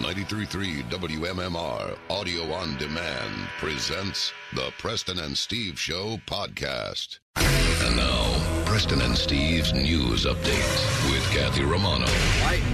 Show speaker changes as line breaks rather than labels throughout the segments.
933 WMMR Audio on Demand presents the Preston and Steve Show podcast. And now, Preston and Steve's news update with Kathy Romano.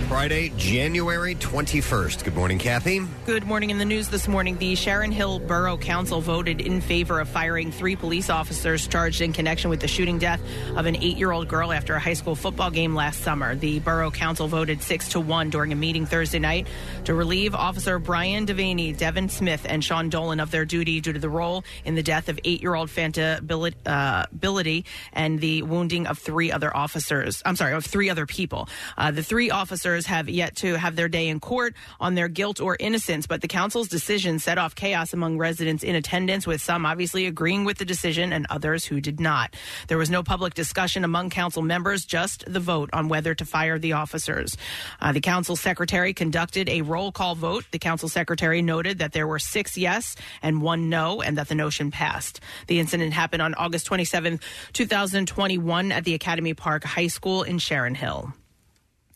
Friday, January 21st. Good morning, Kathy.
Good morning. In the news this morning, the Sharon Hill Borough Council voted in favor of firing three police officers charged in connection with the shooting death of an eight year old girl after a high school football game last summer. The Borough Council voted six to one during a meeting Thursday night to relieve Officer Brian Devaney, Devin Smith, and Sean Dolan of their duty due to the role in the death of eight year old Fanta Billet- uh, Billity and the wounding of three other officers. I'm sorry, of three other people. Uh, the three officers have yet to have their day in court on their guilt or innocence, but the council's decision set off chaos among residents in attendance, with some obviously agreeing with the decision and others who did not. There was no public discussion among council members, just the vote on whether to fire the officers. Uh, the council secretary conducted a roll call vote. The council secretary noted that there were six yes and one no, and that the notion passed. The incident happened on August 27, 2021, at the Academy Park High School in Sharon Hill.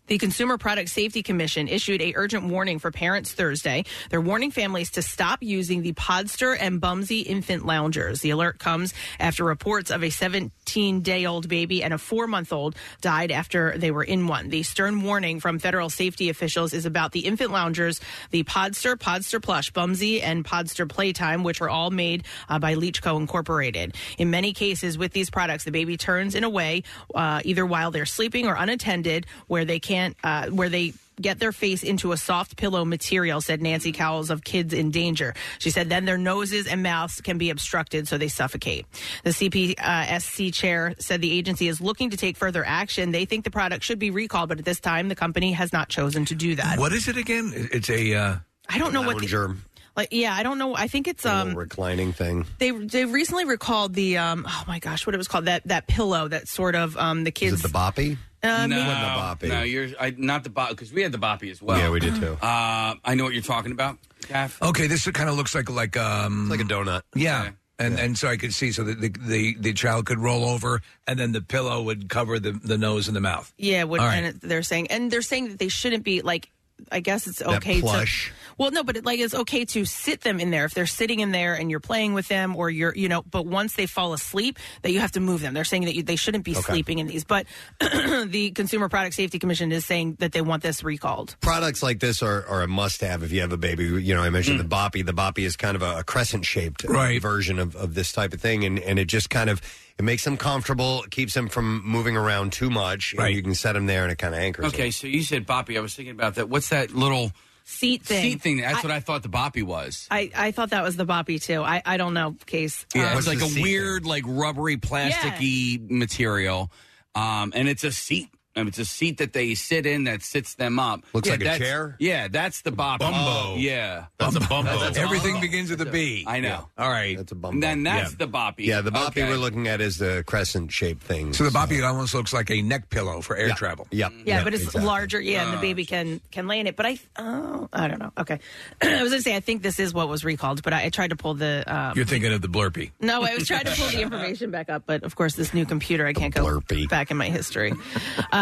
The Consumer Product Safety Commission issued a urgent warning for parents Thursday. They're warning families to stop using the Podster and Bumsy infant loungers. The alert comes after reports of a 17-day-old baby and a 4-month-old died after they were in one. The stern warning from federal safety officials is about the infant loungers, the Podster, Podster Plush, Bumsy, and Podster Playtime, which are all made uh, by Leachco Incorporated. In many cases, with these products, the baby turns in a way uh, either while they're sleeping or unattended, where they can't, uh, where they get their face into a soft pillow material, said Nancy Cowles of Kids in Danger. She said then their noses and mouths can be obstructed so they suffocate. The CPSC chair said the agency is looking to take further action. They think the product should be recalled, but at this time, the company has not chosen to do that.
What is it again? It's a. Uh,
I don't know what the-
Lounger,
Like, yeah, I don't know. I think it's um,
reclining thing.
they they recently recalled the um oh my gosh what it was called that that pillow that sort of um the kids
Is it the boppy?
uh,
no,
maybe-
no, you're I, not the boppy because we had the boppy as well.
Yeah, we did too.
Uh, I know what you're talking about. Kath.
Okay, this kind of looks like like um
like a donut.
Yeah. And, and so I could see, so that the, the the child could roll over, and then the pillow would cover the, the nose and the mouth.
yeah what
All right.
and it- they're saying and they're saying that they shouldn't be like I guess it's okay
plush.
to well no but it, like it's okay to sit them in there if they're sitting in there and you're playing with them or you're you know but once they fall asleep that you have to move them they're saying that you, they shouldn't be sleeping in these but the Consumer Product Safety Commission is saying that they want this recalled
Products like this are, are a must-have if you have a baby. You know, I mentioned the boppy. The boppy is kind of a, a crescent-shaped uh, version of, of this type of thing, and, and it just kind of it makes them comfortable, it keeps them from moving around too much. Right. you can set them there, and it kind of anchors.
Okay, so you said boppy. I was thinking about that. What's that little
seat thing
seat thing? That's what I thought the boppy was.
I, I thought that was the boppy too I, I don't know case
Uh,
Yeah, it's
Um,
like a weird, like rubbery, plasticky material, um, and it's a seat. Um, it's a seat that they sit in that sits them up.
Looks
Yeah,
like a
that's-
chair?
Yeah, that's the boppy.
Bumbo.
Oh, yeah,
That's a
bumbo.
Everything begins with a B.
I know.
All right.
That's a bumble.
And then that's
Yeah.
the boppy.
Yeah, the boppy
Okay.
we're looking at is the crescent-shaped thing.
So the boppy almost looks like a neck pillow for air travel.
Yeah.
Yeah, but it's
exactly.
larger. Yeah, and the baby can can lay in it. But I, oh, I don't know. Okay, I was gonna say I think this is what was recalled, but I, I tried to pull the. Um,
You're thinking of the blurpy.
no, I was trying to pull the information back up, but of course, this new computer, I can't go back in my history.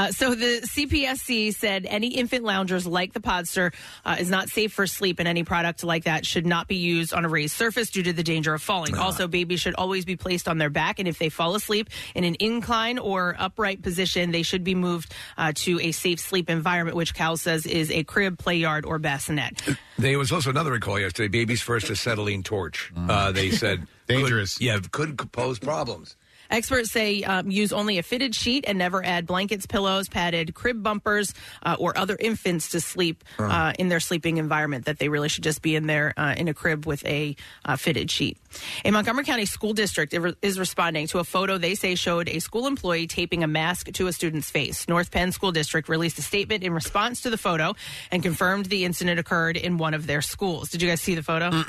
Uh, so the CPSC said any infant loungers like the Podster uh, is not safe for sleep, and any product like that should not be used on a raised surface due to the danger of falling. Also, babies should always be placed on their back, and if they fall asleep in an incline or upright position, they should be moved uh, to a safe sleep environment, which Cal says is a crib, play yard, or bassinet.
There was also another recall yesterday. Baby's first acetylene torch.
Mm.
Uh, they said dangerous. yeah, could pose problems.
Experts say um, use only a fitted sheet and never add blankets, pillows, padded crib bumpers, uh, or other infants to sleep uh, in their sleeping environment. That they really should just be in there uh, in a crib with a uh, fitted sheet. A Montgomery County school district is responding to a photo they say showed a school employee taping a mask to a student's face. North Penn School District released a statement in response to the photo and confirmed the incident occurred in one of their schools. Did you guys see the photo?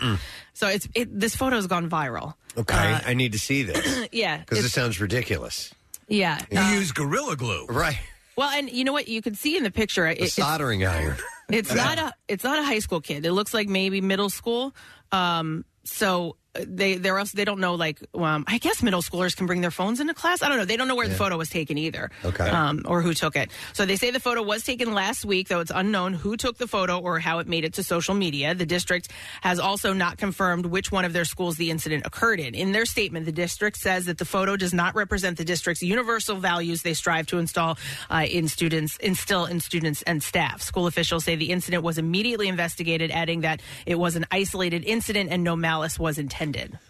So it's it, this photo has gone viral.
Okay, I need to see this
Yeah,
because
it's-
this sounds ridiculous.
yeah.
you use gorilla glue,
right?
Well, and you know what? You can see in the picture, it,
A
it's,
soldering iron.
it's not a it's not a high school kid. It looks like maybe middle school. Um, so uh, they they're also they don't know like um, I guess middle schoolers can bring their phones into class. I don't know. They don't know where the
Yeah.
photo was taken either.
Okay.
Um, or who took it. So they say the photo was taken last week, though it's unknown who took the photo or how it made it to social media. The district has also not confirmed which one of their schools the incident occurred in. In their statement, the district says that the photo does not represent the district's universal values they strive to install uh, in students, instill in students and staff. School officials say the incident was immediately investigated, adding that it was an isolated incident and no malice was intended.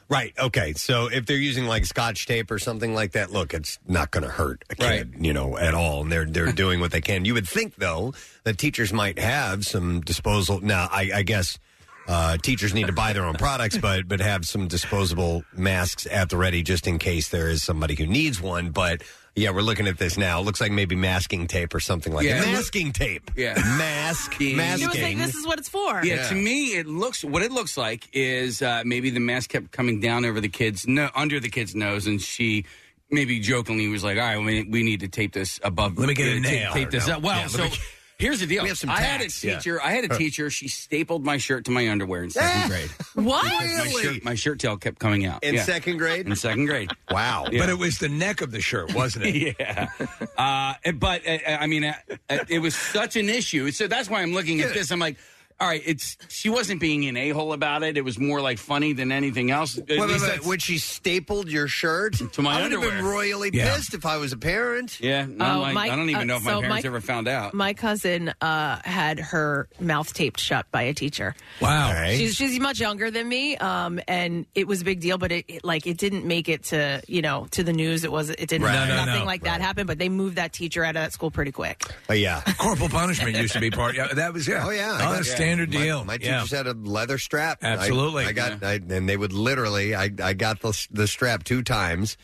Right. Okay. So if they're using like scotch tape or something like that, look, it's not going to hurt a kid, you know, at all. And they're they're doing what they can. You would think though that teachers might have some disposal. Now, I, I guess uh, teachers need to buy their own products, but but have some disposable masks at the ready just in case there is somebody who needs one. But yeah, we're looking at this now. It looks like maybe masking tape or something like that. Masking tape.
Yeah.
Mask.
He was like,
Masking.
"This is what it's for."
Yeah, to me, it looks what it looks like is uh, maybe the mask kept coming down over the kid's no under the kid's nose, and she maybe jokingly was like, "All right, we, we need to tape this above.
Let me get a
uh, ta-
nail."
Tape this
No.
up. Well,
Yeah, let
so
me-
here's the deal.
We have some
I had a
tacks, yeah.
teacher. I had a
Huh.
teacher. She stapled my shirt to my underwear in second grade.
What?
Because My shirt, my shirt tail kept coming out
In second
grade. In second grade.
Wow.
But it was the neck of the shirt, wasn't it?
yeah. Uh, but uh, I mean, uh, uh, it was such an issue. So that's why I'm looking at this. I'm like, all right, it's she wasn't being an a hole about it. It was more like funny than anything else. At
Wait, wait,
least
wait.
that's-
Would she stapled your shirt to
my
I would have been
underwear.
royally
Yeah.
pissed if I was a parent.
yeah, no,
Oh,
my-
my-
I don't
uh,
even know if my
so
parents
my-
ever found out.
My cousin uh, had her mouth taped shut by a teacher.
Wow.
She's she's much younger than me, um, and it was a big deal. But it, it like it didn't make it to you know to the news. It was it didn't
Right. No, no,
nothing
no.
like that happened. But they moved that teacher out of that school pretty quick.
Oh yeah,
corporal punishment used to be part. Yeah, that was yeah.
Oh yeah,
Oh,
I got-
that's standard
my-
deal.
My,
Yeah.
teachers had a leather strap. I-
Absolutely.
I, got, I, and they would literally. I, I got the, the strap two times,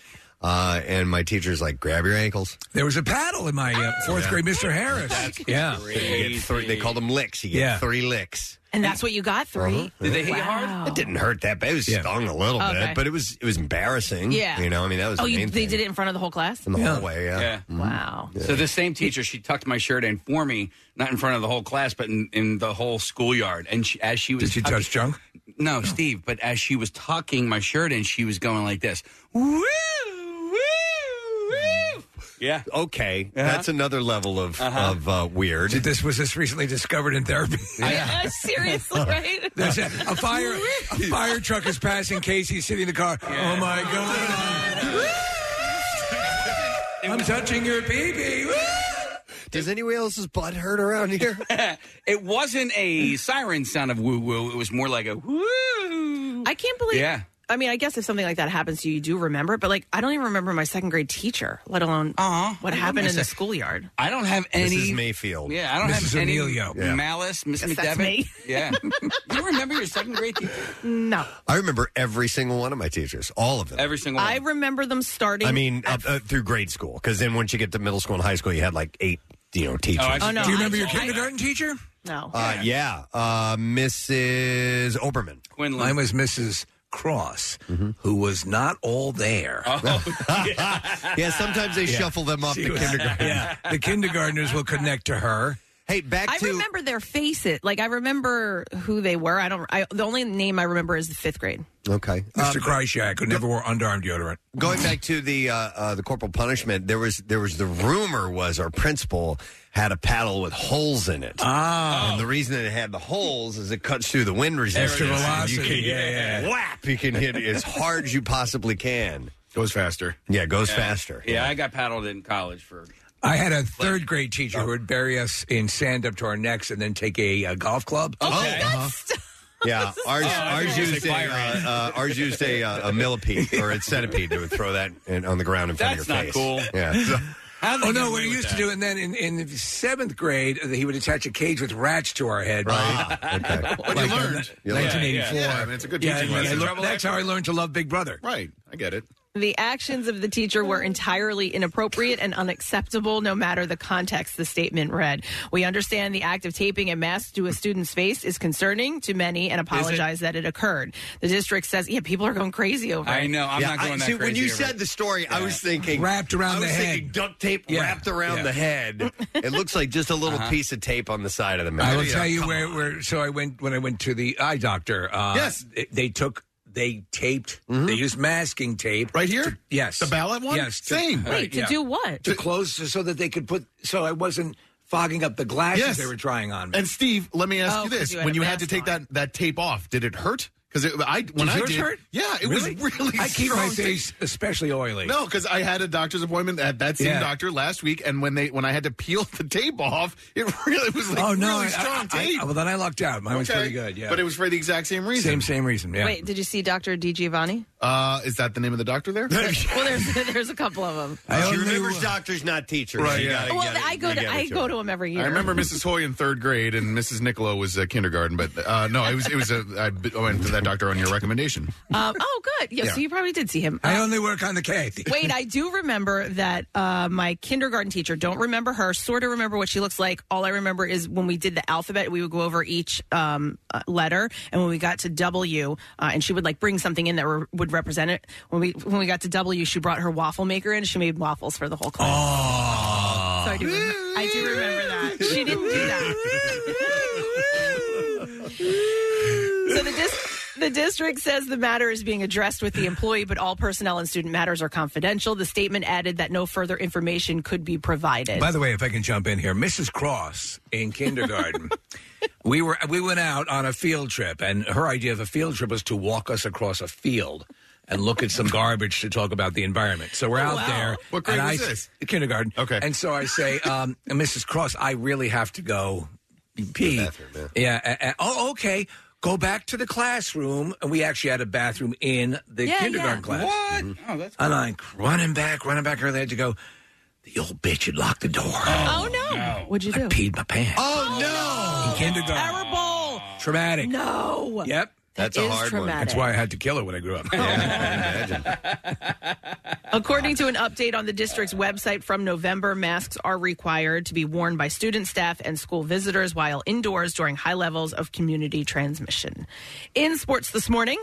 uh, and my teacher's like, "Grab your ankles."
There was a paddle in my uh,
Oh,
fourth
Yeah.
grade, Mr. Harris. yeah.
So you get three- they called them licks. You get
Yeah.
three licks.
And that's what you got 3
Did they hit
wow.
you It didn't hurt that bad. It was stung a little
Okay.
bit, but it was it was embarrassing.
Yeah,
you know, I mean that was
oh,
the
you,
main
they
thing
did it in front of the whole class.
in the hallway. Mm-hmm. Yeah.
Wow.
So the same teacher, she tucked my shirt in for me, not in front of the whole class, but in, in the whole schoolyard. And she, as she was,
Did she touch junk?
No, Steve. But as she was tucking my shirt in, she was going like this. Woo! Yeah.
Okay. That's another level of of uh, weird.
Did This was this recently discovered in therapy.
Uh, seriously, right?
There's a, a fire. A fire truck is passing. Casey's sitting in the car. Oh my god! I'm touching your baby.
Does anyone else's butt hurt around here?
it wasn't a siren sound of woo woo. It was more like a woo.
Oh
I can't believe.
Yeah.
I mean, I guess if something like that happens to you, you do remember it. But like, I don't even remember my second grade teacher, let alone what
I
happened
miss
in the
it.
schoolyard.
I don't have any.
Mrs. Mayfield.
Yeah, I don't
Mrs.
have any
Emilio. Yeah.
malice, Miss
Yes,
McDevitt.
that's me.
Yeah. you remember your second grade teacher?
No,
I remember every single one of my teachers, all of them.
Every single one.
I remember them starting.
I mean, up, uh, through grade school, because then once you get to middle school and high school, you had like eight, you know, teachers.
Oh, no,
Do you remember
I-
your
I-
kindergarten teacher?
no.
Uh, yeah, uh, Mrs. Oberman.
Quinlan.
Mine was Mrs. Cross,
Mm-hmm.
who was not all there.
Oh,
Yeah, sometimes they shuffle them up
She
to
was-
kindergarten.
Yeah, the kindergartners will connect to her.
Hey, back
I
to
remember their faces. Like I remember who they were. I don't. I, the only name I remember is the fifth grade.
okay, Um,
Mr. Kryshak, who never wore underarm deodorant.
going back to the uh, uh, the corporal punishment. There was there was the rumor was our principal had a paddle with holes in it.
Ah.
And the reason that it had the holes is it cuts through the wind resistance.
Extra
and
velocity.
You can,
yeah, yeah.
Whap! You can hit it as hard as you possibly can.
Goes faster.
Yeah, it goes
Yeah.
faster.
Yeah, I got paddled in college for.
I had a third grade teacher who would bury us in sand up to our necks and then take a, uh golf club.
Okay.
Oh,
Uh-huh.
Yeah, ours
Oh, I
ours
thought it was
used
like
a
fire
uh, uh, ours used a, uh, a millipede or a centipede. They would throw that in, on the ground in front
That's
of your
not
face.
cool.
Yeah. So-
How did
Oh
they get
no!
away
What he
with
used
that?
to do, and then in, in the seventh grade, uh, he would attach a cage with rats to our head.
Ah, okay.
What you learned?
Yeah, like-
1984.
Yeah, yeah, I mean, it's a good
Yeah,
teaching
yeah,
lesson.
I learned- that's how I learned to love Big Brother.
Right. I get it.
The actions of the teacher were entirely inappropriate and unacceptable, no matter the context, the statement read. We understand the act of taping a mask to a student's face is concerning to many and apologize that it occurred. The district says, yeah, people are going crazy over
I
it.
know. I'm
Yeah,
not going
I-
that
see,
crazy.
when you
over it.
said the story, I was thinking
Wrapped around
I was
the head.
thinking duct tape
Yeah.
wrapped around
Yeah.
the head. It looks like just a little
Uh-huh.
piece of tape on the side of the mouth.
I will tell you where, where. So I went when I went to the eye doctor. Uh,
Yes.
it- they took they taped. They used masking tape
Mm-hmm. Right here?
to- yes,
The ballot one?
Yes,
Same.
uh,
Wait, to do what?
To close so that they could put so I wasn't fogging up the glasses
Yes.
they were trying on. me.
And Steve, let me ask
Oh,
you
'cause
this:
you had
when
a
you had to
mask
take that, that tape off, did it hurt? Because I when
Did
I
yours
did,
hurt?
yeah, it was really.
I keep my
strong tape.
face especially oily.
No, because I had a doctor's appointment at that same
Yeah.
doctor last week, and when they when I had to peel the tape off, it really was like
oh no,
really
I-
strong
I- I-
tape.
well then I lucked out. Mine was
Okay.
pretty good. Yeah,
but it was for the exact same reason.
same same reason. Yeah.
Wait, did you see Dr. D. Giovanni?
Uh, is that the name of the doctor there?
well, there's there's a couple of them.
I
she
only
remembers
wa-
doctors, not teachers.
Right,
You
yeah.
gotta
Well,
get it-
I go
you
to
get
I
it
go to them every year.
I remember Mrs. Hoy in third grade and Mrs. Niccolo was uh, kindergarten, but uh, no, it was it was a I b- I went to that doctor on your recommendation.
Um, oh, good. Yeah, so you probably did see him.
I only work on the K.
Wait, I do remember that uh, my kindergarten teacher, don't remember her, sort of remember what she looks like. All I remember is when we did the alphabet, we would go over each um, uh, letter. And when we got to W, uh, and she would like bring something in that re- would represent it. When we when we got to W, she brought her waffle maker in. She made waffles for the whole class. So I do, remember, I do remember that. She didn't do that. so the dis- the district says the matter is being addressed with the employee, but all personnel and student matters are confidential. The statement added that no further information could be provided.
By the way, if I can jump in here, Mrs. Cross in kindergarten, we were we went out on a field trip, and her idea of a field trip was to walk us across a field and look at some garbage to talk about the environment. So we're out
wow.
there.
Oh, What grade
and
was
I-
this?
Kindergarten.
Okay.
And so I say, um, Mrs. Cross, I really have to go pee. yeah. a- a- oh, okay. Go back to the classroom, and we actually had a bathroom in the
Yeah,
kindergarten
yeah.
class. Mm-hmm.
What? Oh, that's
And I'm like running back, running back. Early, I had to go. The old bitch had locked the door.
oh no. What'd you
I
do?
peed my pants.
Oh no!
In kindergarten.
Terrible.
Traumatic.
Oh. No.
Yep.
That's
It
a
is
hard one.
traumatic.
That's why I had to kill her when I grew up.
According to an update on the district's website from November, masks are required to be worn by student staff and school visitors while indoors during high levels of community transmission. In sports this morning.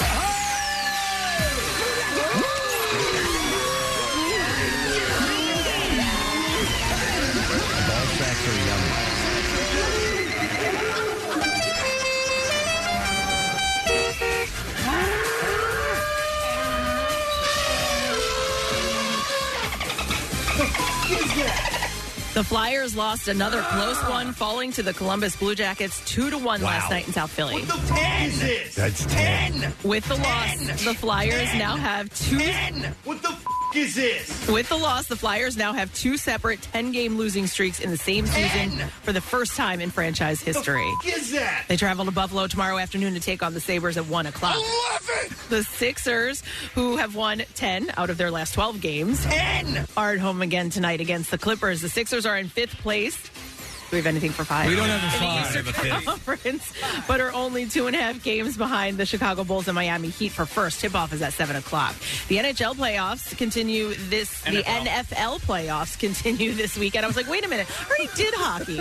The Flyers lost another close one, falling to the Columbus Blue Jackets 2 to 1 last night in South Philly.
That's ten.
With the loss, the Flyers now have two
What the f- is this?
With the loss, the Flyers now have two separate 10-game losing streaks in the same season for the first time in franchise history.
Is that?
They travel to Buffalo tomorrow afternoon to take on the Sabres at 1 o'clock. The Sixers, who have won 10 out of their last 12 games, 10! are at home again tonight against the Clippers. The Sixers are in fifth place. Do we have anything for five?
We don't have a
In the
five.
Eastern Conference, but are only two and a half games behind the Chicago Bulls and Miami Heat for first. Tip off is at seven o'clock. The NHL playoffs continue this. The NFL playoffs continue this weekend. I was like, wait a minute, I already did hockey.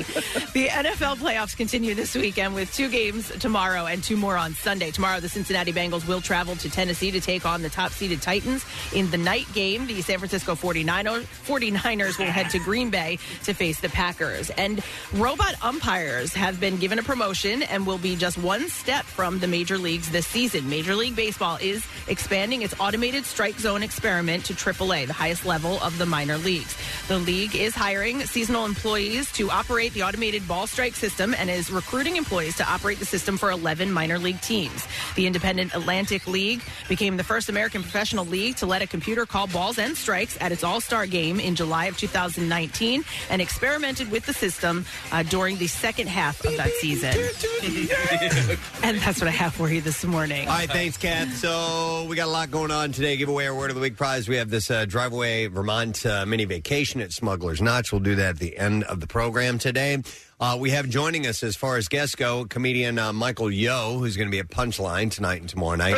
the NFL playoffs continue this weekend with two games tomorrow and two more on Sunday. Tomorrow, the Cincinnati Bengals will travel to Tennessee to take on the top-seeded Titans in the night game. The San Francisco 49ers, 49ers will head to Green Bay to face the Packers. And robot umpires have been given a promotion and will be just one step from the major leagues this season. Major League Baseball is expanding its automated strike zone experiment to AAA, the highest level of the minor leagues. The league is hiring seasonal employees to operate the automated ball strike system and is recruiting employees to operate the system for 11 minor league teams. The Independent Atlantic League became the first American professional league to let a computer call balls and strikes at its All Star game in July of 2019 and experimented with the system uh, during the second half of that season. and that's what I have for you this morning.
All right, thanks, Kat. So we got a lot going on today. Give away our word of the week prize. We have this uh, drive away Vermont uh, mini vacation at Smuggler's Notch. We'll do that at the end of the program today. Uh, we have joining us, as far as guests go, comedian uh, Michael Yo, who's going to be at Punchline tonight and tomorrow night.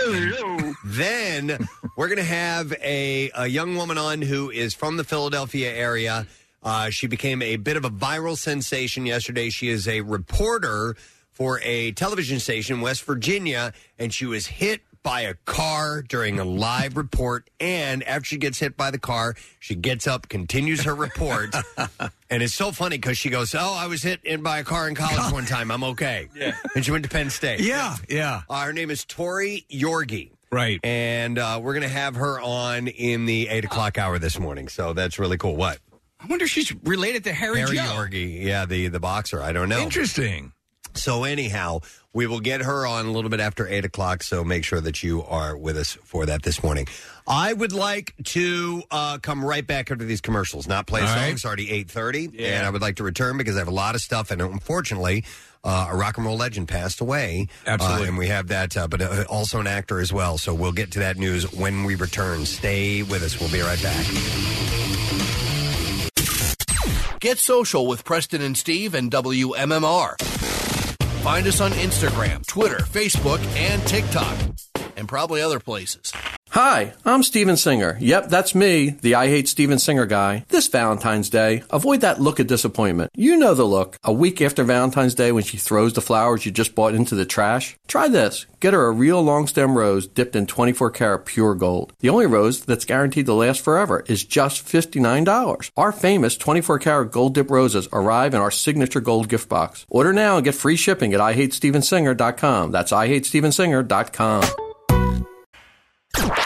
then we're going to have a, a young woman on who is from the Philadelphia area. Uh, she became a bit of a viral sensation yesterday. She is a reporter for a television station in West Virginia, and she was hit by a car during a live report. And after she gets hit by the car, she gets up, continues her report. and it's so funny because she goes, Oh, I was hit in by a car in college one time. I'm okay. Yeah. And she went to Penn State.
yeah, yeah.
Uh, her name is Tori Yorgi.
Right.
And uh, we're going to have her on in the eight o'clock hour this morning. So that's really cool. What?
I wonder if she's related to Harry,
Harry
Joe.
Yorgi, yeah, the the boxer. I don't know.
Interesting.
So anyhow, we will get her on a little bit after eight o'clock. So make sure that you are with us for that this morning. I would like to uh, come right back after these commercials, not play a
All
song.
right.
It's already eight thirty, and I would like to return because I have a lot of stuff. And unfortunately, uh, a rock and roll legend passed away.
Absolutely.
Uh, and we have that, uh, but uh, also an actor as well. So we'll get to that news when we return. Stay with us. We'll be right back.
Get social with Preston and Steve and WMMR. Find us on Instagram, Twitter, Facebook, and TikTok, and probably other places.
Hi, I'm Steven Singer. Yep, that's me, the I Hate Steven Singer guy. This Valentine's Day, avoid that look of disappointment. You know the look. A week after Valentine's Day when she throws the flowers you just bought into the trash. Try this. Get her a real long stem rose dipped in 24 karat pure gold. The only rose that's guaranteed to last forever is just $59. Our famous 24 karat gold dip roses arrive in our signature gold gift box. Order now and get free shipping at IHateStevenSinger.com. That's IHateStevenSinger.com.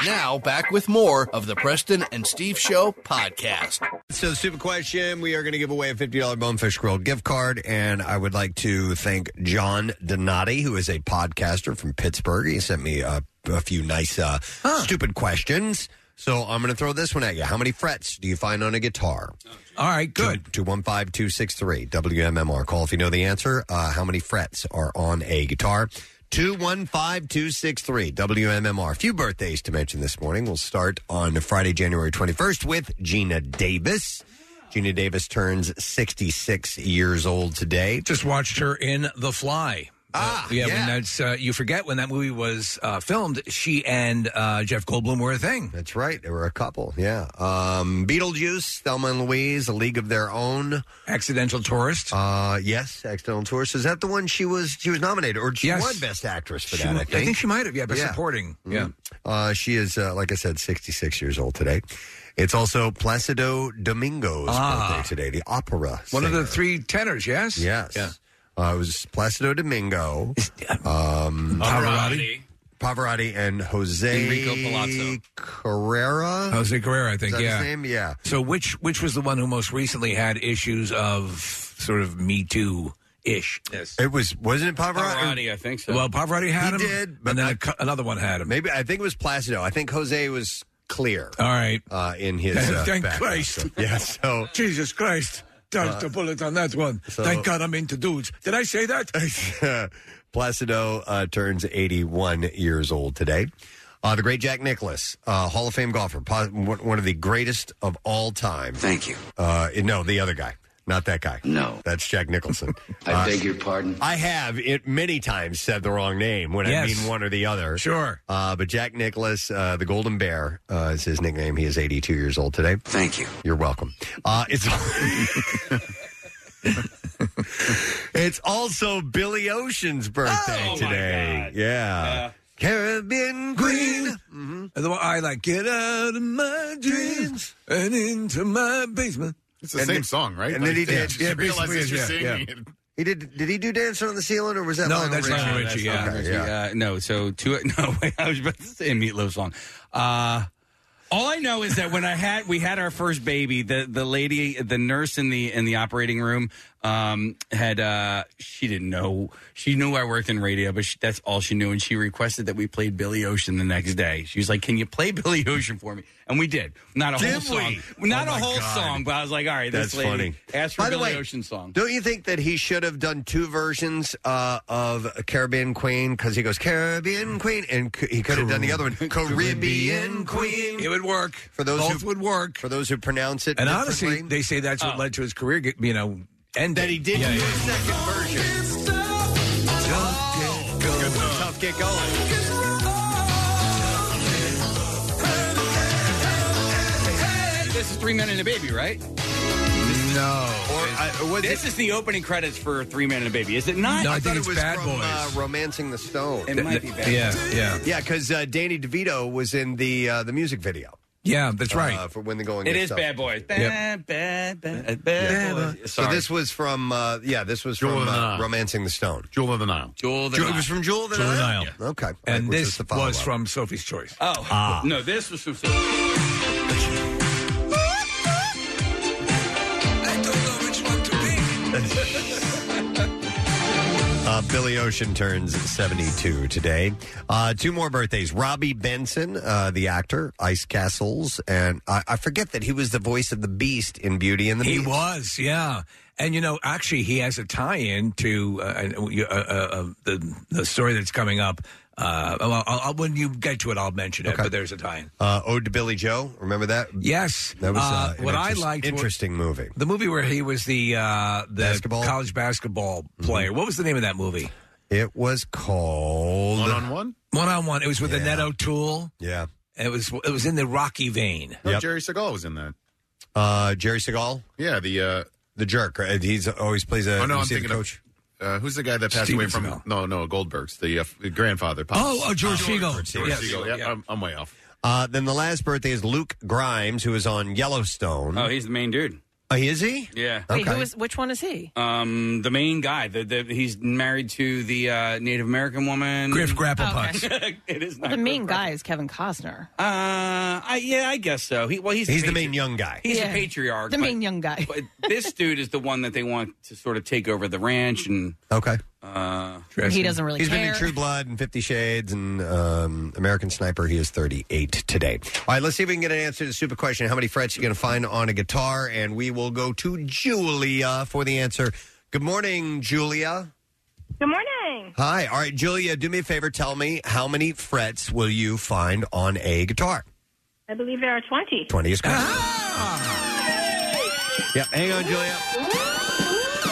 Now, back with more of the Preston and Steve Show podcast.
So, stupid question. We are going to give away a $50 Bonefish Grill gift card. And I would like to thank John Donati, who is a podcaster from Pittsburgh. He sent me a, a few nice, uh, stupid questions. So, I'm going to throw this one at you. How many frets do you find on a guitar?
All right, good.
215 263 WMMR. Call if you know the answer. Uh, how many frets are on a guitar? 215 263 WMMR. A few birthdays to mention this morning. We'll start on Friday, January 21st with Gina Davis. Gina Davis turns 66 years old today.
Just watched her in The Fly. Ah, yeah. When that's uh, you forget when that movie was uh, filmed. She and uh, Jeff Goldblum were a thing.
That's right. They were a couple. Yeah. Um, Beetlejuice, Thelma and Louise, A League of Their Own.
Accidental Tourist.
Uh, yes, Accidental Tourist. Is that the one she was she was nominated or she
Yes.
won Best Actress for
She
that?
wa-
I
I
think.
think she might have, yeah, Best Supporting. Yeah.
Mhm. Uh, she is, uh, like I said, 66 years old today. It's also Placido Domingo's
Ah.
birthday today, the opera.
One of
singer.
the three tenors. Yes.
Yes.
Yeah.
Uh, it was Placido Domingo, um,
Pavarotti.
Pavarotti, and Jose
Enrico Palazzo.
Carrera.
Jose Carrera, I
Is
think.
that his
yeah.
name? Yeah.
So which which was the one who most recently had issues of sort of Me Too ish?
It was wasn't it Pavarotti?
Pavarotti, I think so.
Well, Pavarotti
He
had him.
did,
and then a cou- another one had him.
Maybe I think it was Placido. I think Jose was clear.
All right.
Uh, in his uh,
Thank
background.
Christ.
So- yeah. So
Jesus Christ. Dodged
Uh,
the bullet on that one.
so-
Thank God I'm into dudes. Did I say that?
Placido uh, turns 81 years old today. Uh, the great Jack Nicholas, uh, Hall of Fame golfer, po- one one of the greatest of all time. Thank you. Uh, no, the other guy, not that guy. No, that's Jack Nicholson.
I
Uh,
beg your pardon.
I have it many times said the wrong name when
Yes.
I mean one or the other.
Sure.
Uh, but Jack Nicholas, uh, the Golden Bear, uh, is his nickname. He is 82 years old today. Thank you. You're welcome. Uh, it's it's also Billy Ocean's
Oh,
birthday today. Yeah. uh, Caribbean Mm-hmm. Queen.
And the one I like, get out of my dreams and into my basement.
It's the same song, right?
And then he
Like, yeah,
did.
just realize
basically
as
is,
you're
yeah,
singing
yeah.
it.
He did. Did he do Dancer on the Ceiling, or was that Lionel Richie?
Lionel
Okay,
Richie,
yeah.
uh, no, so two. No, wait, I was about to say a Meatloaf song. Uh, all I know is that when I had we had our first baby, the the lady, the nurse in the in the operating room, um, had uh, she didn't know she knew I worked in radio, but she, that's all she knew, and she requested that we played Billy Ocean the next day. She was like, "Can you play Billy Ocean for me?" And we did. Not a
Did
whole song,
we?
not
Oh,
a
my
whole
God.
song, but I was like, "All right,
That's
this lady
funny.
asked for
By the
Billy
way,
Ocean song."
Don't you think that he should have done two versions uh, of Caribbean Queen? Because he goes Caribbean Queen, and c- he could have done the other one Caribbean Queen.
It would work.
For those
Both
who-
would work.
For those who pronounce it,
And
differently.
honestly, they say that's what led to his career, get- you know, and
that he did
yeah,
do
yeah.
a second version. Good one. Tough get going.
This is Three Men and a Baby, right?
No.
Or I, was
This
it?
is the opening credits for Three Men and a Baby, is it not?
No, I
I
think
thought
it's
it was
Bad
from
Boys.
Uh, Romancing the Stone.
It might be bad.
Yeah, yeah.
Yeah, because uh, Danny DeVito was in the uh, the music video.
Yeah, that's right.
Uh, for when the going
It
gets
is
tough.
bad boy. Bad, bad, bad, bad
Yeah.
boy.
So
uh, Sorry.
this was from uh, yeah, this was
Jewel
from
of the
uh,
Nile.
Romancing the Stone.
Jewel of the Nile.
Jewel of the
Jewel-
Nile.
It was from Jewel of the
Jewel of the
Nile.
Nile.
Yeah. Okay, All right,
and
which
this
the follow-up.
was from Sophie's Choice.
Oh
Ah.
no, this was from.
Uh, Billy Ocean turns 72 today. Uh, two more birthdays. Robbie Benson, uh, the actor, Ice Castles, and I, I forget that he was the voice of the Beast in Beauty and the
He
Beast.
was, yeah. And you know, actually, he has a tie-in to uh, uh, uh, uh, the the story that's coming up. Uh, well, I'll, I'll, when you get to it, I'll mention it. But there's a tie-in.
Uh, Ode to Billy Joe, remember that?
Yes.
That was uh,
Uh,
an
what I
interest-
liked was-
Interesting movie.
The movie where he was the uh, the college basketball player. What was the name of that movie?
Mm-hmm. It was called
one.
One on one. It was with Annette O'Toole.
Yeah.
And it was it was in the Rocky vein.
No, Oh, Jerry Seagal was in that.
Uh, Jerry Seagal.
Yeah, the uh,
the jerk. Right? He's always plays a.
Oh no,
you
I'm
see the
thinking coach. Of, uh, who's the guy that passed
Steven
away from?
Seagal.
No, no, Goldberg's the uh, grandfather.
Oh, oh, George Seagal.
George
Yes.
Seagal. Yeah, I'm, I'm way off.
Uh, then the last birthday is Luke Grimes, who is on Yellowstone.
Oh, he's the main dude.
Oh, is he?
Yeah.
Wait, who is, which one is he?
Um, the main guy. The, the, he's married to the uh, Native American woman.
Griff
Oh,
Grappleputz.
it is
Well,
not.
the main guy is Kevin Costner.
Uh, I, yeah, I guess so. He well, he's
He's the
patri-
main young guy.
He's
Yeah.
the patriarch.
The
but
main young guy.
this dude is the one that they want to sort of take over the ranch and.
Okay.
Uh,
He doesn't really
He's been in
care.
True Blood and Fifty Shades and um, American Sniper. He is 38 today. All right, let's see if we can get an answer to the stupid question. How many frets you going to find on a guitar? And we will go to Julia for the answer. Good morning, Julia.
Good morning.
Hi. All right, Julia, do me a favor. Tell me how many frets will you find on a guitar?
I believe there are 20.
20 is correct. Yeah, hang on, Julia.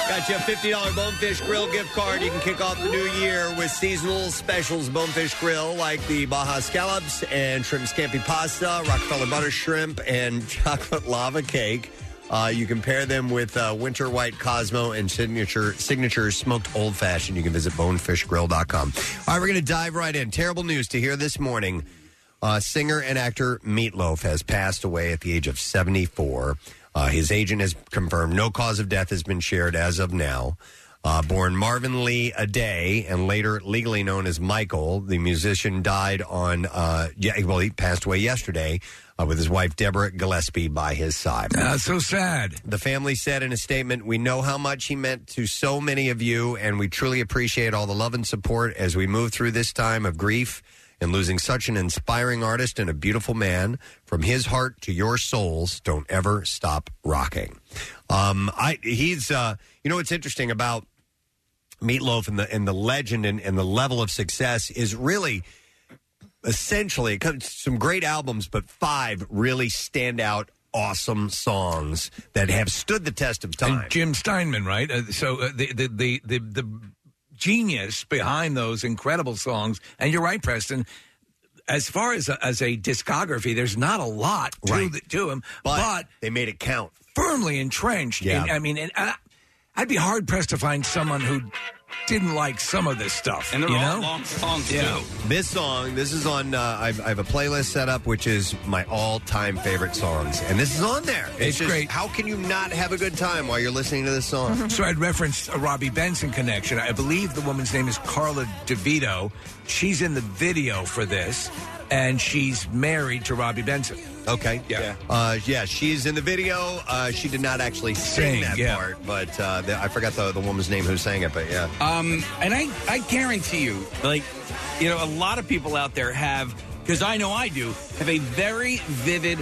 Got you a $50 Bonefish Grill gift card. You can kick off the new year with seasonal specials Bonefish Grill, like the Baja Scallops and Shrimp Scampi Pasta, Rockefeller Butter Shrimp, and Chocolate Lava Cake. Uh, you can pair them with uh, Winter White Cosmo and Signature Signature Smoked Old Fashioned. You can visit bonefishgrill.com. All right, we're going to dive right in. Terrible news to hear this morning. Uh, singer and actor Meatloaf has passed away at the age of 74. Uh, his agent has confirmed no cause of death has been shared as of now. Uh, born Marvin Lee Aday and later legally known as Michael, the musician died on, uh, yeah, well, he passed away yesterday uh, with his wife Deborah Gillespie by his side.
Uh, so sad.
The family said in a statement, We know how much he meant to so many of you, and we truly appreciate all the love and support as we move through this time of grief and losing such an inspiring artist and a beautiful man. From his heart to your souls, don't ever stop rocking. Um, I he's uh, you know what's interesting about Meatloaf and the and the legend and, and the level of success is really essentially it comes some great albums, but five really stand out awesome songs that have stood the test of time.
And Jim Steinman, right? Uh, so uh, the, the the the the genius behind those incredible songs, and you're right, Preston. As far as a, as a discography, there's not a lot to the, to him, but,
they made it count.
Firmly entrenched.
Yeah.
In, I mean, and I, I'd be hard pressed to find someone who didn't like some of this stuff.
And they're
you
all
know?
long songs
Yeah.
too.
This song, this is on. Uh, I've, I have a playlist set up, which is my all-time favorite songs, and this is on there. It's,
It's
just,
great.
How can you not have a good time while you're listening to this song?
So I'd referenced a Robbie Benson connection. I believe the woman's name is Carla DeVito. She's in the video for this, and she's married to Robbie Benson.
Okay.
Yeah.
Uh, yeah, she's in the video. Uh, she did not actually sing
Sing,
that
yeah.
part, but uh, the, I forgot the, the woman's name who sang it. But yeah,
Um, and I, I guarantee you, like, you know, a lot of people out there have, because I know I do, have a very vivid,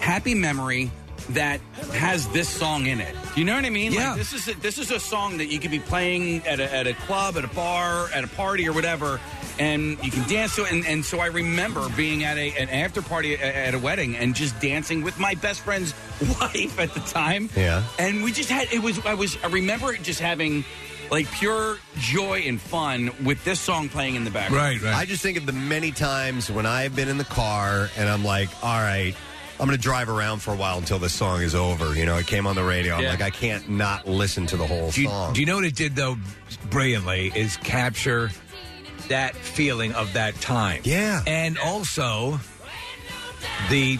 happy memory that has this song in it. You know what I mean?
Yeah.
Like, this is a, this is a song that you could be playing at a, at a club, at a bar, at a party, or whatever, and you can dance to it. And, and so I remember being at a an after party a- at a wedding and just dancing with my best friend's wife at the time.
Yeah.
And we just had it was I was I remember just having like pure joy and fun with this song playing in the background.
I just think of the many times when I've been in the car and I'm like, all right, I'm going to drive around for a while until this song is over. You know, it came on the radio. I'm
Yeah.
like, I can't not listen to the whole
Do you,
song.
do you know what it did though brilliantly is capture that feeling of that time.
Yeah.
And also the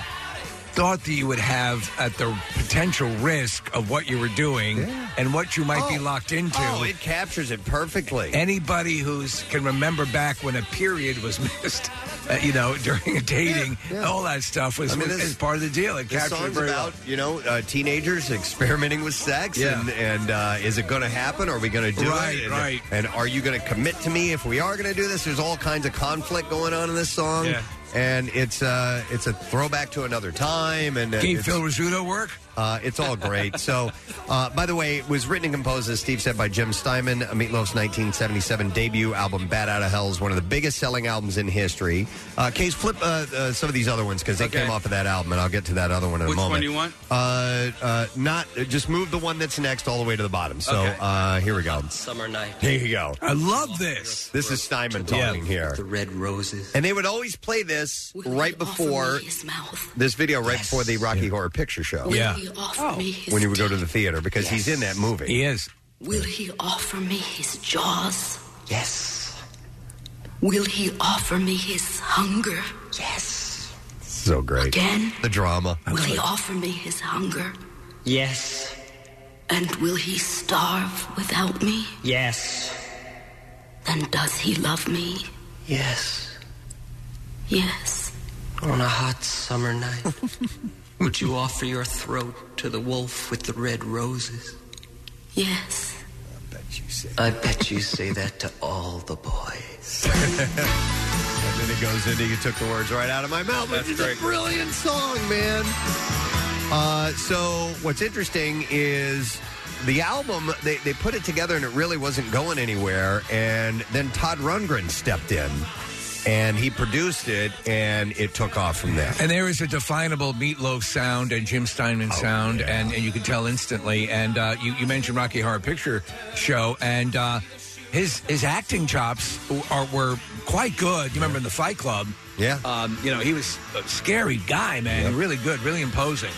thought that you would have at the potential risk of what you were doing and what you might be locked into.
Oh, it captures it perfectly.
Anybody who's can remember back when a period was missed, uh, you know, during a dating, all that stuff was,
I mean,
was-
this-
is part of the deal. It
This
captured it
song's
very well.
about you know uh, teenagers experimenting with sex
Yeah.
and and uh, is it going to happen? Are we going to do
Right,
it? And,
right.
And are you going to commit to me if we are going to do this? There's all kinds of conflict going on in this song,
Yeah.
and it's uh it's a throwback to another time. And uh,
Gave
it's-
Phil Rizzuto work?
Uh, it's all great. so, uh, by the way, it was written and composed, as Steve said, by Jim Steinman. Meatloaf's 1977 debut album, Bad Out of Hell, is one of the biggest selling albums in history. Uh, Case, flip uh, uh, some of these other ones because they
Okay.
came off of that album, and I'll get to that other one in a
Which
moment.
one do you want?
Uh, uh, not uh, just move the one that's next all the way to the bottom. So uh, here we go.
Summer night.
Here you go.
I love this.
This is Steinman talking here.
The red roses.
And they would always play this right before this video, right before the Rocky Horror Picture Show.
Will he offer me his
when you would go to the theater because he's in that movie. He
is.
Will he offer me his jaws? Yes. Will he offer me his hunger? Yes.
So great.
Again?
The drama.
Will he offer me his hunger?
Yes.
And will he starve without me?
Yes.
Then does he love me?
Yes.
Yes.
On a hot summer night, would you offer your throat to the wolf with the red roses?
Yes.
I bet you say that to all the boys.
And then it goes into you took the words right out of my mouth.
That's
which is a
great.
brilliant song, man. Uh, so what's interesting is the album they, they put it together and it really wasn't going anywhere and then Todd Rundgren stepped in and he produced it and it took off from there.
And there is a definable meatloaf sound and Jim Steinman sound, and, and you can tell instantly. And uh, you, you mentioned Rocky Horror Picture Show, and uh, his his acting chops are were quite good. You remember in the Fight Club?
Yeah.
Um, you know, he was a scary guy, man. Really good, really imposing.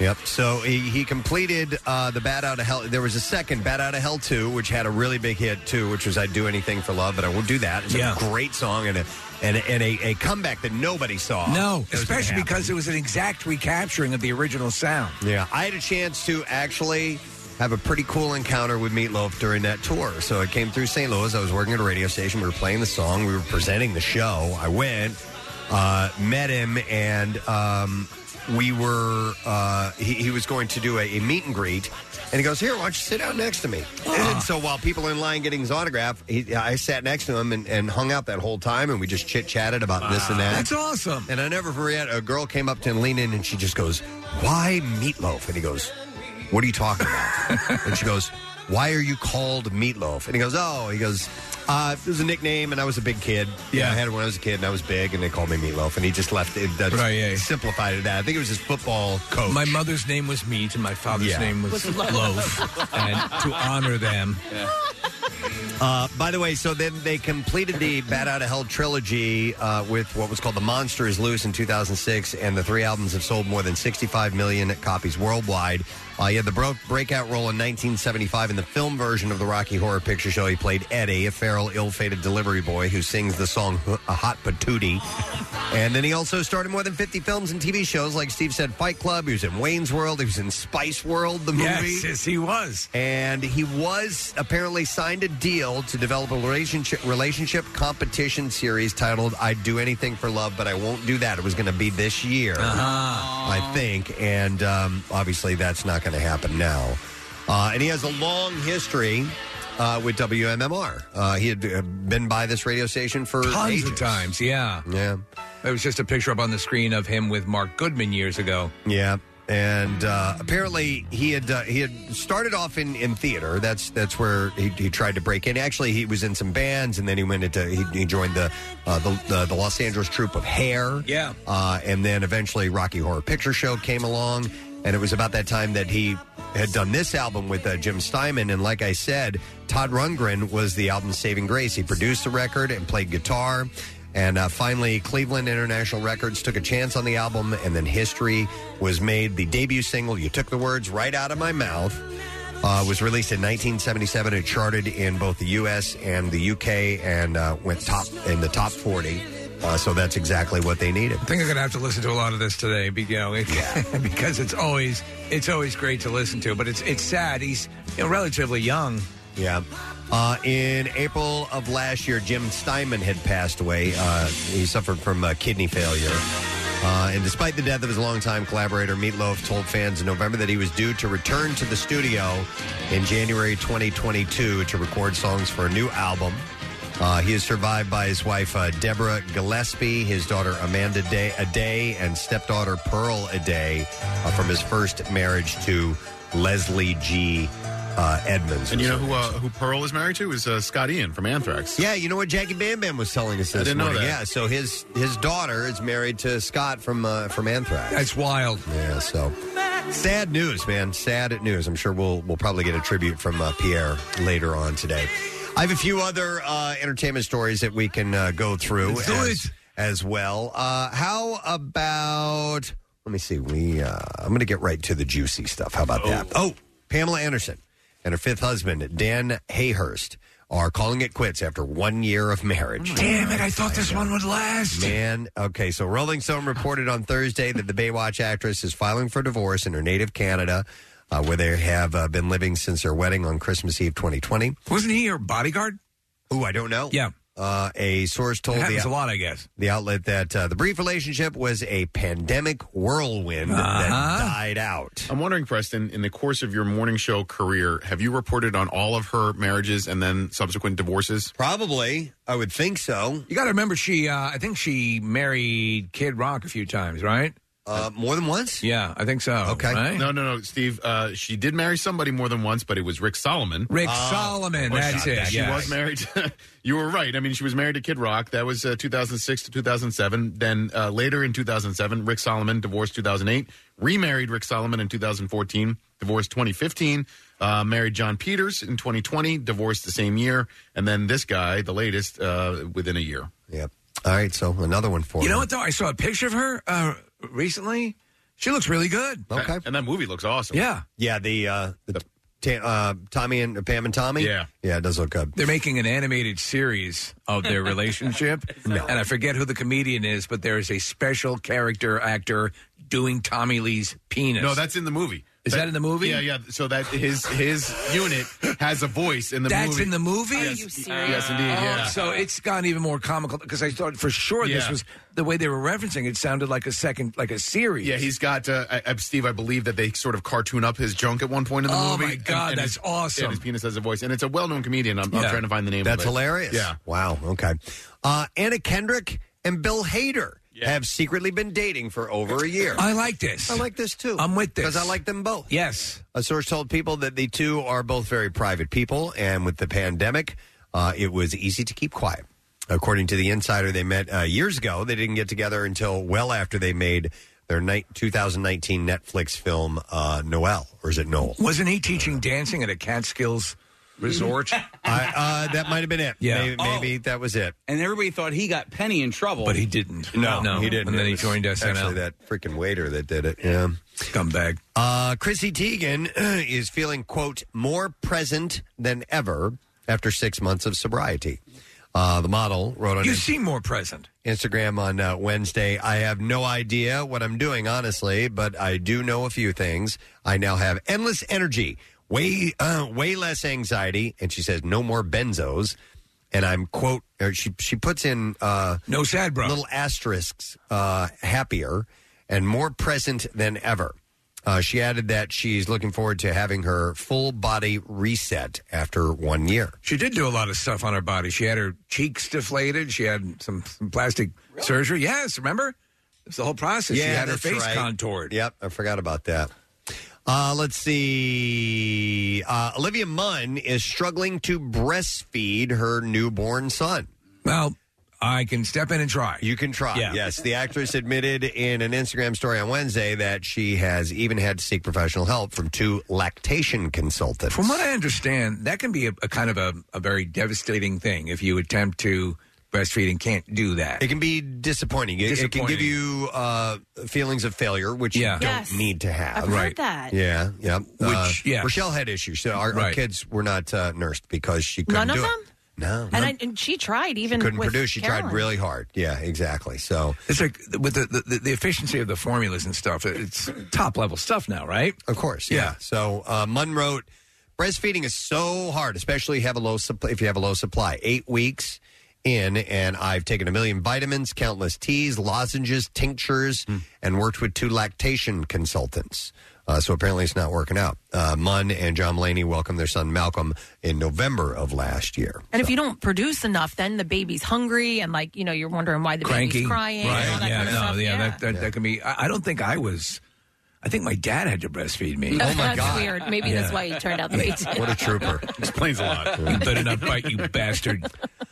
Yep. So he, he completed uh, the Bat Out of Hell. There was a second Bat Out of Hell 2, which had a really big hit too, which was I'd Do Anything for Love, but I Won't Do That. It's
Yeah.
a great song and a and, a- and a, a comeback that nobody saw.
No,
That was gonna
especially
happen.
because it was an exact recapturing of the original sound.
Yeah, I had a chance to actually have a pretty cool encounter with Meatloaf during that tour. So I came through St. Louis. I was working at a radio station. We were playing the song. We were presenting the show. I went, uh, met him, and um, we were. Uh, he, he was going to do a, a meet and greet, and he goes, "Here, why don't you sit down next to me?" And so while people are in line getting his autograph, he, I sat next to him and, and hung out that whole time, and we just chit chatted about this and that.
That's awesome.
And I never forget, a girl came up to him, leaned in, and she just goes, Why meatloaf? And he goes, What are you talking about? and she goes, Why are you called meatloaf? And he goes, Oh, he goes, uh, it was a nickname, and I was a big kid. Yeah, I had it when I was a kid, and I was big, and they called me Meatloaf. And he just left it. That's
Right, yeah.
simplified it. That I think it was his football coach.
My mother's name was Meat, and my father's
Yeah.
name was
Was
Loaf. and to honor them,
Uh, by the way, so then they completed the Bat Out of Hell trilogy uh, with what was called The Monster is Loose in 2006, and the three albums have sold more than 65 million copies worldwide. Uh, he had the bro- breakout role in 1975 in the film version of the Rocky Horror Picture Show. He played Eddie, a feral, ill-fated delivery boy who sings the song H- "A Hot Patootie." and then he also starred in more than 50 films and TV shows, like Steve said, Fight Club. He was in Wayne's World. He was in Spice World, the movie.
Yes, yes, he was.
And he was apparently signed a deal to develop a relationship relationship competition series titled "I'd Do Anything for Love, but I Won't Do That." It was going to be this
Uh-huh.
year, I think, and um, obviously that's not going to happen now. Uh, and he has a long history. Uh, with WMMR, uh, he had uh, been by this radio station for
tons
ages.
of times. Yeah,
yeah.
There was just a picture up on the screen of him with Mark Goodman years ago.
Yeah, and uh, apparently he had uh, he had started off in, in theater. That's that's where he, he tried to break in. Actually, he was in some bands, and then he went into he, he joined the, uh, the the the Los Angeles troupe of Hair.
Yeah.
uh, and then eventually Rocky Horror Picture Show came along, and it was about that time that he had done this album with uh, Jim Steinman. And like I said, Todd Rundgren was the album's saving grace. He produced the record and played guitar. And uh, finally, Cleveland International Records took a chance on the album, and then history was made. The debut single, You Took the Words Right Out of My Mouth, uh, was released in 1977. It charted in both the U.S. and the U.K. and uh, went top in the top 40. Uh, so that's exactly what they needed.
I think I'm going to have to listen to a lot of this today, be- you know, it- because it's always it's always great to listen to. But it's it's sad. He's you know, relatively young.
Yeah. Uh, in April of last year, Jim Steinman had passed away. Uh, he suffered from uh, kidney failure. Uh, and despite the death of his longtime collaborator, Meatloaf told fans in November that he was due to return to the studio in January 2022 to record songs for a new album. Uh, he is survived by his wife, uh, Deborah Gillespie, his daughter, Amanda Day, Aday, and stepdaughter, Pearl Aday, uh, from his first marriage to Leslie G. Uh, Edmonds.
And you know who
was
uh, who Pearl is married to is uh, Scott Ian from Anthrax.
Yeah, you know what Jackie Bam Bam was telling us this
I didn't know
morning.
that.
Yeah, so his his daughter is married to Scott from uh, from Anthrax. That's
wild.
Yeah, so sad news, man. Sad news. I'm sure we'll we'll probably get a tribute from uh, Pierre later on today. I have a few other uh, entertainment stories that we can uh, go through
Let's do
as, as well. Uh, how about let me see. We uh, I'm going to get right to the juicy stuff. How about that? Oh, Pamela Anderson and her fifth husband Dan Hayhurst are calling it quits after one year of marriage.
Damn it! I thought this one would last.
Man, okay. So Rolling Stone reported on Thursday that the Baywatch actress is filing for divorce in her native Canada, uh, where they have uh, been living since their wedding on Christmas Eve 2020.
Wasn't he your bodyguard?
Ooh, I don't know.
Yeah.
Uh, a source told
It
the
happens a lot, I guess.
the outlet that uh, the brief relationship was a pandemic whirlwind that
Uh-huh.
died out.
I'm wondering, Preston, in the course of your morning show career, have you reported on all of her marriages and then subsequent divorces?
Probably, I would think so.
You got to remember, she uh, I think she married Kid Rock a few times, right?
Uh, more than once.
Yeah, I think so. Okay.
No, no, no, Steve. Uh, she did marry somebody more than once, but it was Rick Solomon.
Rick Oh. Solomon,
Or
that's
she-
it,
She
yes.
was married. to- you were right. I mean, she was married to Kid Rock. That was uh, 2006 to 2007. Then uh, later in 2007, Rick Solomon divorced 2008. Remarried Rick Solomon in 2014. Divorced 2015. Uh, married John Peters in 2020. Divorced the same year. And then this guy, the latest, uh, within a year.
Yep. All right, so another one for
You know what though? I saw a picture of her uh, recently. She looks really good.
Okay.
And that movie looks awesome.
Yeah.
Yeah, the uh, the ta- uh, Tommy and Pam and Tommy.
Yeah.
yeah, it does look good.
They're making an animated series of their relationship. And I forget who the comedian is, but there is a special character actor doing Tommy Lee's penis.
No, that's in the movie.
Is that in the movie?
Yeah, yeah. So that his his unit has a voice in the
That's
movie.
in the movie?
Yes, yes, indeed.
Oh,
yeah.
So it's gotten even more comical because I thought for sure this
Yeah.
was the way they were referencing it sounded like a second, like a series.
Yeah, he's got uh, I, I, Steve. I believe that they sort of cartoon up his junk at one point in the
Oh,
movie.
my God, that's
his,
awesome.
And his penis has a voice, and it's a well-known comedian. I'm,
Yeah.
I'm trying to find the name.
That's
of it.
hilarious.
Yeah,
Wow. Okay. Uh, Anna Kendrick and Bill Hader have secretly been dating for over a year.
I like this.
I like this too.
I'm with this.
Because I like them both.
Yes.
A source told people that the two are both very private people, and with the pandemic, uh, it was easy to keep quiet. According to the insider, they met uh, years ago. They didn't get together until well after they made their night 2019 Netflix film uh, Noel, or is it Noel?
Wasn't he teaching dancing at a Catskills resort?
I, uh, that might have been it.
Yeah.
Maybe, maybe that was it.
And everybody thought he got Penny in trouble,
But he didn't.
No, he didn't.
And then
It
he
was
joined SNL.
Actually, that freaking waiter that did it. Yeah.
Scumbag.
Uh, Chrissy Teigen is feeling, quote, more present than ever after six months of sobriety. Uh, the model wrote on
You seem more present.
Instagram on uh, Wednesday. I have no idea what I'm doing, honestly, but I do know a few things. I now have endless energy, way uh, way less anxiety, and she says no more benzos. And I'm quote. Or she she puts in uh,
no sad bro
little asterisks uh, happier and more present than ever. Uh, she added that she's looking forward to having her full body reset after one year.
She did do a lot of stuff on her body. She had her cheeks deflated. She had some, some plastic surgery. Yes, remember? It's the whole process. she had her
that's
face
right.
contoured.
Yep, I forgot about that. Uh, let's see. Uh, Olivia Munn is struggling to breastfeed her newborn son.
Well, I can step in and try.
You can try.
Yeah.
Yes, the actress admitted in an Instagram story on Wednesday that she has even had to seek professional help from two lactation consultants.
From what I understand, that can be a, a kind of a, a very devastating thing if you attempt to breastfeed and can't do that.
It can be disappointing. It, it can give
Disappointing.
you uh, feelings of failure, which
Yeah.
you don't
Yes.
need to have.
I've heard Right. that.
Yeah, yeah. Uh,
Which- yeah.
Rochelle had issues. So our, our
Right.
kids were not uh, nursed because she couldn't
None of
do it.
them?
No.
And, I, and she tried even
couldn't
with
produce. She tried
Carolyn.
really hard. Yeah, exactly. So
it's like with the, the the efficiency of the formulas and stuff. It's top level stuff now, right?
Of course. Yeah. So uh, Munn wrote, breastfeeding is so hard, especially have a low supply. If you have a low supply, eight weeks in, and I've taken a million vitamins, countless teas, lozenges, tinctures,
Hmm.
and worked with two lactation consultants. Uh, so apparently, it's not working out. Uh, Munn and John Mulaney welcomed their son Malcolm in November of last year.
And if you don't produce enough, then the baby's hungry and like you know you're wondering why the
Cranky,
baby's crying.
right?
and all that
yeah,
kind of
no,
stuff.
yeah, That, that, that can be. I, I don't think I was. I think my dad had to breastfeed me.
That's weird. Maybe that's
Yeah.
why he turned out the way he did.
Oh What a trooper.
Explains a lot. You better not bite, you bastard.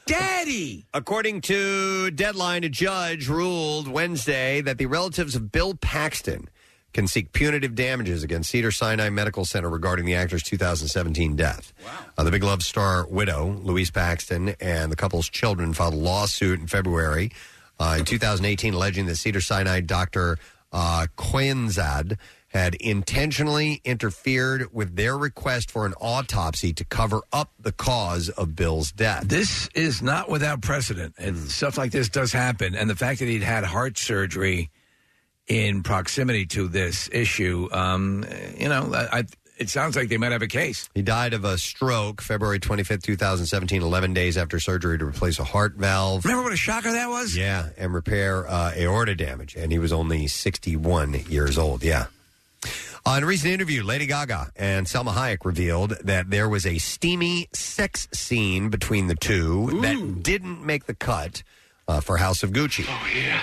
Daddy!
According to Deadline, a judge ruled Wednesday that the relatives of Bill Paxton can seek punitive damages against Cedar Sinai Medical Center regarding the actor's 2017 death. Wow. the Big Love star widow, Louise Paxton, and the couple's children filed a lawsuit in February uh, in 2018 alleging that Cedar Sinai doctor uh, Quinzad had intentionally interfered with their request for an autopsy to cover up the cause of Bill's death.
This is not without precedent, and
Hmm.
stuff like this does happen. And the fact that he'd had heart surgery in proximity to this issue, um, you know, I, I, it sounds like they might have a case.
He died of a stroke February 25th, 2017, 11 days after surgery to replace a heart valve.
Remember what a shocker that was?
Yeah, and repair uh, aorta damage. And he was only 61 years old. Yeah. Uh, in a recent interview, Lady Gaga and Selma Hayek revealed that there was a steamy sex scene between the two that didn't make the cut uh, for House of Gucci. Oh, yeah.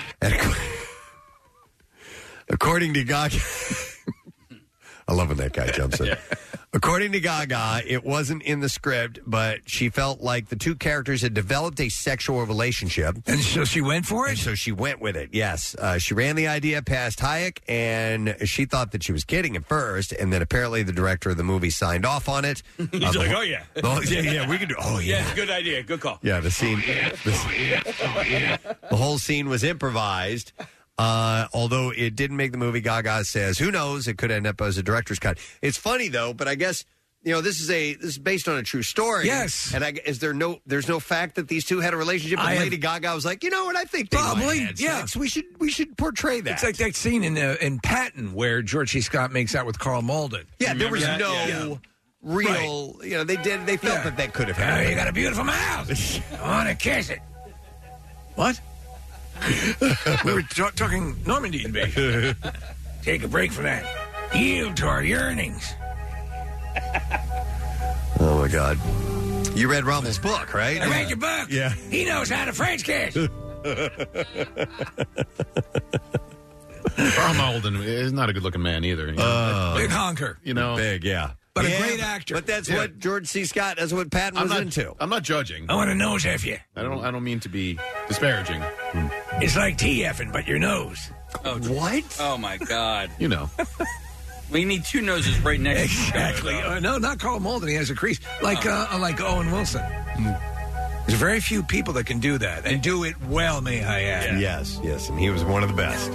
according to Gaga. I love when that guy jumps in. According to Gaga, it wasn't in the script, but she felt like the two characters had developed a sexual relationship.
And so she went for it?
so she went with it, yes. Uh, she ran the idea past Hayek, and she thought that she was kidding at first, and then apparently the director of the movie signed off on it. Uh,
He's
the
like,
whole-
oh, yeah.
the whole- yeah, yeah, we can do Oh, yeah.
Yeah, good idea. Good call.
Yeah, the scene. the, the whole scene was improvised. Uh, although it didn't make the movie, Gaga says, "Who knows? It could end up as a director's cut." It's funny though, but I guess you know this is a this is based on a true story. Yes, and I, is there no there's no fact that these two had a relationship? But
I have-
Lady Gaga was like, you know what? I think they might
Probably,
have had
yeah.
sex. We should we should portray that.
It's like that scene in uh, in Patton where George C. Scott makes out with Carl Malden.
yeah, there was no real. You know, they did they felt that that could have happened.
you got a beautiful mouth. I want to kiss it. What? we were ta- talking Normandy invasion. Take a break from that. Yield to our yearnings.
Oh my God! You read Rommel's book, right?
I read your book.
Yeah.
He knows how to French kiss.
Carl Malden is not a good looking man either. You know?
Uh,
But-
Big
honker.
You know,
big, yeah.
But
Yeah,
a great actor.
But that's what George C. Scott. That's what Patton
I'm
was
not-
into.
I'm not judging.
I want a nose F you. Hmm.
I don't. I don't mean to be disparaging.
It's like TFing, but your nose.
Oh,
what?
Oh my God!
you know,
we need two noses right next.
Exactly.
To each other,
Uh, no, not Carl Malden. He has a crease, like
Oh.
uh, like Owen Wilson. There's very few people that can do that and do it well. May I add?
Yes, yes, and he was one of the best.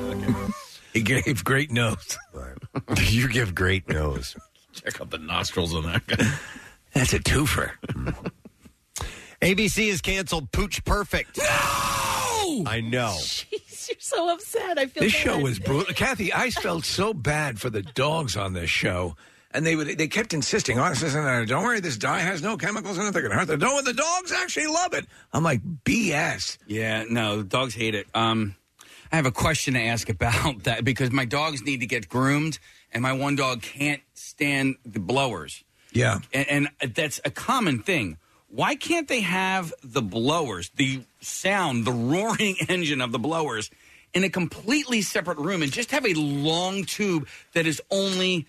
He gave great nose.
you give great nose.
Check out the nostrils on that guy.
That's a twofer.
ABC has canceled Pooch Perfect. No, I know.
Jeez, you're so upset. I feel
This
bad.
show was brutal. Kathy, I felt so bad for the dogs on this show. And they would they kept insisting, oh, this isn't, uh, don't worry, this dye has no chemicals in it. They're going to hurt the dog. And the dogs actually love it. I'm like, BS.
Yeah, no, the dogs hate it.
Um, I have a question to ask about that because my dogs need to get groomed, and my one dog can't stand the blowers.
Yeah.
And, and that's a common thing. Why can't they have the blowers, the sound, the roaring engine of the blowers, in a completely separate room and just have a long tube that is only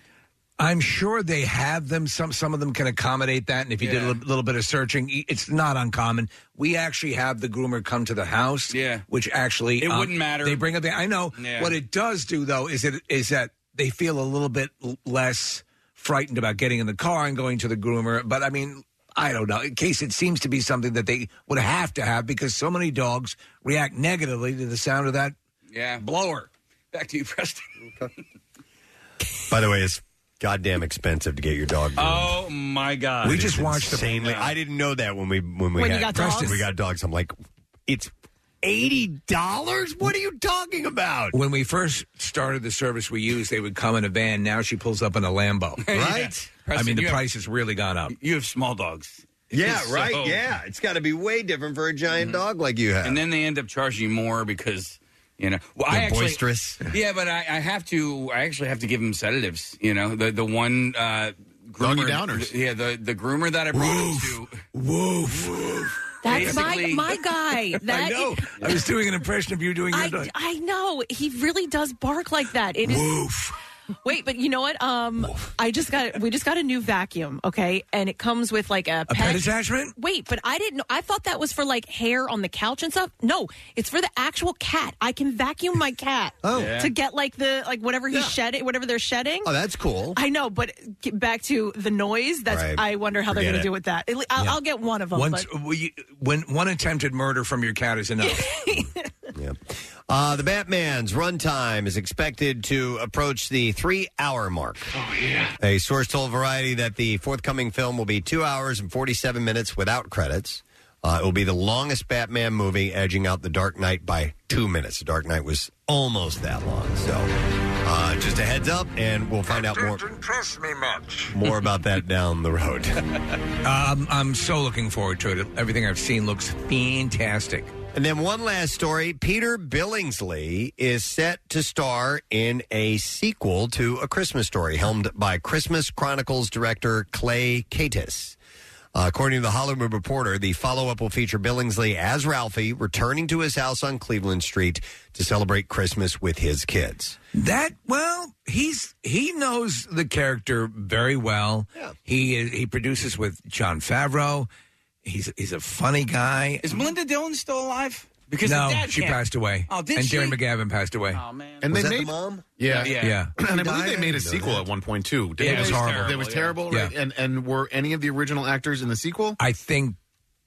I'm sure they have them. Some some of them can accommodate that. And if you did a
Yeah.
little, little bit of searching, i- it's not uncommon. We actually have the groomer come to the house. Yeah, which actually um,
It wouldn't matter.
They bring up. The, I know
Yeah.
what it does do though is it is that they feel a little bit l- less frightened about getting in the car and going to the groomer. But I mean. I don't know. In case it seems to be something that they would have to have because so many dogs react negatively to the sound of that
yeah
blower.
Back to you, Preston.
By the way, it's goddamn expensive to get your dog.
Oh my God!
It is insanely. I didn't know that when we when we
When
had,
you got
Preston,
dogs?
We got dogs. I'm like, it's eighty dollars. What are you talking about?
When we first started the service we used, they would come in a van. Now she pulls up in a Lambo.
Right?
I mean,
Preston,
the
you have-
price has really gone up.
You have small dogs.
Yeah,
So-
right. Yeah, it's Mm-hmm. got to be way different for a giant dog like you have.
And then they end up charging you more because you know. Well, I
They're
actually,
boisterous.
Yeah, but I, I have to. I actually have to give them sedatives. You know, the the one uh,
Doggy
groomer.
downers.
yeah, the the groomer that I brought him to.
Woof.
That's my
Basically-
my guy. That
I know. I was doing an impression of you doing your dog.
I know he really does bark like that. It is. Wait, but you know what? Um, I just got we just got a new vacuum, okay, and it comes with like a,
pet attachment?
Wait, but I didn't. know. I thought that was for like hair on the couch and stuff. No, it's for the actual cat. I can vacuum my cat
Oh. Yeah.
to get like the like whatever he's
Yeah.
shedding, whatever they're shedding.
Oh, that's cool.
I know, but get back to the noise. That's
Right.
I wonder how they're
Forget
going
it.
to do with that. At le- I'll,
Yeah.
I'll get one of them.
Once, uh,
but-
we- when one attempted murder from your cat is enough.
Uh, the Batman's runtime is expected to approach the three-hour mark. Oh yeah! A source told Variety that the forthcoming film will be two hours and forty-seven minutes without credits. Uh, it will be the longest Batman movie, edging out The Dark Knight by two minutes. The Dark Knight was almost that long, so uh, just a heads up, and we'll find out more
Trust me much.
more about that down the road.
Um, I'm so looking forward to it. Everything I've seen looks fantastic.
And then one last story Peter Billingsley is set to star in a sequel to A Christmas Story, helmed by Christmas Chronicles director Clay Catus. Uh, according to the Hollywood Reporter, the follow up will feature Billingsley as Ralphie returning to his house on Cleveland Street to celebrate Christmas with his kids.
That well, he's he knows the character very well. He is, he produces with John Favreau. He's he's a funny guy.
Is Melinda Dillon still alive? Because
no,
her dad
she
can't-
passed away.
Oh, did
and
she?
Jerry McGavin passed away.
Oh man.
And
Was
they
that the
made
mom.
Yeah,
Yeah. Yeah.
And I
Who
believe they
died?
made
I
a
didn't know
sequel at one point too.
Yeah, it was terrible,
It was
yeah.
terrible, right?
Yeah.
And and were any of the original actors in the sequel?
I think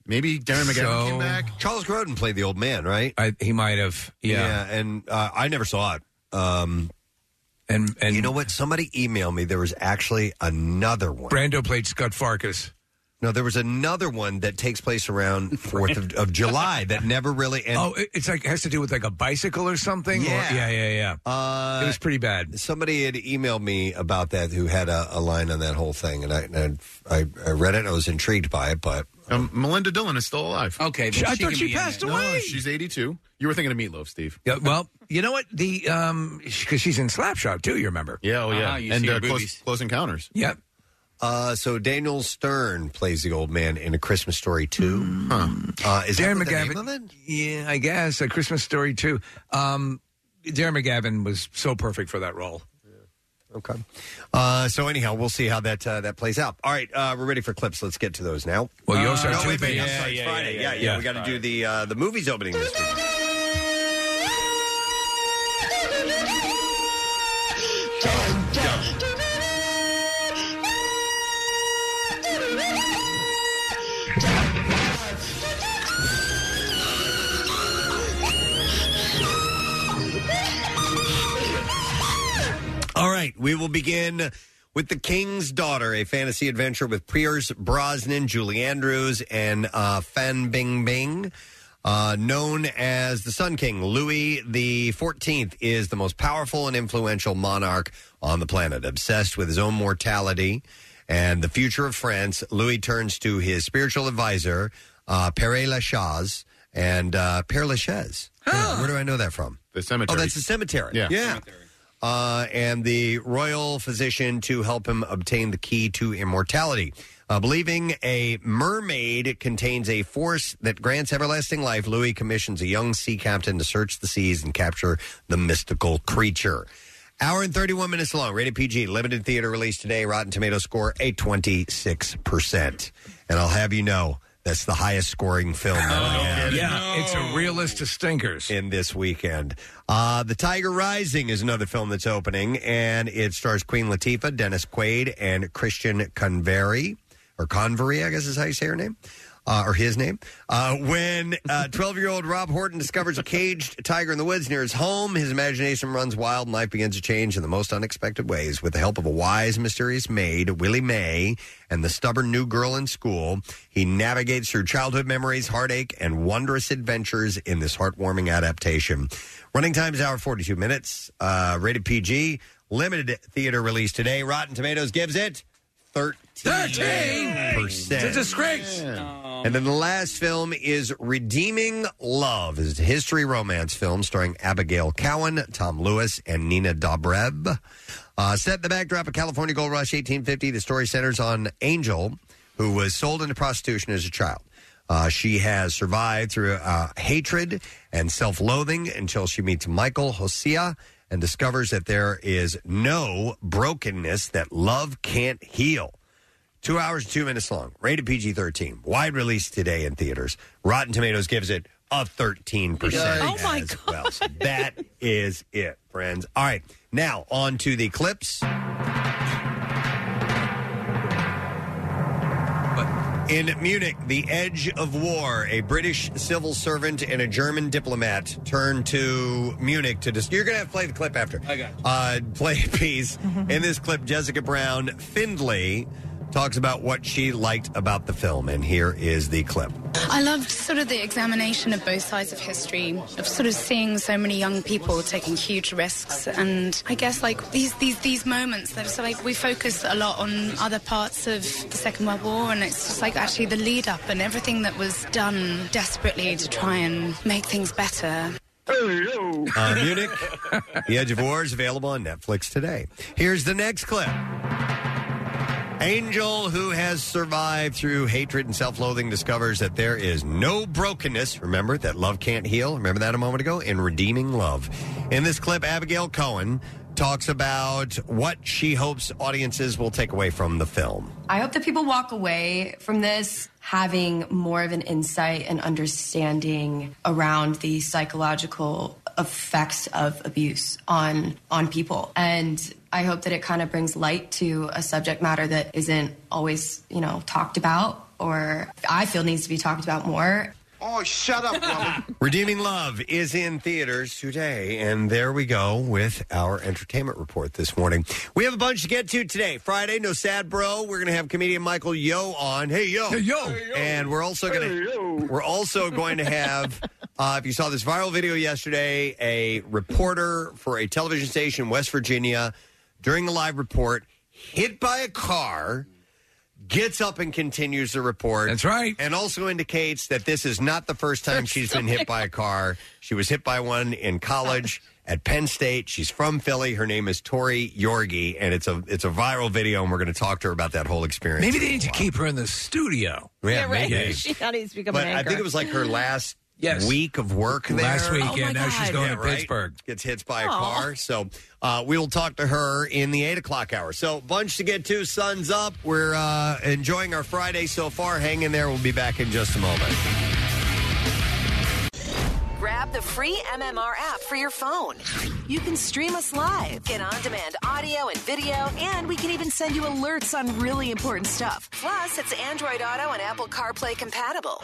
maybe Darren McGavin came back.
Charles Grodin played the old man, right?
I, he might have. Yeah.
and uh, I never saw it. Um,
and and
you know what? Somebody emailed me. There was actually another one.
Brando played Scott Farkas.
No, there was another one that takes place around Fourth of, of July that never really. And
oh, it- it's like has to do with like a bicycle or something. Or-
Yeah.
yeah, yeah, yeah.
Uh,
it was pretty bad.
Somebody had emailed me about that who had a, a line on that whole thing, and I and I, I read it. I was intrigued by it, but
Um, Melinda Dillon is still alive.
Okay,
then I she thought can she be in passed there. away. No,
she's
82. You were thinking of Meatloaf, Steve.
Yeah, well, you know what? The um, because she's in Slapshot too. You remember?
Yeah, oh
Uh-huh,
yeah, and uh, close, close Encounters.
Yep.
Uh, so Daniel Stern plays the old man in A Christmas Story too. Uh, is that
Hmm. Darren
what the name
McGavin?
of it?
Yeah, I guess a Christmas story too. Um, Darren McGavin was so perfect for that role.
Okay. Uh, so anyhow, we'll see how that uh, that plays out. All right, uh, we're ready for clips. Let's get to those now.
Well, you also
no,
have two
wait, wait, I'm
things.
sorry,
Yeah,
it's
yeah,
Friday.
yeah,
Yeah,
yeah,
yeah,
yeah.
we got to do the uh, the movies opening this week. All right, we will begin with The King's Daughter, a fantasy adventure with Pierce Brosnan, Julie Andrews, and uh, Fan Bing Bing. Uh, known as the Sun King, Louis the Fourteenth is the most powerful and influential monarch on the planet. Obsessed with his own mortality and the future of France, Louis turns to his spiritual advisor, uh, Pere Lachaise, and uh, Pere Lachaise. Where do I know that from?
The cemetery.
Oh, that's the cemetery.
Yeah.
yeah. Uh, and the royal physician to help him obtain the key to immortality. Uh, believing a mermaid contains a force that grants everlasting life, Louis commissions a young sea captain to search the seas and capture the mystical creature. Hour and 31 minutes long, rated PG, limited theater release today, Rotten Tomato score a 26%. And I'll have you know, that's the highest scoring film that
Oh,
I have
Yeah, it's a real list of stinkers
in this weekend. Uh, the Tiger Rising is another film that's opening, and it stars Queen Latifah, Dennis Quaid, and Christian Convery, or Convery, I guess is how you say her name. uh, or his name. Uh, when 12 year old Rob Horton discovers a caged tiger in the woods near his home, his imagination runs wild and life begins to change in the most unexpected ways. With the help of a wise, mysterious maid, Willie Mae, and the stubborn new girl in school, he navigates through childhood memories, heartache, and wondrous adventures in this heartwarming adaptation. Running time is hour 42 minutes, uh, rated PG, limited theater release today. Rotten Tomatoes gives it 13 percent.
It's a disgrace.
Um,
And then the last film is Redeeming Love. It's a history romance film starring Abigail Cowan, Tom Lewis, and Nina Dobrev. Uh, set in the backdrop of California Gold Rush 1850, the story centers on Angel, who was sold into prostitution as a child. Uh, she has survived through uh, hatred and self loathing until she meets Michael Hosea and discovers that there is no brokenness that love can't heal. Two hours, two minutes long. Rated PG 13. Wide release today in theaters. Rotten Tomatoes gives it a 13%.
Oh, my
as well. So that is it, friends. All right. Now, on to the clips. In Munich, the edge of war, a British civil servant and a German diplomat turn to Munich to. Dis- You're going to have to play the clip after. I got uh, play a piece.
Mm-hmm.
In this clip, Jessica Brown Findlay talks about what she liked about the film, and here is the clip.
I loved sort of the examination of both sides of history, of sort of seeing so many young people taking huge risks, and I guess like these these these moments that it's like we focus a lot on other parts of the Second World War, and it's just like actually the lead up and everything that was done desperately to try and make things better.
Uh, Munich, The Edge of War is available on Netflix today. Here's the next clip. Angel, who has survived through hatred and self loathing, discovers that there is no brokenness. Remember that love can't heal. Remember that a moment ago? In Redeeming Love. In this clip, Abigail Cohen talks about what she hopes audiences will take away from the film.
I hope that people walk away from this having more of an insight and understanding around the psychological effects of abuse on on people and I hope that it kind of brings light to a subject matter that isn't always, you know, talked about or I feel needs to be talked about more.
Oh, shut up, Robin.
Redeeming Love is in theaters today, and there we go with our entertainment report this morning. We have a bunch to get to today. Friday, no sad bro. We're going to have comedian Michael Yo on. Hey yo,
Hey, yo.
and we're also going to we're also going to have. Uh, if you saw this viral video yesterday, a reporter for a television station in West Virginia during a live report hit by a car gets up and continues the report. That's right. And also indicates that this is not the first time she's been hit by a car. She was hit by one in college at Penn State. She's from Philly. Her name is Tori Yorgi, and it's a it's a viral video, and we're going to talk to her about that whole experience.
Maybe they need to keep her in the studio.
Yeah, maybe.
She now needs to become
But
an
I
anchor.
think it was like her last week of work there.
Last week, Oh, yeah, my now she's God. going to
right?
Pittsburgh.
Gets hit by a
Aw.
car. So uh, we will talk to her in the 8 o'clock hour. So bunch to get to. Sun's up. We're uh, enjoying our Friday so far. Hang in there. We'll be back in just a moment.
Grab the free MMR app for your phone. You can stream us live, get on demand audio and video, and we can even send you alerts on really important stuff. Plus, it's Android Auto and Apple CarPlay compatible.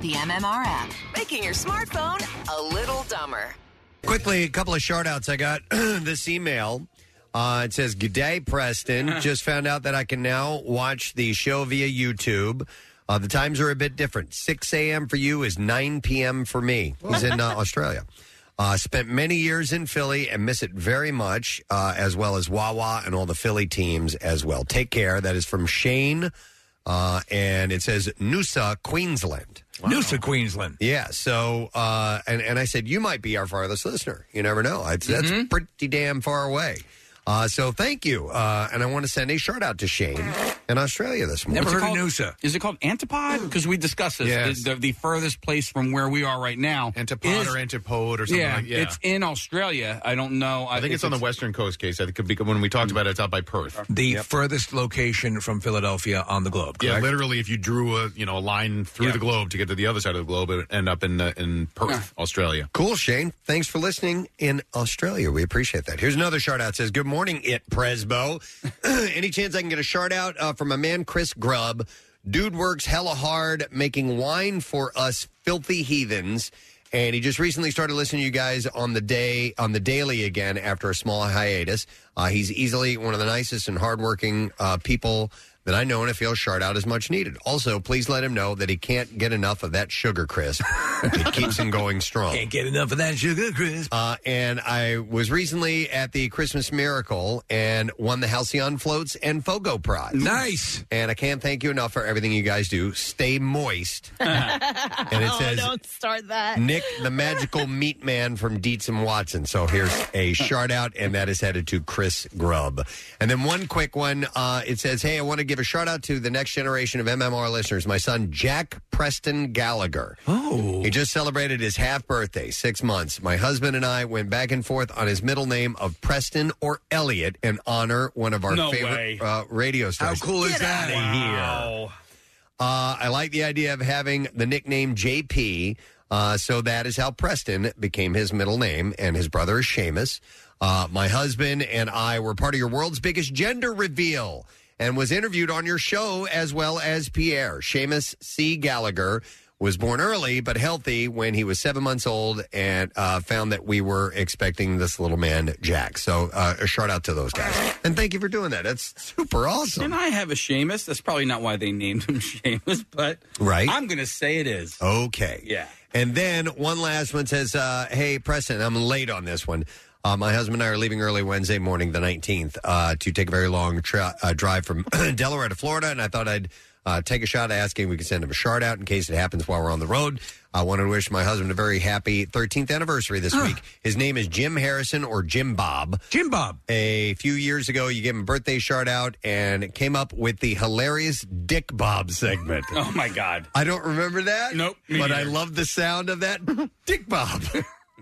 The MMR app, making your smartphone a little dumber.
Quickly, a couple of shout outs. I got this email. Uh, it says, G'day, Preston. Just found out that I can now watch the show via YouTube. Uh, the times are a bit different. 6 a.m. for you is 9 p.m. for me. He's in uh, Australia. Uh, spent many years in Philly and miss it very much, uh, as well as Wawa and all the Philly teams as well. Take care. That is from Shane. Uh, and it says Noosa, Queensland.
Noosa, Queensland.
Yeah. So, uh, and and I said you might be our farthest listener. You never know. It's, That's pretty damn far away. Uh, so thank you, uh, and I want to send a shout out to Shane in Australia this morning.
What's it called? Is it called Antipod? Because we discussed this.
Yes.
The, the, the furthest place from where we are right now. Antipod
or Antipode or something
yeah,
like- yeah.
It's in Australia. I don't know.
I think it's on the western coast case. I think it could be- when we talked about it, it's out by Perth.
The furthest location from Philadelphia on the globe.
Yeah,
correct?
literally, if you drew a you know a line through the globe to get to the other side of the globe, it would end up in uh, in Perth, Australia.
Cool, Shane. Thanks for listening in Australia. We appreciate that. Here's another shout out. It Says, Good morning, it Presbo. Any chance I can get a shout out uh, from my man, Chris Grubb, Dude works hella hard making wine for us filthy heathens. And he just recently started listening to you guys on the day on the daily again after a small hiatus. Uh, he's easily one of the nicest and hardworking uh, people that I know, and I feel shout out is much needed. Also, please let him know that he can't get enough of that sugar crisp. it keeps him going strong.
Can't get enough of that sugar crisp.
Uh, and I was recently at the Christmas Miracle and won the Halcyon Floats and Fogo Prize.
Nice.
And I can't thank you enough for everything you guys do. Stay moist. and it says,
oh, don't start that.
Nick, the magical meat man from Dietz and Watson. So here's a shout out, and that is headed to Chris Grubb. And then one quick one. Uh, it says, Hey, I want to give a shout out to the next generation of MMR listeners, my son, Jack Preston Gallagher.
Oh.
He just celebrated his half birthday, six months. My husband and I went back and forth on his middle name of Preston or Elliot and honor one of our
No way.
favorite uh, radio stars.
cool is that?
Wow. Uh, I like the idea of having the nickname JP. Uh, so that is how Preston became his middle name, and his brother is Seamus. Uh, my husband and I were part of your world's biggest gender reveal and was interviewed on your show as well as Pierre. Seamus C. Gallagher was born early but healthy when he was seven months old and uh, found that we were expecting this little man, Jack. So uh, a shout out to those guys. And thank you for doing that. That's super awesome.
And I have a Seamus. That's probably not why they named him Seamus, but
Right.
I'm going to say it is.
Okay.
Yeah.
And then one last one says, uh, "Hey, Preston, I'm late on this one. Uh, my husband and I are leaving early Wednesday morning, the 19th, uh, to take a very long tra- uh, drive from Delaware to Florida, and I thought I'd." Uh, take a shot at asking. We can send him a shard out in case it happens while we're on the road. I want to wish my husband a very happy 13th anniversary
Ah.
this week. His name is Jim Harrison or Jim Bob.
Jim Bob.
A few years ago, you gave him a birthday shard out and it came up with the hilarious Dick Bob segment.
Oh, my God.
I don't remember that.
Nope. me
But I
neither.
love the sound of that Dick Bob.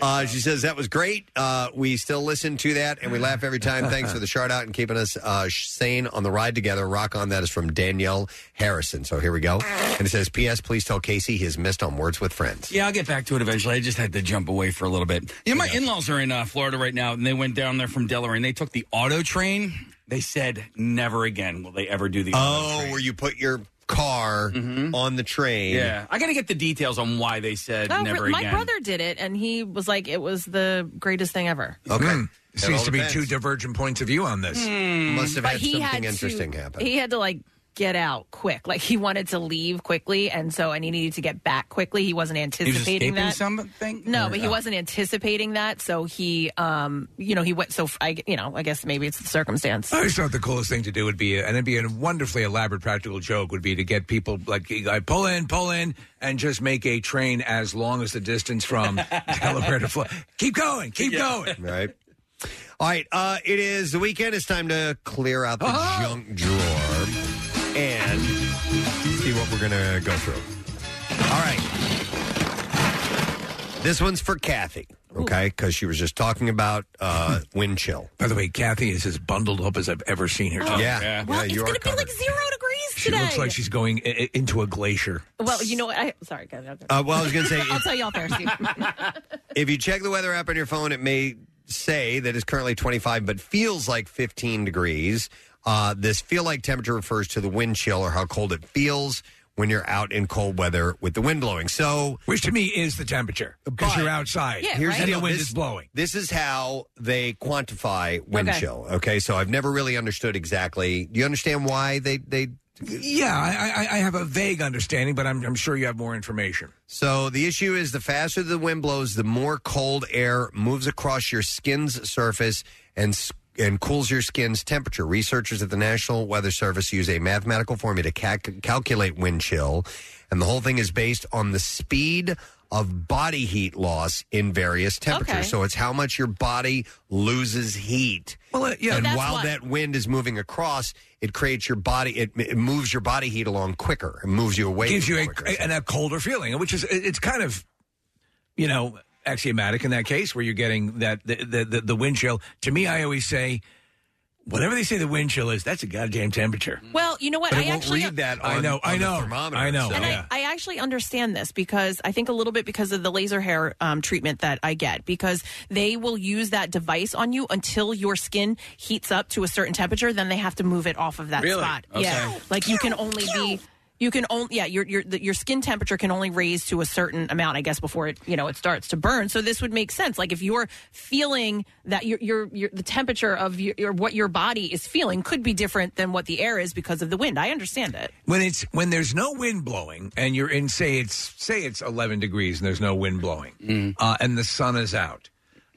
Uh, she says that was great. Uh, we still listen to that and we laugh every time. Thanks for the shout out and keeping us uh, sh- sane on the ride together. Rock on. That is from Danielle Harrison. So here we go. And it says, P.S. Please tell Casey he has missed on Words with Friends.
Yeah, I'll get back to it eventually. I just had to jump away for a little bit. Yeah, my in laws are in uh, Florida right now, and they went down there from Delaware, and they took the auto train. They said never again will they ever do the auto
Oh, where you put your car on the train.
train. Mm-hmm. Yeah, I got to get the details on why they said
Oh,
never
re- my
again.
brother did it, and he was like, it was the greatest thing ever.
Okay.
It Hmm. seems to be two divergent points of view on this.
Must have
Hmm. But
had
he
something
to-
interesting happen.
He had to like get out quick. Like he wanted to leave quickly, and so and he needed to get back quickly. He wasn't anticipating
escaping
that
something.
No,
Or-
but he
oh.
wasn't anticipating that. So he, um, you know, he went. So I, you know, I guess maybe it's the circumstance.
Oh,
I just thought the coolest thing to do would be, and it'd be a wonderfully elaborate practical joke, would be to get people like I pull in, pull in, and just make a train as long as the distance from Delaware to Florida. Keep going, keep going.
Right. All right, uh, it is the weekend. It's time to clear out the
Uh-huh.
junk drawer and see what we're going to go through. All right. This one's for Kathy, okay? Because she was just talking about uh, wind chill.
By the way, Kathy is as bundled up as I've ever seen her.
Oh, yeah.
yeah.
Well, Yeah, you it's are gonna
It'd be like zero degrees
She
today.
looks like she's going i- i- into a glacier.
well, you know what? I sorry, guys. okay.
Uh, well, I was gonna say-
I'll tell you all fair, Steve.
If you check the weather app on your phone, it may say that it's currently 25, but feels like 15 degrees. Uh, this feel like temperature refers to the wind chill or how cold it feels when you're out in cold weather with the wind blowing. So,
which to me is the temperature because you're outside. and the wind
this,
is blowing.
This is how they quantify wind
Okay.
chill. Okay, so I've never really understood exactly. Do you understand why they they?
Yeah, I, I, I have a vague understanding, but I'm, I'm sure you have more information.
So the issue is the faster the wind blows, the more cold air moves across your skin's surface and s- and cools your skin's temperature. Researchers at the National Weather Service use a mathematical formula to calc- calculate wind chill, and the whole thing is based on the speed of body heat loss in various temperatures.
Okay.
So it's how much your body loses heat.
Well, uh, yeah. So
and
that's
while
why-
that wind is moving across, it creates your body. It, it moves your body heat along quicker. It moves you away.
gives
from
you
it
a,
quicker.
and a colder feeling, which is it's kind of, you know, axiomatic in that case where you're getting that the the, the, the wind chill. To me, I always say whatever they say the wind chill is, that's a goddamn temperature.
Well, you know what?
But it
I
won't
actually
read that I on- know, I on the know, thermometer, I know, so-
And
yeah.
I, I actually understand this because I think a little bit because of the laser hair um, treatment that I get because they will use that device on you until your skin heats up to a certain temperature. Then they have to move it off of that
Really?
spot.
Okay.
Yeah, like you can only be. You can only yeah your your the- your skin temperature can only raise to a certain amount I guess before it you know it starts to burn so this would make sense like if you're feeling that your your, your the temperature of your, your what your body is feeling could be different than what the air is because of the wind I understand it
When it's when there's no wind blowing and you're in say it's say it's 11 degrees and there's no wind blowing
Mm-hmm.
uh, and the sun is out,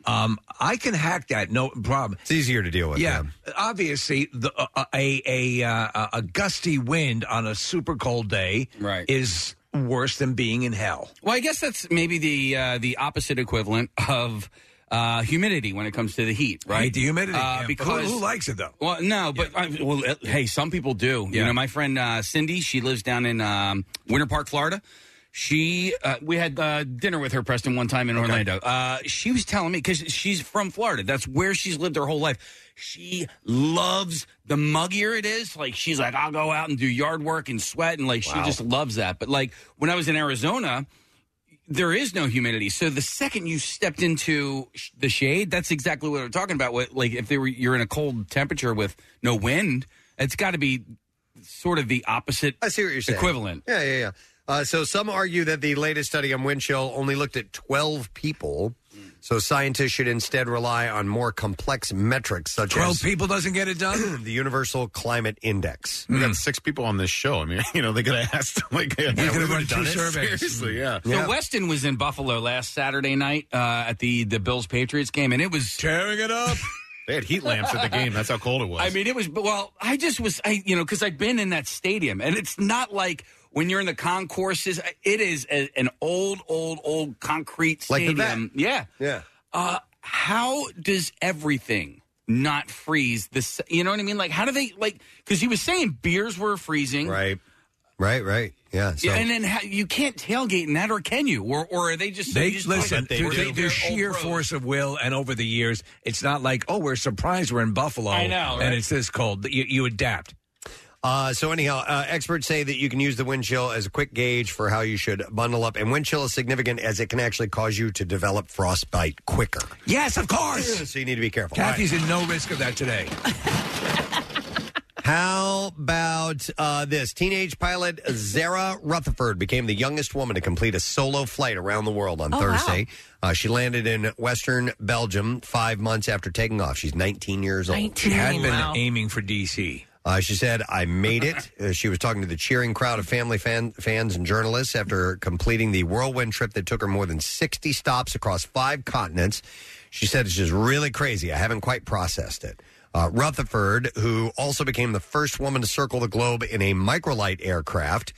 um, I can hack that no problem. It's
easier to deal with.
Yeah, obviously the, uh, a a uh, a gusty wind on a super cold day right. is worse than being in hell.
Well, I guess that's maybe the uh, the opposite equivalent of uh, humidity when it comes to the heat, right?
Hate the humidity.
Uh,
Yeah, but
because
who, who likes it though?
Well, no, but I, well, uh, hey, some people do. You
Yeah.
know, my friend uh, Cindy, she lives down in um, Winter Park, Florida. She, uh, we had uh, dinner with her, Preston, one time in Orlando. Uh, she was telling me because she's from Florida. That's where she's lived her whole life. She loves the muggier it is. Like she's like, I'll go out and do yard work and sweat, and like she just loves that. But like when I was in Arizona, there is no humidity. So the second you stepped into sh- the shade, that's exactly what we're talking about. What like if they were you're in a cold temperature with no wind, it's got to be sort of the opposite.
I see what you're saying.
Equivalent.
Yeah, yeah, yeah. Uh, so some argue that the latest study on wind chill only looked at 12 people. So scientists should instead rely on more complex metrics such
12
as
people doesn't get it done.
the Universal Climate Index.
We got six people on this show. I mean, you know, they could have asked. Like, yeah, we
could've
would've
done
done it.
two surveys.
Seriously, yeah.
So Weston was in Buffalo last Saturday night uh, at the the Bills Patriots game, and it was
tearing it up.
they had heat lamps at the game. That's how cold it was.
I mean, it was. but, Well, I just was. I you know because I've been in that stadium, and it's not like when you're in the concourses. It is a, an old, old, old concrete
Like the
stadium.
Met.
yeah,
Yeah.
Uh, how does everything not freeze? This, you know what I mean? Like, how do they like? Because he was saying beers were freezing,
right?
Right,
right. Yeah.
Yeah, and then how, you can't tailgate in that, or can you? Or, or are they just
They
you just
listen.
They
They, they,
they're
their sheer force of will, and over the years, it's not like oh, we're surprised we're in Buffalo.
I know, right?
and it's this cold. You, you adapt.
Uh, so anyhow, uh, experts say that you can use the wind chill as a quick gauge for how you should bundle up, and wind chill is significant as it can actually cause you to develop frostbite quicker.
Yes, of course.
so you need to be careful.
Kathy's in no risk of that today.
How about uh, this? Teenage pilot Zara Rutherford became the youngest woman to complete a solo flight around the world on
Oh, wow.
Thursday. Uh, she landed in Western Belgium five months after taking off. She's 19 years old.
19, She had been wow. aiming for DC.
Uh, she said, I made it. Uh, she was talking to the cheering crowd of family fan, fans and journalists after completing the whirlwind trip that took her more than 60 stops across five continents. She said, It's just really crazy. I haven't quite processed it. Uh, Rutherford, who also became the first woman to circle the globe in a microlight aircraft,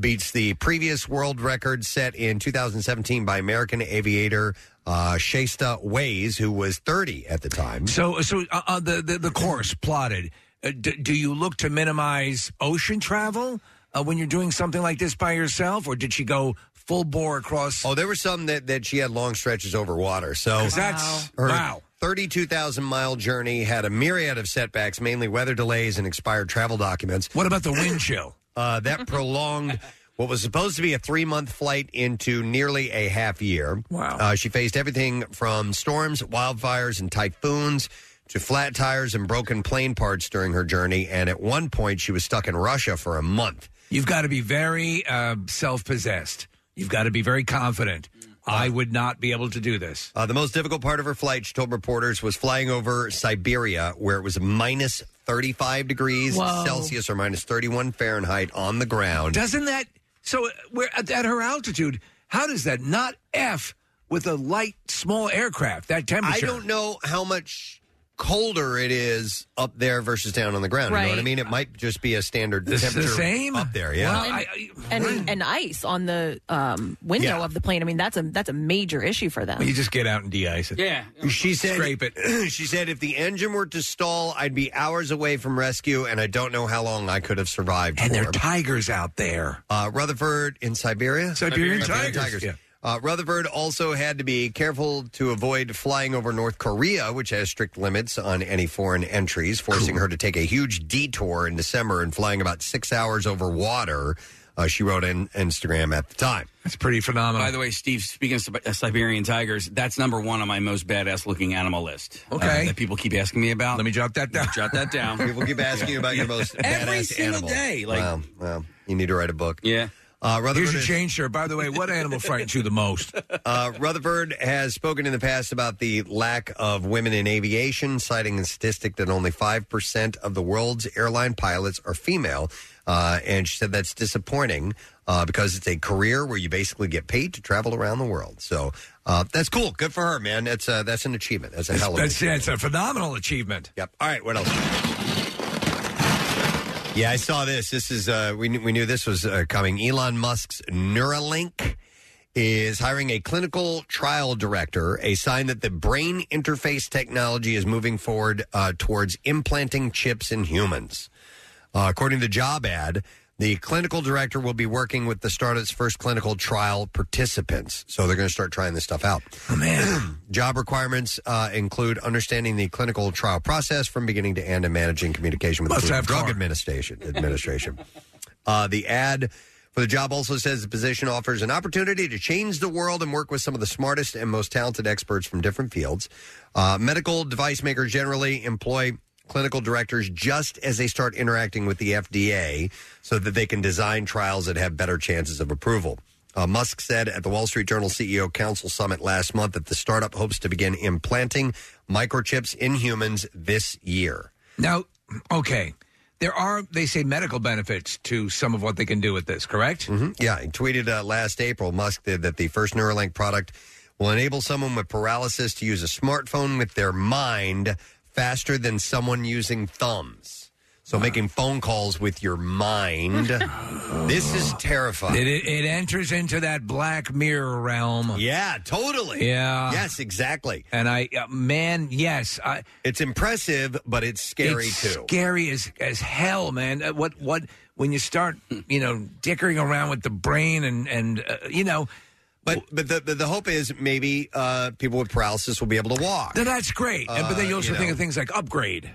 beats the previous world record set in 2017 by American aviator uh, Shasta Ways, who was 30 at the time.
So, so uh, uh, the, the the course plotted. Uh, d- do you look to minimize ocean travel uh, when you're doing something like this by yourself, or did she go full bore across?
Oh, there were some that, that she had long stretches over water. So
'Cause that's-
her
wow.
32,000 mile journey had a myriad of setbacks, mainly weather delays and expired travel documents.
What about the wind chill?
uh, that prolonged what was supposed to be a three month flight into nearly a half year. Wow. Uh, she faced everything from storms, wildfires, and typhoons to flat tires and broken plane parts during her journey. And at one point, she was stuck in Russia for a month.
You've got to be very uh, self possessed. You've got to be very confident. I would not be able to do this.
Uh, the most difficult part of her flight, she told reporters, was flying over Siberia, where it was minus 35 degrees
Whoa.
Celsius or minus 31 Fahrenheit on the ground.
Doesn't that so? uh, We're at, at her altitude. How does that not f with a light, small aircraft? That temperature.
I don't know how much colder it is up there versus down on the ground. You know what I
Right.
mean? It might just be a standard
This is the
temperature
same?
up there. Yeah.
Well, I-
and and ice on the um, window
Yeah.
of the plane. I mean, that's a that's a major issue for them.
Well, you just get out and de-ice it.
Yeah.
She said,
Scrape it.
she said, if the engine were to stall, I'd be hours away from rescue, and I don't know how long I could have survived. And
there are tigers out there.
Uh, Rutherford in Siberia?
Siberian tigers, yeah.
Uh, Rutherford also had to be careful to avoid flying over North Korea, which has strict limits on any foreign entries, forcing her to take a huge detour in December and flying about six hours over water. Uh, she wrote in Instagram at the time.
It's pretty phenomenal.
By the way, Steve, speaking of Sib- uh, Siberian tigers, that's number one on my most badass looking animal list. uh,
Okay.
that people keep asking me about. Let
me jot that
down. Jot that down.
People keep asking you about your most
Every
badass
single
animal.
day. Like,
wow, wow. You need to write a book.
Yeah.
Uh, Rutherford
Here's your
is-
change, sir. By the way, what animal frightens you the most?
Uh, Rutherford has spoken in the past about the lack of women in aviation, citing a statistic that only 5% of the world's airline pilots are female. Uh, and she said that's disappointing uh, because it's a career where you basically get paid to travel around the world. So uh, that's cool. Good for her, man. That's, uh, that's an achievement. That's a hell of an
That's, that's a phenomenal achievement.
Yep. All right. What else? Yeah, I saw this. This is uh, we knew, we knew this was uh, coming. Elon Musk's Neuralink is hiring a clinical trial director, a sign that the brain interface technology is moving forward uh, towards implanting chips in humans. Uh, according to the job ad, the clinical director will be working with the startup's first clinical trial participants. So they're going to start trying this stuff out. man. job requirements uh, include understanding the clinical trial process from beginning to end and managing communication with
Must
the Food and
have
Drug
car.
Administration. administration. Uh, the ad for the job also says the position offers an opportunity to change the world and work with some of the smartest and most talented experts from different fields. Uh, medical device makers generally employ clinical directors just as they start interacting with the FDA so that they can design trials that have better chances of approval. Uh, Musk said at the Wall Street Journal CEO Council Summit last month that the startup hopes to begin implanting microchips in humans this year.
Now, okay, there are they say medical benefits to some of what they can do with this, correct?
hmm Yeah, he tweeted uh, last April, Musk did that the first Neuralink product will enable someone with paralysis to use a smartphone with their mind faster than someone using thumbs.
Ah.
So making phone calls with your mind. this is terrifying.
It, it, it enters into that Black Mirror realm.
Yeah, totally.
Yeah.
Yes, exactly.
And I, uh, man, yes, I,
it's impressive, but it's scary
it's
too.
Scary as as hell, man. Uh, What what when you start, you know, dickering around with the brain and and uh, you know,
but but the, the the hope is maybe uh, people with paralysis will be able to walk.
then that's great. And- but then
Uh,
you also
know.
think of things like upgrade.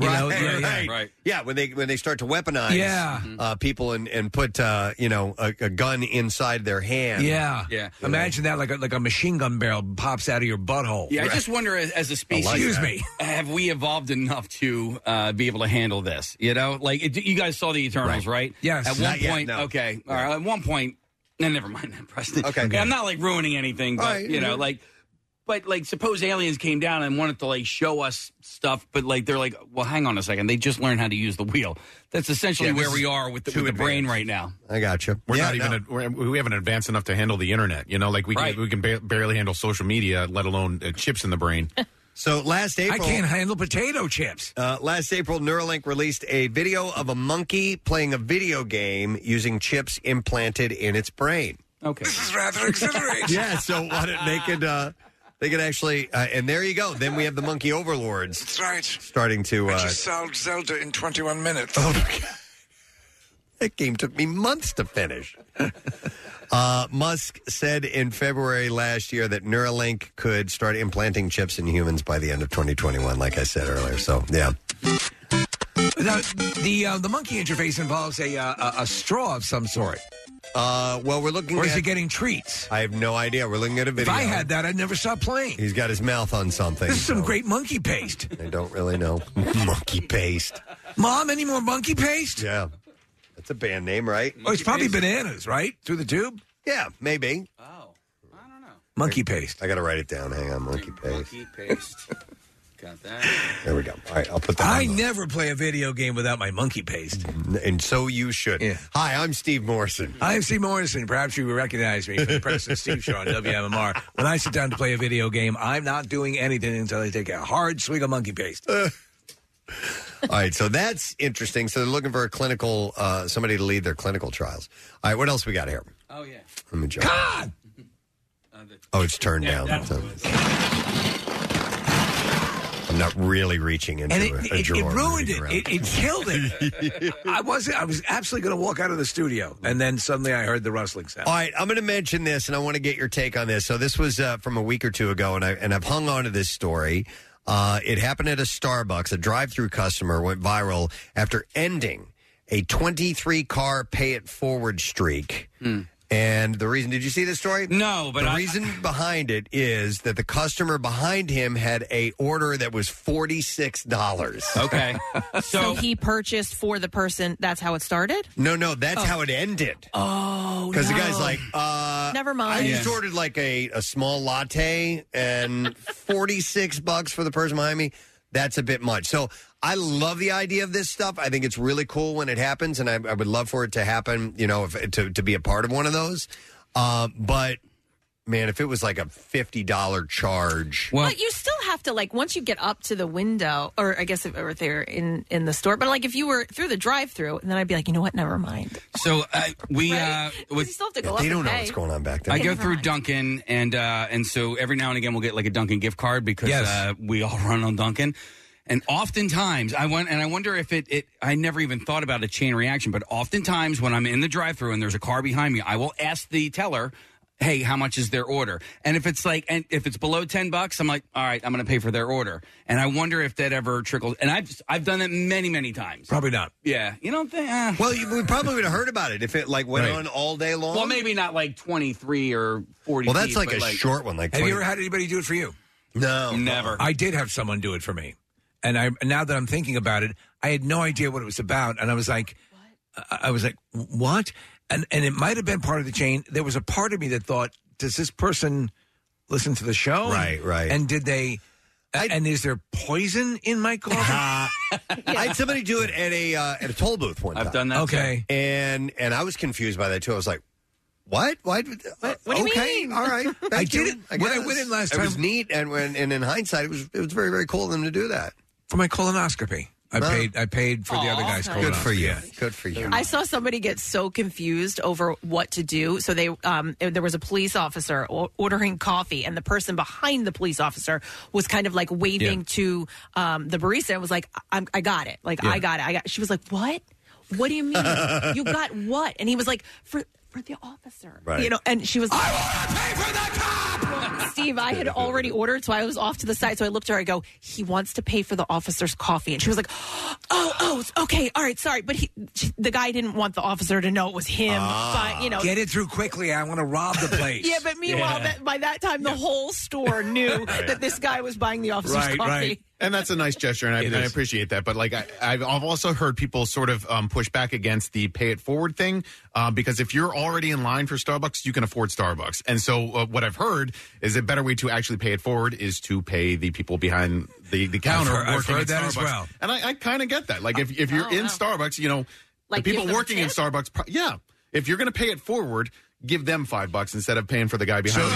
You
right,
know, yeah, yeah.
right, right. Yeah, when they when they start to weaponize
Yeah.
uh, people and and put uh, you know a, a gun inside their hand.
Yeah. Imagine that, like a, like a machine gun barrel pops out of your butthole.
Yeah, I just wonder as, as a species,
Excuse me.
have we evolved enough to uh, be able to handle this? You know, like it, you guys saw the Eternals, right?
Yes.
At one
Not yet,
point,
no.
okay, all right. At one point, no, never mind that, Preston. Okay, I'm not like ruining anything, but
All right.
you know, like, but like, suppose aliens came down and wanted to like show us stuff, but like they're like, well, hang on a second, they just learned how to use the wheel. That's essentially
Yeah, this
where we
is
are with the,
too
with the brain right now.
I got you.
We're not even ad- we're, we haven't advanced enough to handle the internet. You know, like we
Right.
can, we can ba- barely handle social media, let alone uh, chips in the brain.
So last
I
April,
can't handle potato chips.
Uh, last April, Neuralink released a video of a monkey playing a video game using chips implanted in its brain.
Okay, this
is rather exhilarating.
yeah, so what, they could uh, they could actually, uh, and there you go. Then we have the monkey overlords.
That's right.
Starting to.
I
Uh, oh
just solved Zelda in 21 minutes.
that game took me months to finish. Uh, Musk said in February last year that Neuralink could start implanting chips in humans by the end of 2021, like I said earlier. So, yeah.
Now, the uh, the monkey interface involves a, uh, a a straw of some sort.
Uh, well, we're looking.
Or is
at-
he getting treats?
I have no idea. We're looking at a
If
video.
I had that, I'd never stop playing.
He's got his mouth on something.
This is some great monkey paste.
I don't really know. monkey paste.
Mom, any more monkey paste?
Yeah. That's a band name, right?
Oh, it's probably bananas, right? Through the tube?
Yeah, maybe.
Oh,
Monkey paste.
I got to write it down. Hang on, monkey paste.
Monkey paste. Got that.
There we go. All right, I'll put that
I never play a video game without my monkey paste.
And so you should. Hi, I'm Steve Morrison.
I'm Steve Morrison. Perhaps you recognize me from the President Steve Show on WMMR. When I sit down to play a video game, I'm not doing anything until I take a hard swig of monkey paste.
Uh, All right, so that's interesting. So they're looking for a clinical, uh, somebody to lead their clinical trials. All right, what else we got here?
Oh yeah.
Let me jump. Oh, it's turned down. So- I'm not really reaching into
and it,
a, a
it, it
drawer.
ruined
rooting
it.
around.
it. It killed it. I was I was absolutely going to walk out of the studio, and then suddenly I heard the rustling sound.
All right, I'm going to mention this, and I want to get your take on this. So this was uh, from a week or two ago, and I and I've hung on to this story. Uh, it happened at a Starbucks. A drive-through customer went viral after ending a 23-car pay-it-forward streak. And the reason, did you see this story?
Hmm. No, but
the
I-
reason behind it is that the customer behind him had a order that was forty-six dollars.
Okay,
So he purchased for the person. That's how it started.
no, no, that's
Oh.
how it ended.
Oh,
Because the guy's
no.
like, uh,
Never mind.
I
Yeah.
just ordered like a, a small latte and 46 bucks for the person behind me. That's a bit much. So I love the idea of this stuff. I think it's really cool when it happens, and I, I would love for it to happen, you know, if, to, to be a part of one of those. Uh, but man, if it was like a $50 charge.
but you still have to like once you get up to the window, or I guess if or if they're in in the store. But like if you were through the drive-through, and then I'd be like, you know what? Never mind.
So uh, we uh, with,
You still have to go up and pay.
back
there.
I go
Never
through
mind.
Dunkin' and uh, and so every now and again we'll get like a Dunkin' gift card because
Yes.
uh, we all run on Dunkin'. And oftentimes I went and I wonder if it, it I never even thought about a chain reaction, but oftentimes when I'm in the drive-through and there's a car behind me, I will ask the teller. Hey, how much is their order? And if it's like, and if it's below ten bucks, I'm like, all right, I'm going to pay for their order. And I wonder if that ever trickles. And I've I've done that many, many times.
Probably not.
Yeah, you don't uh. think?
Well, you, we probably would have heard about it if it like went on all day long.
Well, maybe not like 23 or 40.
Well, that's
feet,
like
but
a short one, like
have
20
you ever had anybody do it for you?
No,
never.
I did have someone do it for me, and I now that I'm thinking about it, I had no idea what it was about, and I was like, I I was like, what? And and it might have been part of the chain. There was a part of me that thought, does this person listen to the show?
Right, right.
And did they? and is there poison in my coffee?
I had somebody do it at a uh, at a toll booth one
I've
time.
done that,
Okay, and and I was confused by that too. I was like, "What? Why? Uh,
what do you
okay,
mean?
all right. Thank
I
you.
did it when I
guess.
went in last
It was
time.
neat, and when and in hindsight, it was it was very very cool of them to do that.
for my colonoscopy. I
Wow.
paid. I paid for the other guy's colonoscopy.
Good for you. Good for you.
I saw somebody get so confused over what to do. So they, um, there was a police officer o- ordering coffee, and the person behind the police officer was kind of like waving
Yeah.
to um, the barista and was like, I, I'm- I got it. Like,
Yeah.
I got it. I got She was like, What? What do you mean? you got what? And he was like, For. For the officer,
Right.
you know, and she was. I want to pay for the cop. Steve, I had already ordered, so I was off to the side. So I looked at her. I go, he wants to pay for the officer's coffee, and she was like, "Oh, oh, it's- okay, all right, sorry." But he, the guy didn't want the officer to know it was him.
Ah.
but you know,
get it through quickly. I want to rob the place.
yeah, but meanwhile,
Yeah.
That, by that time, the whole store knew
Right.
that this guy was buying the officer's coffee.
And that's a nice gesture, and I, and I appreciate that. But like, I, I've I've also heard people sort of um, push back against the pay it forward thing uh, because if you're already in line for Starbucks, you can afford Starbucks. And so, uh, what I've heard is a better way to actually pay it forward is to pay the people behind the, the counter.
heard- I've
working
heard
at
that as
Starbucks.
well.
And I, I kind of get that. Like, if if you're in Starbucks, you know,
Oh, Like,
the
give
people
them a
working in
tip?
Starbucks, pro- yeah, if you're going to pay it forward, give them five bucks instead of paying for the guy behind.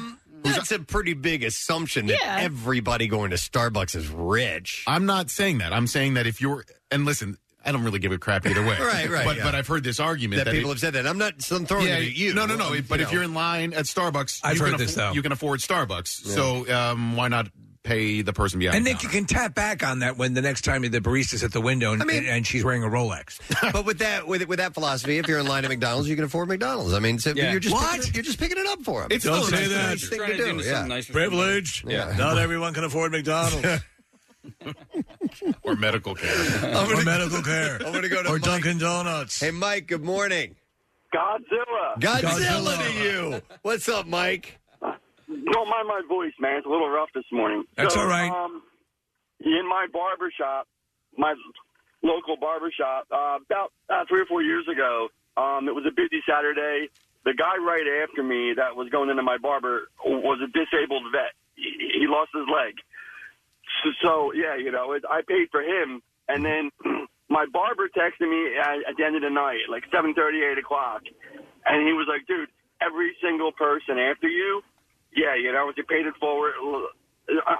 you.
That's a pretty big assumption that
Yeah.
everybody going to Starbucks is rich.
I'm not saying that. I'm saying that if you're and listen, I don't really give a crap either way.
Right, right,
But
yeah.
but I've heard this argument
That
that,
people have said that. I'm not. so I'm throwing
yeah,
it at you.
No, no, no.
I'm-
but
you
if
know.
you're in line at Starbucks,
I've
you can
heard this,
affo-
though.
You can afford Starbucks, so um, why not pay the person behind?
And
the
they can, can tap back on that when the next time the barista's at the window and, and she's wearing a Rolex.
but with that with with that philosophy, if you're in line at McDonald's, you can afford McDonald's. I mean, so
Yeah.
you're just
What?
Picking, it- you're just picking it up for them.
It's Don't still a say nice- that. nice
thing to do. yeah.
Privilege.
Yeah.
Not everyone can afford McDonald's
or medical care.
or medical care.
I'm gonna go to
or
Mike.
Dunkin' Donuts.
Hey, Mike. Good morning.
Godzilla.
Godzilla, to you. What's up, Mike?
Don't mind my voice, man. It's a little rough this morning.
That's all right.
Um, in my barber shop, my local barber shop, uh, about uh, three or four years ago, um, it was a busy Saturday. The guy right after me that was going into my barber was a disabled vet. He, he lost his leg. So, so yeah, you know, it, I paid for him, and then my barber texted me at, at the end of the night, like seven thirty, eight o'clock, and he was like, "Dude, every single person after you, yeah, you know, you paid it forward l-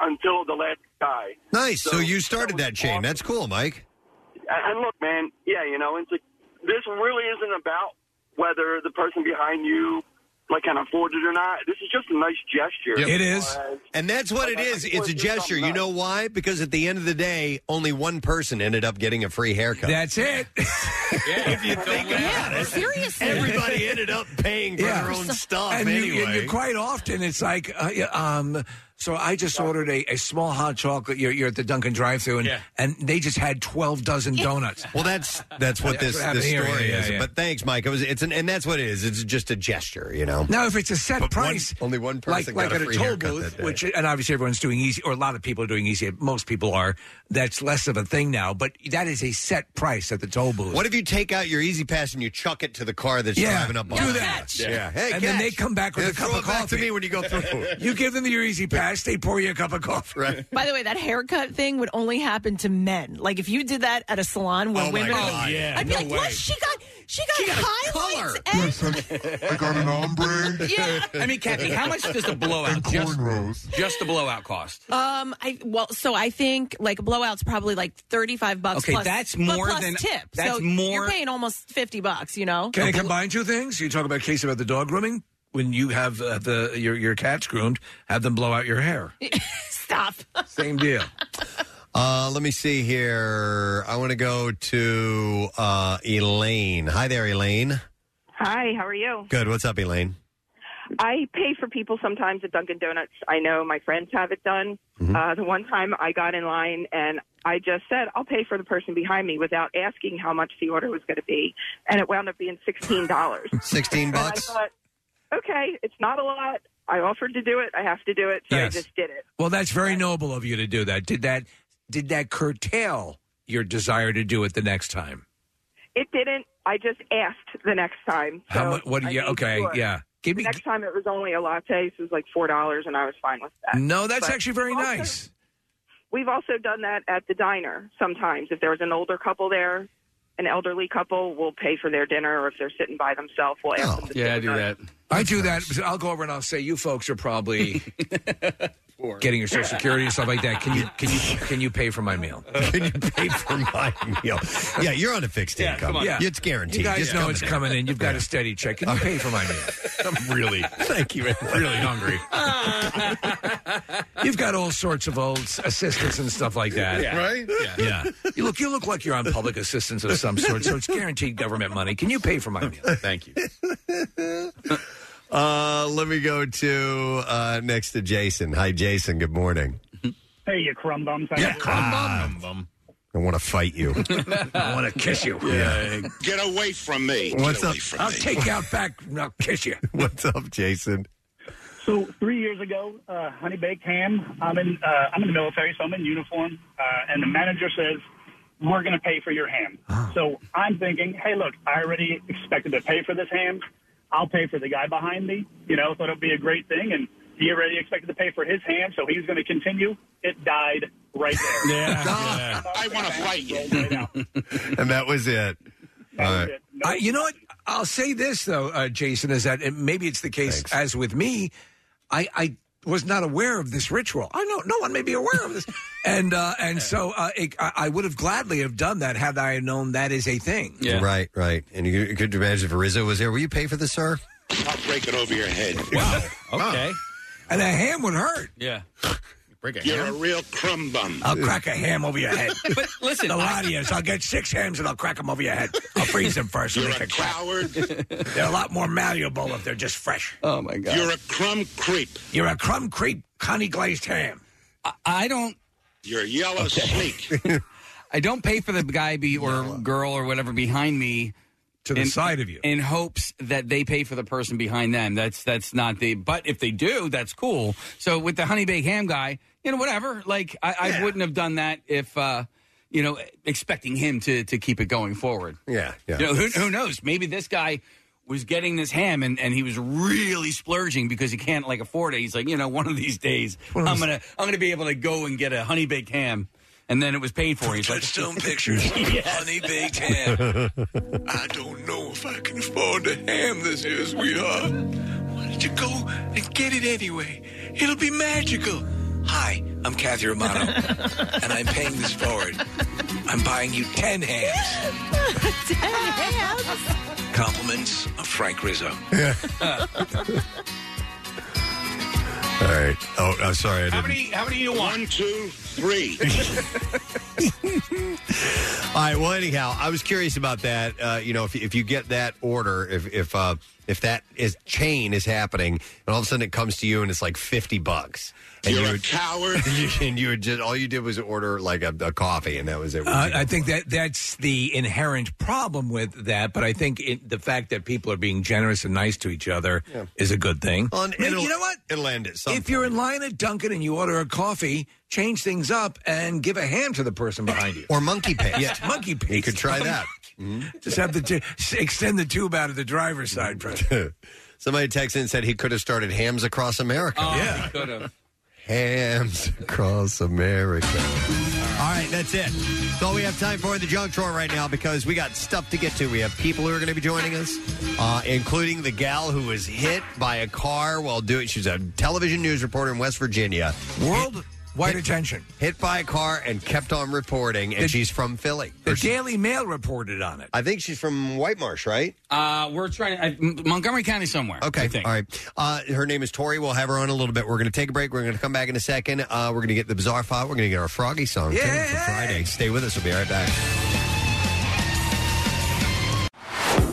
until the last guy."
Nice. So, you started that chain. That's cool, Mike.
And and look, man, yeah, you know, it's like, this really isn't about whether the person behind you like can afford it or not. This is just a nice gesture.
It is.
Uh,
And that's what it is. It's a gesture. You know why? Because at the end of the day, only one person ended up getting a free haircut.
That's it.
if you think about it,
seriously.
everybody ended up paying for their own stuff
and
anyway.
You, and you quite often it's like, uh, yeah, um, so I just ordered a, a small hot chocolate. You're, you're at the Dunkin' drive-thru, and, and they just had twelve dozen donuts.
Well, that's that's what this,
happened
this
here.
story
Yeah,
is.
yeah.
But thanks, Mike. It was it's an, and that's what it is. It's just a gesture, you know.
Now, if it's a set
But one-
price,
only one
like
person
like
got
at
a
a
free
toll
haircut
booth,
that day.
which and obviously everyone's doing easy, or a lot of people are doing easy. Most people are. That's less of a thing now, but that is a set price at the toll booth.
What if you take out your Easy Pass and you chuck it to the car that's
Yeah,
driving up
do
on it?
that.
Yeah. Hey,
and then
catch.
they come back with
Yeah,
a cup
throw
of
it back
coffee.
to me when you go through.
you give them your Easy Pass, they pour you a cup of coffee.
Right.
By the way, that haircut thing would only happen to men. Like if you did that at a salon where
Oh, my
women,
God. Oh, yeah,
I'd be
no
like,
way.
what? She got she got, highlights.
I got an ombre.
Yeah.
I mean, Kathy, how much does a blowout just, just the blowout cost?
Um, I well, so I think like a blowout's probably like thirty five bucks.
Okay,
plus,
that's
but
more
plus
than-
tip.
that's
so
more-
You're paying almost fifty bucks. You know.
Can I combine two things? You talk about case about the dog grooming when you have uh, the your your cats groomed, have them blow out your hair.
Stop.
Same deal.
Uh, let me see here. I want to go to uh, Elaine. Hi there, Elaine.
Hi, how are you?
Good. What's up, Elaine?
I pay for people sometimes at Dunkin' Donuts. I know my friends have it done.
Mm-hmm.
Uh, the one time I got in line and I just said, I'll pay for the person behind me without asking how much the order was going to be. And it wound up being $16.
Sixteen
And I
bucks.
thought, okay, it's not a lot. I offered to do it. I have to do it. So
Yes.
I just did it.
Well, that's very noble of you to do that. Did that did that curtail your desire to do it the next time?
It didn't. I just asked the next time. So
How much? What?
I
yeah.
made
Okay.
sure.
Yeah. Give me.
next time it was only a latte. So it was like $4 and I was fine with that.
No, that's
But
actually very
also-
nice.
We've also done that at the diner sometimes. If there's an older couple there, an elderly couple, we'll pay for their dinner, or if they're sitting by themselves, we'll ask them to
Yeah, I do that.
I do that. I'll go over and I'll say, "You folks are probably getting your social security and stuff like that. Can you can you can you pay for my meal?
Can you pay for my meal? Yeah, you're on a fixed
Yeah,
income.
come on.
It's guaranteed.
You guys
Just
know
come
it's
in.
coming in. You've got a steady check. Can you pay for my meal?
I'm really, thank you,
really hungry. You've got all sorts of old assistants and stuff like that,
Yeah. Right?
Yeah. You look, you look like you're on public assistance of some sort, so it's guaranteed government money. Can you pay for my meal?
Thank you. Uh, let me go to uh, next to Jason. Hi, Jason. Good morning. Ah.
Hey, you crumb bums. Yeah,
I want to fight you.
I want to kiss you.
Yeah.
Get away from me.
What's up?
I'll take you out back. and I'll kiss you.
What's up, Jason?
So three years ago, uh, honey baked ham. I'm in. Uh, I'm in the military, so I'm in uniform. Uh, and the manager says, "We're going to pay for your ham." So I'm thinking, "Hey, look, I already expected to pay for this ham. I'll pay for the guy behind me. You know, thought it'd be a great thing." And he already expected to pay for his ham, so he was going to continue. It died right there.
Yeah.
I want to fight you.
And that was it. All right.
Uh, you know what? I'll say this though, uh, Jason, is that and maybe it's the case as with me. I, I was not aware of this ritual. I know no one may be aware of this, and uh, and so uh, it, I, I would have gladly have done that had I known that is a thing.
Right, right. And you, you could imagine if Rizzo was there. Will you pay for this, sir?
I'll break it over your head. Wow.
Okay.
And a ham would hurt.
Yeah.
Break
a You're ham? a
real crumb bum. I'll crack a ham over your head.
but listen,
the lot of you. I'll get six hams and I'll crack them over your head. I'll freeze them first. You're a coward. they're a lot more malleable if they're just fresh.
Oh my God.
You're a crumb creep. You're a crumb creep, honey glazed ham.
I, I don't.
You're yellow
snake. I don't pay for the guy be or girl or whatever behind me
to the side of you
in hopes that they pay for the person behind them. That's that's not the. But if they do, that's cool. So with the honey baked ham guy, you know, whatever. Like I, I wouldn't have done that if. uh you know, expecting him to to keep it going forward.
Yeah, yeah.
You know, who, who knows? Maybe this guy was getting this ham and, and he was really splurging because he can't like afford it. He's like, you know, one of these days
One of those-
I'm gonna I'm gonna be able to go and get a honey baked ham. And then it was paid for. He's like
Touchstone Pictures, honey baked ham. I don't know if I can
Oh,
afford the ham this year, sweetheart. Why don't you go and get it anyway? It'll be magical. Hi, I'm Kathy Romano, and I'm paying this forward. I'm buying you ten hams.
Ten hams.
Compliments of Frank Rizzo.
All right. Oh, I'm sorry. I didn't.
How many do you want? One, two, three.
All right. Well, anyhow, I was curious about that. Uh, you know, if if you get that order, if if uh, if that is chain is happening, and all of a sudden it comes to you, and it's like fifty bucks. And
You're a
would-
coward.
and you would just all you did was order like a, a coffee, and that was it.
Uh, I think that that's the inherent problem with that, but I think it, the fact that people are being generous and nice to each other is a good thing.
Well, and
I mean,
it'll-
you know what?
It'll end at some.
if you're in line at Dunkin' and you order a coffee, change things up and give a ham to the person behind you.
Or monkey paste.
Yeah, monkey paste.
You could try that. Mm.
Just have the t- extend the tube out of the driver's side. Preston.
Somebody texted and said he could have started Hams Across America.
yeah,
could have.
Hams across America. All right, that's it. That's all we have time for in the junk drawer right now because we got stuff to get to. We have people who are going to be joining us, uh, including the gal who was hit by a car while doing. She's a television news reporter in West Virginia.
World wide attention.
Hit by a car and kept on reporting, and
The-
she's from Philly.
The Daily Mail reported on it.
I think she's from White Marsh, right?
Uh, we're trying to, uh, M- Montgomery County somewhere.
Okay.
I think.
All right. Uh, her name is Tori. We'll have her on in a little bit. We're going to take a break. We're going to come back in a second. Uh, we're going to get the bizarre file. We're going to get our froggy song too, for Friday. Stay with us. We'll be right back.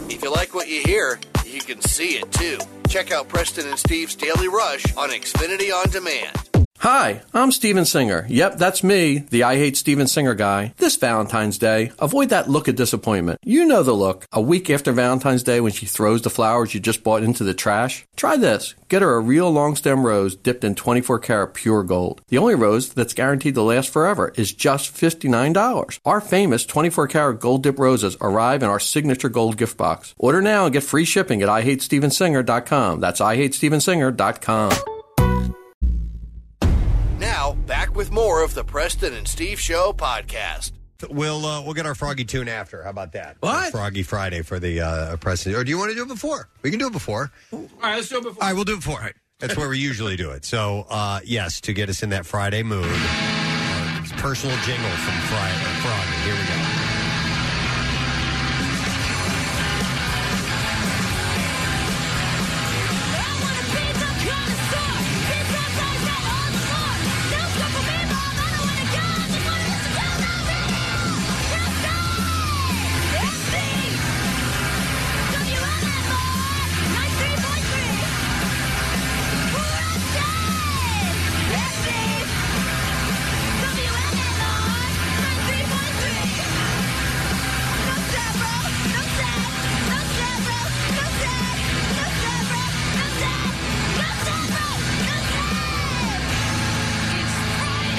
If you like what you hear, you can see it too. Check out Preston and Steve's Daily Rush on Xfinity On Demand.
Hi, I'm Steven Singer. Yep, that's me, the I Hate Steven Singer guy. This Valentine's Day, avoid that look of disappointment. You know the look. A week after Valentine's Day when she throws the flowers you just bought into the trash. Try this. Get her a real long stem rose dipped in 24 karat pure gold. The only rose that's guaranteed to last forever is just $59. Our famous 24 karat gold dip roses arrive in our signature gold gift box. Order now and get free shipping at IHateStevenSinger.com. That's IHateStevenSinger.com.
Now, back with more of the Preston and Steve Show podcast.
We'll uh, we'll get our froggy tune after. How about that? What froggy Friday for the uh, Preston? Or do you want to do it before? We can do it before.
All right, let's do it before.
All right, we'll do it before. That's where we usually do it. So uh, yes, to get us in that Friday mood, uh, it's personal jingle from Friday Froggy. Here we go.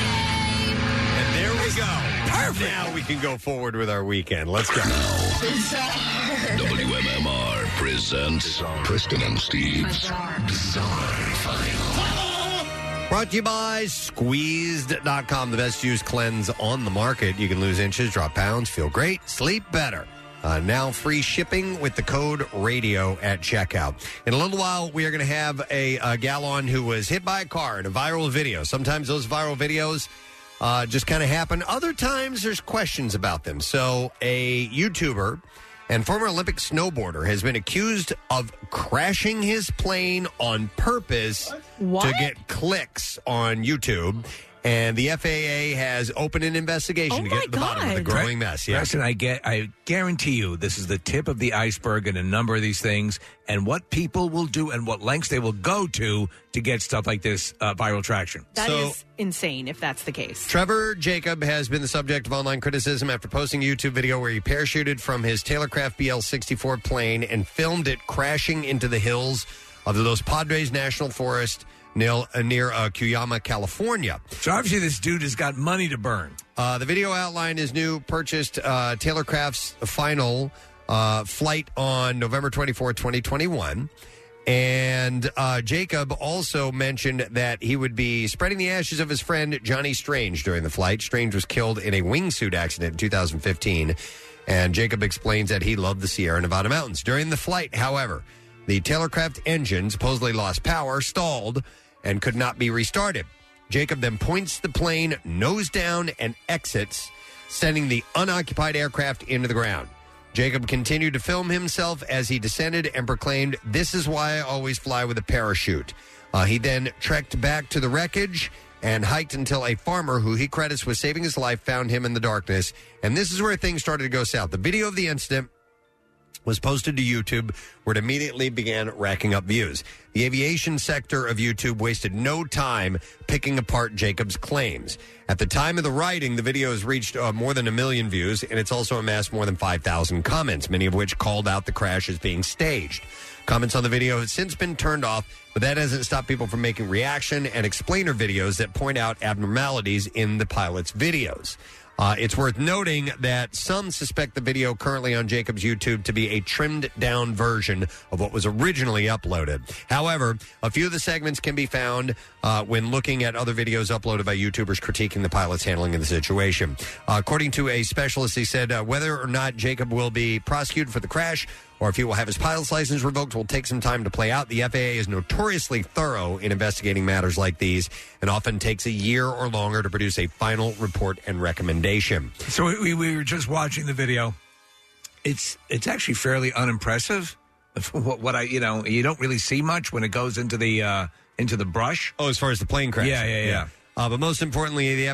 And there we go. Perfect. Now we can go forward with our weekend. Let's go.
WMMR presents Preston and Steve's Bizarre, File.
Brought to you by Squeezed.com, the best used cleanse on the market. You can lose inches, drop pounds, feel great, sleep better. Uh, now free shipping with the code radio at checkout. In a little while, we are going to have a, a gal on who was hit by a car in a viral video. Sometimes those viral videos uh, just kind of happen. Other times there's questions about them. So a YouTuber and former Olympic snowboarder has been accused of crashing his plane on purpose to get clicks on YouTube. And the FAA has opened an investigation
Oh
Oh
to get to the bottom of the growing mess. Yeah.
Preston, I get, I guarantee you, this is the tip of the iceberg in a number of these things, and what people will do and what lengths they will go to to get stuff like this uh, viral traction.
That is
So-
insane if that's the case.
Trevor Jacob has been the subject of online criticism after posting a YouTube video where he parachuted from his Taylorcraft BL 64 plane and filmed it crashing into the hills of the Los Padres National Forest near, uh, near uh, Cuyama, California.
So obviously, this dude has got money to burn.
Uh, the video outline is new purchased uh, Taylor Craft's final uh, flight on November 24, 2021. And uh, Jacob also mentioned that he would be spreading the ashes of his friend Johnny Strange during the flight. Strange was killed in a wingsuit accident in 2015. And Jacob explains that he loved the Sierra Nevada mountains. During the flight, however, the Taylorcraft engine supposedly lost power, stalled, and could not be restarted. Jacob then points the plane nose down and exits, sending the unoccupied aircraft into the ground. Jacob continued to film himself as he descended and proclaimed, This is why I always fly with a parachute. Uh, he then trekked back to the wreckage and hiked until a farmer who he credits with saving his life found him in the darkness. And this is where things started to go south. The video of the incident was posted to YouTube, where it immediately began racking up views. The aviation sector of YouTube wasted no time picking apart Jacob's claims. At the time of the writing, the video has reached uh, more than a million views, and it's also amassed more than 5,000 comments, many of which called out the crash as being staged. Comments on the video have since been turned off, but that hasn't stopped people from making reaction and explainer videos that point out abnormalities in the pilot's videos. Uh, it's worth noting that some suspect the video currently on Jacob's YouTube to be a trimmed down version of what was originally uploaded. However, a few of the segments can be found uh, when looking at other videos uploaded by YouTubers critiquing the pilot's handling of the situation. Uh, according to a specialist, he said uh, whether or not Jacob will be prosecuted for the crash or if he will have his pilot's license revoked will take some time to play out. The FAA is notoriously thorough in investigating matters like these and often takes a year or longer to produce a final report and recommendation.
So we, we, we were just watching the video. It's it's actually fairly unimpressive. What, what I you know you don't really see much when it goes into the uh, into the brush.
Oh, as far as the plane crash.
Yeah, yeah, yeah.
Uh, but most importantly, the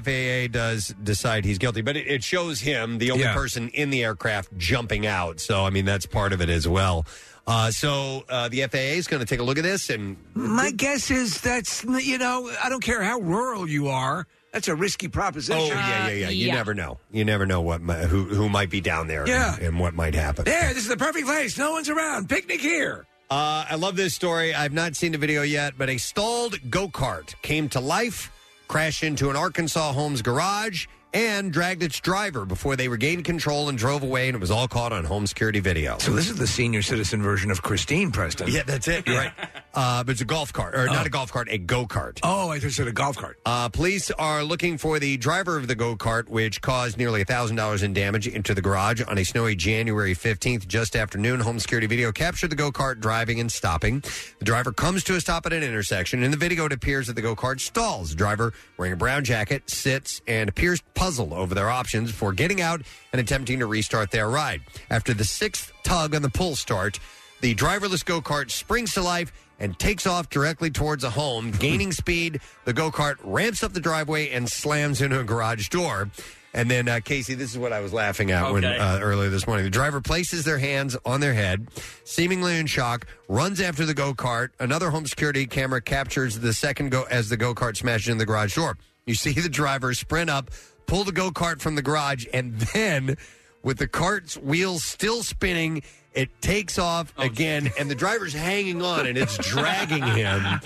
FAA does decide he's guilty, but it, it shows him the only
Yeah.
person in the aircraft jumping out. So, I mean, that's part of it as well. Uh, so, uh, the FAA is going to take a look at this and
My guess is that's you know I don't care how rural you are. That's a risky proposition.
Oh yeah, yeah, yeah. You never know. You never know what mi- who who might be down there.
Yeah.
and, and what might happen.
There, this is the perfect place. No one's around. Picnic here.
Uh, I love this story. I've not seen the video yet, but a stalled go kart came to life, crashed into an Arkansas home's garage, and dragged its driver before they regained control and drove away. And it was all caught on home security video.
So this is the senior citizen version of Christine Preston.
Yeah, that's it. You're right. Uh, but it's a golf cart, or not a golf cart, a go kart.
Oh, I just said a golf cart.
Uh, police are looking for the driver of the go kart, which caused nearly $1,000 in damage into the garage on a snowy January 15th, just after noon. Home security video captured the go kart driving and stopping. The driver comes to a stop at an intersection. In the video, it appears that the go kart stalls. The driver, wearing a brown jacket, sits and appears puzzled over their options for getting out and attempting to restart their ride. After the sixth tug on the pull start, the driverless go kart springs to life and takes off directly towards a home, gaining speed. The go kart ramps up the driveway and slams into a garage door. And then, uh, Casey, this is what I was laughing at when
Okay.
uh, earlier this morning. The driver places their hands on their head, seemingly in shock, runs after the go kart. Another home security camera captures the second go as the go kart smashes into the garage door. You see the driver sprint up, pull the go kart from the garage, and then with the cart's wheels still spinning. It takes off again, and the driver's hanging on, and it's dragging him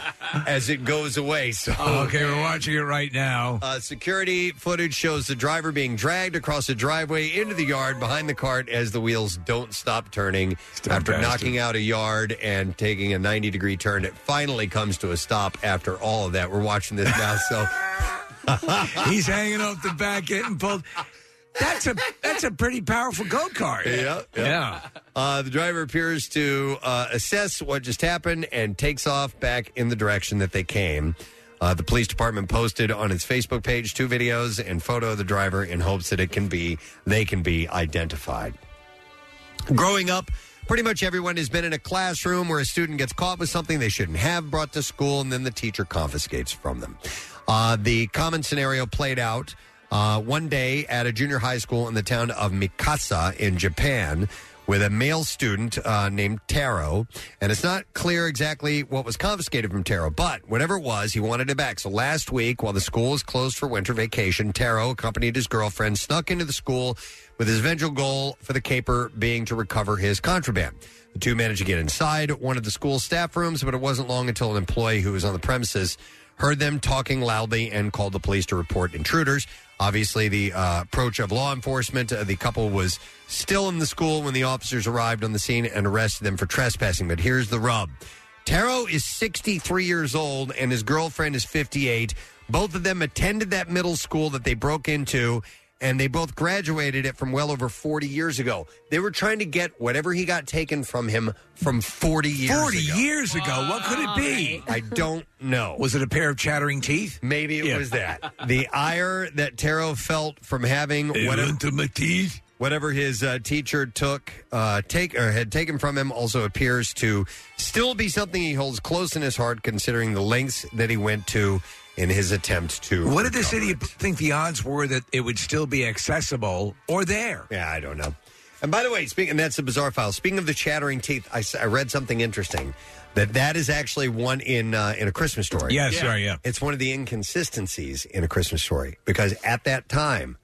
as it goes away. So,
okay, we're watching it right now.
Uh, security footage shows the driver being dragged across the driveway into the yard behind the cart as the wheels don't stop turning. after
bastard.
knocking out a yard and taking a 90 degree turn, it finally comes to a stop after all of that. We're watching this now, so
He's hanging off the back, getting pulled. That's a that's a pretty powerful go kart.
Yeah, Uh, the driver appears to uh, assess what just happened and takes off back in the direction that they came. Uh, the police department posted on its Facebook page two videos and photo of the driver in hopes that it can be they can be identified. Growing up, pretty much everyone has been in a classroom where a student gets caught with something they shouldn't have brought to school, and then the teacher confiscates from them. Uh, the common scenario played out uh, one day at a junior high school in the town of Mikasa in Japan. With a male student uh, named Taro, and it's not clear exactly what was confiscated from Taro, but whatever it was, he wanted it back. So last week, while the school was closed for winter vacation, Taro accompanied his girlfriend, snuck into the school with his eventual goal for the caper being to recover his contraband. The two managed to get inside one of the school staff rooms, but it wasn't long until an employee who was on the premises heard them talking loudly and called the police to report intruders. Obviously, the uh, approach of law enforcement, uh, the couple was still in the school when the officers arrived on the scene and arrested them for trespassing. But here's the rub. Taro is 63 years old and his girlfriend is 58. Both of them attended that middle school that they broke into and they both graduated it from well over 40 years ago. They were trying to get whatever he got taken from him from 40 years
40
ago.
years ago. What could it be?
I don't know.
Was it a pair of chattering teeth?
Maybe it was that. The ire that Taro felt from having
It
whatever
went to my teeth.
Whatever his uh, teacher took, uh, take or had taken from him, also appears to still be something he holds close in his heart, considering the lengths that he went to in his attempt to.
What did this idiot think the odds were that it would still be accessible or there?
Yeah, I don't know. And by the way, speaking, and that's the bizarre file. Speaking of the chattering teeth, I, s- I read something interesting. That that is actually one in uh, in a Christmas story.
Yes, Yeah. right, yeah.
It's one of the inconsistencies in a Christmas story because at that time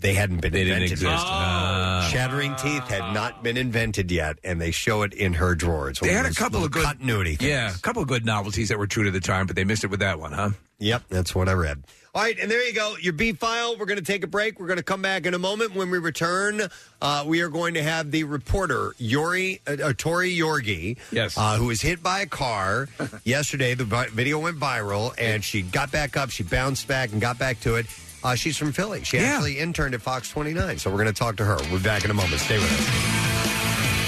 they hadn't been
They didn't
invented yet.
exist. Ah.
Chattering teeth had not been invented yet, and they show it in her drawer. It's one
They had a
those
couple of
little
good
continuity. Things.
Yeah, a couple of good novelties that were true to the time, but they missed it with that one, huh?
Yep, that's what I read. All right, and there you go. Your B file. We're going to take a break. We're going to come back in a moment. When we return, uh, we are going to have the reporter Yori uh, uh, Tori Yorgi,
Yes.
uh, who was hit by a car yesterday. The vi- video went viral, and she got back up. She bounced back and got back to it. Uh, she's from Philly. She actually interned at Fox 29, so we're going to talk to her. We'll be back in a moment. Stay with us.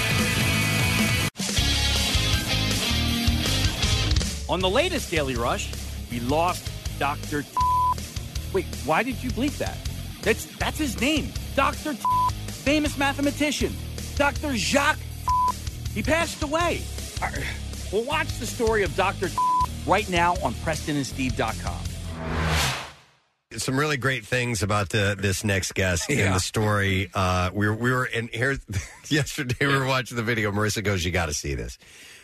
On the latest Daily Rush, we lost Dr. Wait, why did you bleep that? That's that's his name. Dr. Famous mathematician. Dr. Jacques. He passed away. Uh, Well, watch the story of Dr. right now on PrestonandSteve.com.
some really great things about the, this next guest in the story. Uh, we were, we were and here yesterday we were watching the video. Marissa goes, "You got to see this,"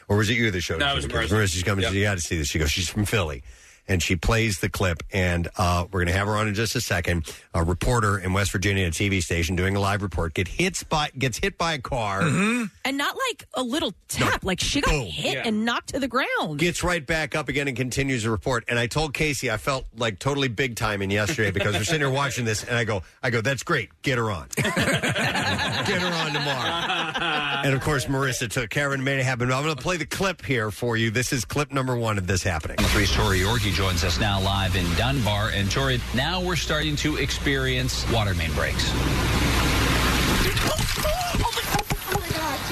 or was it you that showed?
No,
it
it was
to me? 'Cause
Marissa.
Marissa's coming.
Yep.
You got to see this. She goes, "She's from Philly." And she plays the clip, and uh, we're going to have her on in just a second. A reporter in West Virginia, at a TV station, doing a live report, get hits by gets hit by a car,
Mm-hmm.
And not like a little tap, like she got hit
Yeah.
and knocked to the ground.
gets right back up again and continues the report. And I told Casey I felt like totally big time in yesterday because we're sitting here watching this, and I go, I go, that's great, get her on. Get her on tomorrow. and of course, Marissa took care of it and made it happen. I'm going to play the clip here for you. This is clip number one of this happening.
Three's Tori Yorkie joins us now live in Dunbar. And Tori, now we're starting to experience water main breaks.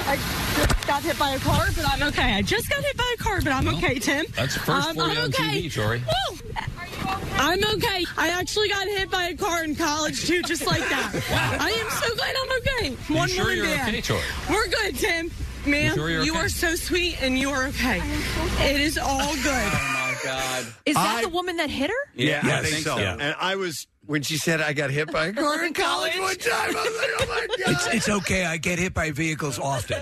I just got hit by a car, but I'm okay. I just got hit by a car, but I'm okay, Tim.
That's first
Um,
for you
I'm
on
okay.
TV, Tori.
Woo! I'm okay. I actually got hit by a car in college too, just like that.
Wow.
I am so glad I'm okay.
You
One
sure
woman
you're
band.
okay, Tori?
We're good, Tim. Ma'am,
sure you're
you
okay?
are so sweet and you are okay. It is all good.
my God.
Is that
I-
the woman that hit her?
Yeah,
Yeah,
I think so. And I was when she said I got hit by a car in college one time. I was like, oh my god,
it's, it's okay. I get hit by vehicles often.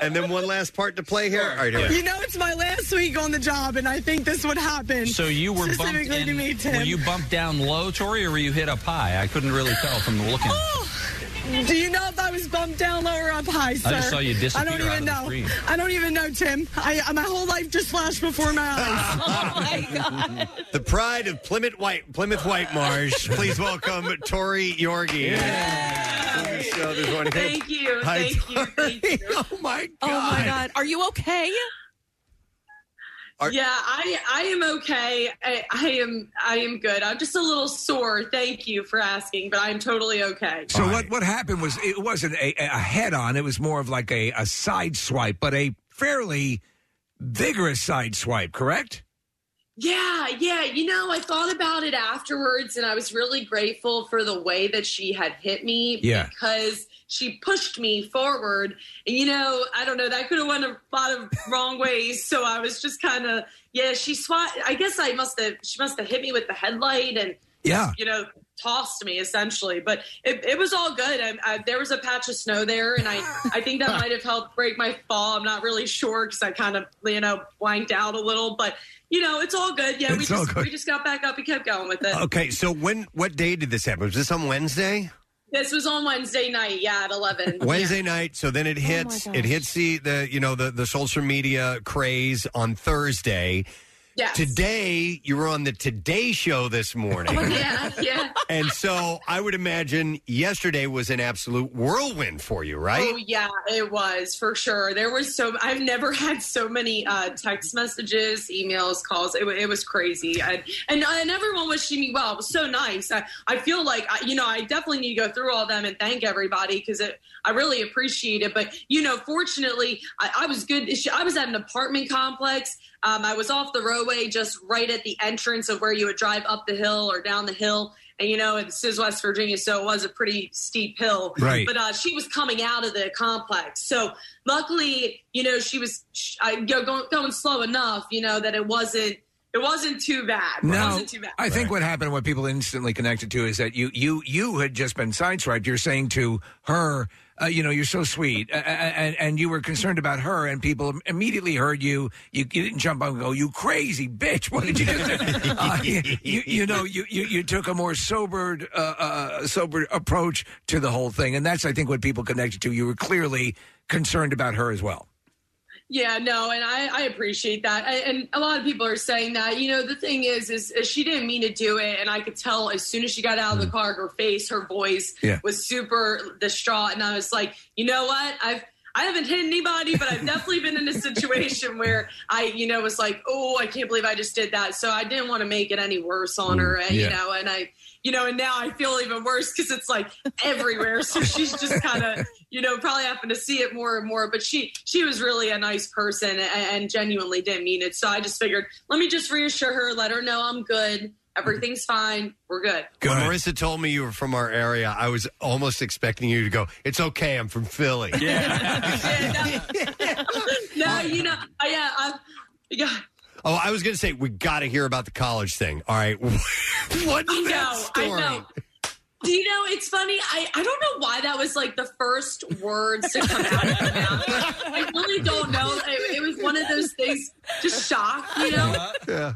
and then one last part to play here. All right, here we go.
You know, it's my last week on the job, and I think this would happen.
So you were bumped
specifically to
in.
me, Tim.
Were you bumped down low, Tori, or were you hit up high? I couldn't really tell from the looking.
Oh! Do you know if I was bumped down low or up high, sir?
just saw you disappear
I don't even
out of the screen.
know. I don't even know, Tim. I uh, my whole life just flashed before my eyes. oh my god!
The pride of Plymouth White, Plymouth White Marsh. Please welcome Tori Yorgi. So there's one. Hey,
Thank you.
Hi,
Thank you. Thank you.
Oh my god.
Oh my
God. Are you okay?
Are-
yeah, I I am okay. I, I am I am good. I'm just a little sore. Thank you for asking, but I'm totally okay.
So what what happened was it wasn't a, a head on. It was more of like a, a side swipe, but a fairly vigorous side swipe. Correct?
Yeah, yeah. You know, I thought about it afterwards and I was really grateful for the way that she had hit me
Yeah.
because she pushed me forward. And, you know, I don't know, that could have went a lot of wrong ways. So I was just kind of, yeah, she swat. I guess I must have, she must have hit me with the headlight and,
Yeah.
you know, tossed me essentially. But it, it was all good. I, I, there was a patch of snow there and I, I think that might have helped break my fall. I'm not really sure because I kind of, you know, blanked out a little. But, you know, it's all good. Yeah, we
It's all
just
good.
we just got back up and kept going with it.
Okay, so when what day did this happen? Was this on Wednesday?
This was on Wednesday night, yeah, at eleven.
Wednesday night. So then it hits
Oh gosh.
it hits the, the you know the the social media craze on Thursday.
Yes.
Today you were on the Today show this morning.
Oh, yeah, yeah.
And so I would imagine yesterday was an absolute whirlwind for you, right?
Oh yeah, it was for sure. There was so I've never had so many uh, text messages, emails, calls. It, wa- it was crazy, and, and and everyone wishing me well. It was so nice. I, I feel like I, you know I definitely need to go through all them and thank everybody because it I really appreciate it. But you know, fortunately, I, I was good. I was at an apartment complex. Um, I was off the roadway, just right at the entrance of where you would drive up the hill or down the hill. and you know, and this is West Virginia, so it was a pretty steep hill.
Right.
But uh, she was coming out of the complex, so luckily, you know, she was sh- I, you know, going, going slow enough, you know, that it wasn't it wasn't too bad. it
No,
wasn't too bad.
I think what happened, what people instantly connected to, is that you you you had just been sideswiped. You're saying to her, uh, you know, you're so sweet, uh, and and you were concerned about her, and people immediately heard you. You, you didn't jump up and go, "You crazy bitch! What did you do?" uh, you, you, you know, you, you you took a more sobered uh, uh, sobered approach to the whole thing, and that's I think what people connected to. You were clearly concerned about her as well.
Yeah, no, and I, I appreciate that. I, and a lot of people are saying that. You know, the thing is, is, is she didn't mean to do it, and I could tell as soon as she got out
Mm.
of the car, her face, her voice
Yeah.
was super distraught, and I was like, you know what, I've. I haven't hit anybody, but I've definitely been in a situation where I, you know, was like, "Oh, I can't believe I just did that." So I didn't want to make it any worse on
Mm,
her, and, you
yeah.
know. And I, you know, and now I feel even worse because it's like everywhere. So she's just kind of, you know, probably having to see it more and more. But she she was really a nice person and, and genuinely didn't mean it. So I just figured, let me just reassure her, let her know I'm good, everything's fine, we're good.
When Marissa told me you were from our area, I was almost expecting you to go, It's okay, I'm from Philly.
no, you know, I, yeah, I, yeah.
Oh, I was going to say, we got to hear about the college thing. All right. What's
I know,
that story?
I know. Do you know, it's funny. I, I don't know why that was like the first words to come out of my mouth. I really don't know. It, it was one of those things, just shock, you know?
Yeah.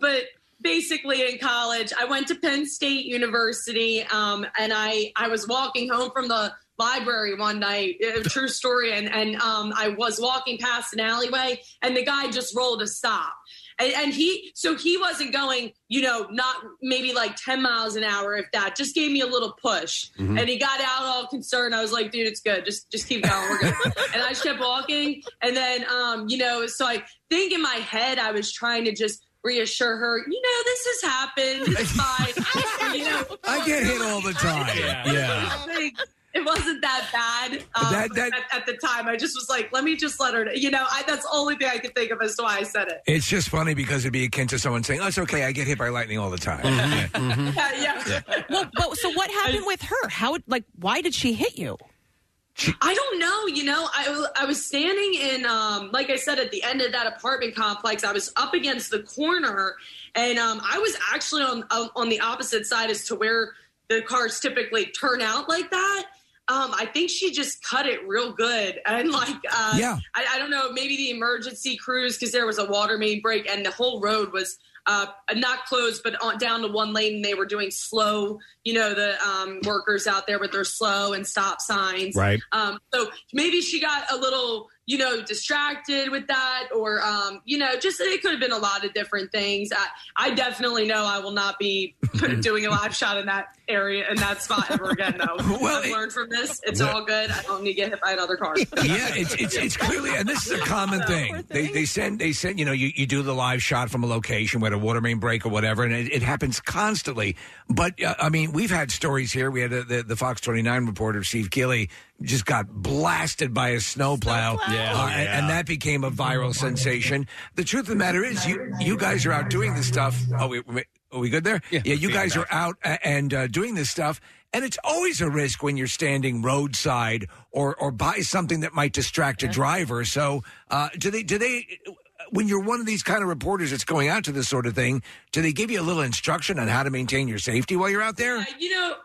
but basically in college i went to penn state university um, and i i was walking home from the library one night a true story and and um, i was walking past an alleyway and the guy just rolled a stop and, and he so he wasn't going you know not maybe like 10 miles an hour if that just gave me a little push
Mhm.
and he got out all concerned i was like dude it's good just just keep going we're good and i just kept walking and then um you know so i think in my head i was trying to just reassure her you know this has happened it's fine you know
I get hit all the time. yeah.
like, it wasn't that bad um,
That- that-
at, at the time. I just was like, let me just let her. know. You know, I, that's the only thing I could think of as to why I said it.
It's just funny because it'd be akin to someone saying, "Oh, it's okay. I get hit by lightning all the time." Yeah.
yeah.
well, but so what happened with her? How like why did she hit you?
I don't know. You know, I, I was standing in, um, like I said, at the end of that apartment complex. I was up against the corner, and um, I was actually on on on the opposite side as to where the cars typically turn out like that. Um, I think she just cut it real good, and like, uh,
Yeah.
I, I don't know, maybe the emergency crews because there was a water main break, and the whole road was. Uh, not closed, but on, down to one lane. and They were doing slow. You know, the um, workers out there with their slow and stop signs.
Right.
Um, so maybe she got a little, you know, distracted with that, or um, you know, just it could have been a lot of different things. I, I definitely know I will not be doing a live shot in that area in that spot ever again. Though I've learned from this. It's
Yeah.
all good. I don't need to get hit by another car.
yeah, it's, it's it's clearly, and this is a common thing. They they send they send you know you, you do the live shot from a location where a water main break or whatever, and it, it happens constantly. But uh, I mean, we've had stories here. We had uh the the Fox twenty nine reporter Steve Keeley just got blasted by a snowplow,
Yeah.
Uh, and, and that became a viral sensation. The truth of the matter is, you you guys are out doing this stuff. Oh, we. we are we good there? Yeah, you
yeah,
guys are
back.
out a- and uh, doing this stuff, and it's always a risk when you're standing roadside or or by something that might distract a driver. So, uh, do they do they when you're one of these kind of reporters that's going out to this sort of thing, do they give you a little instruction on how to maintain your safety while you're out there?
You know,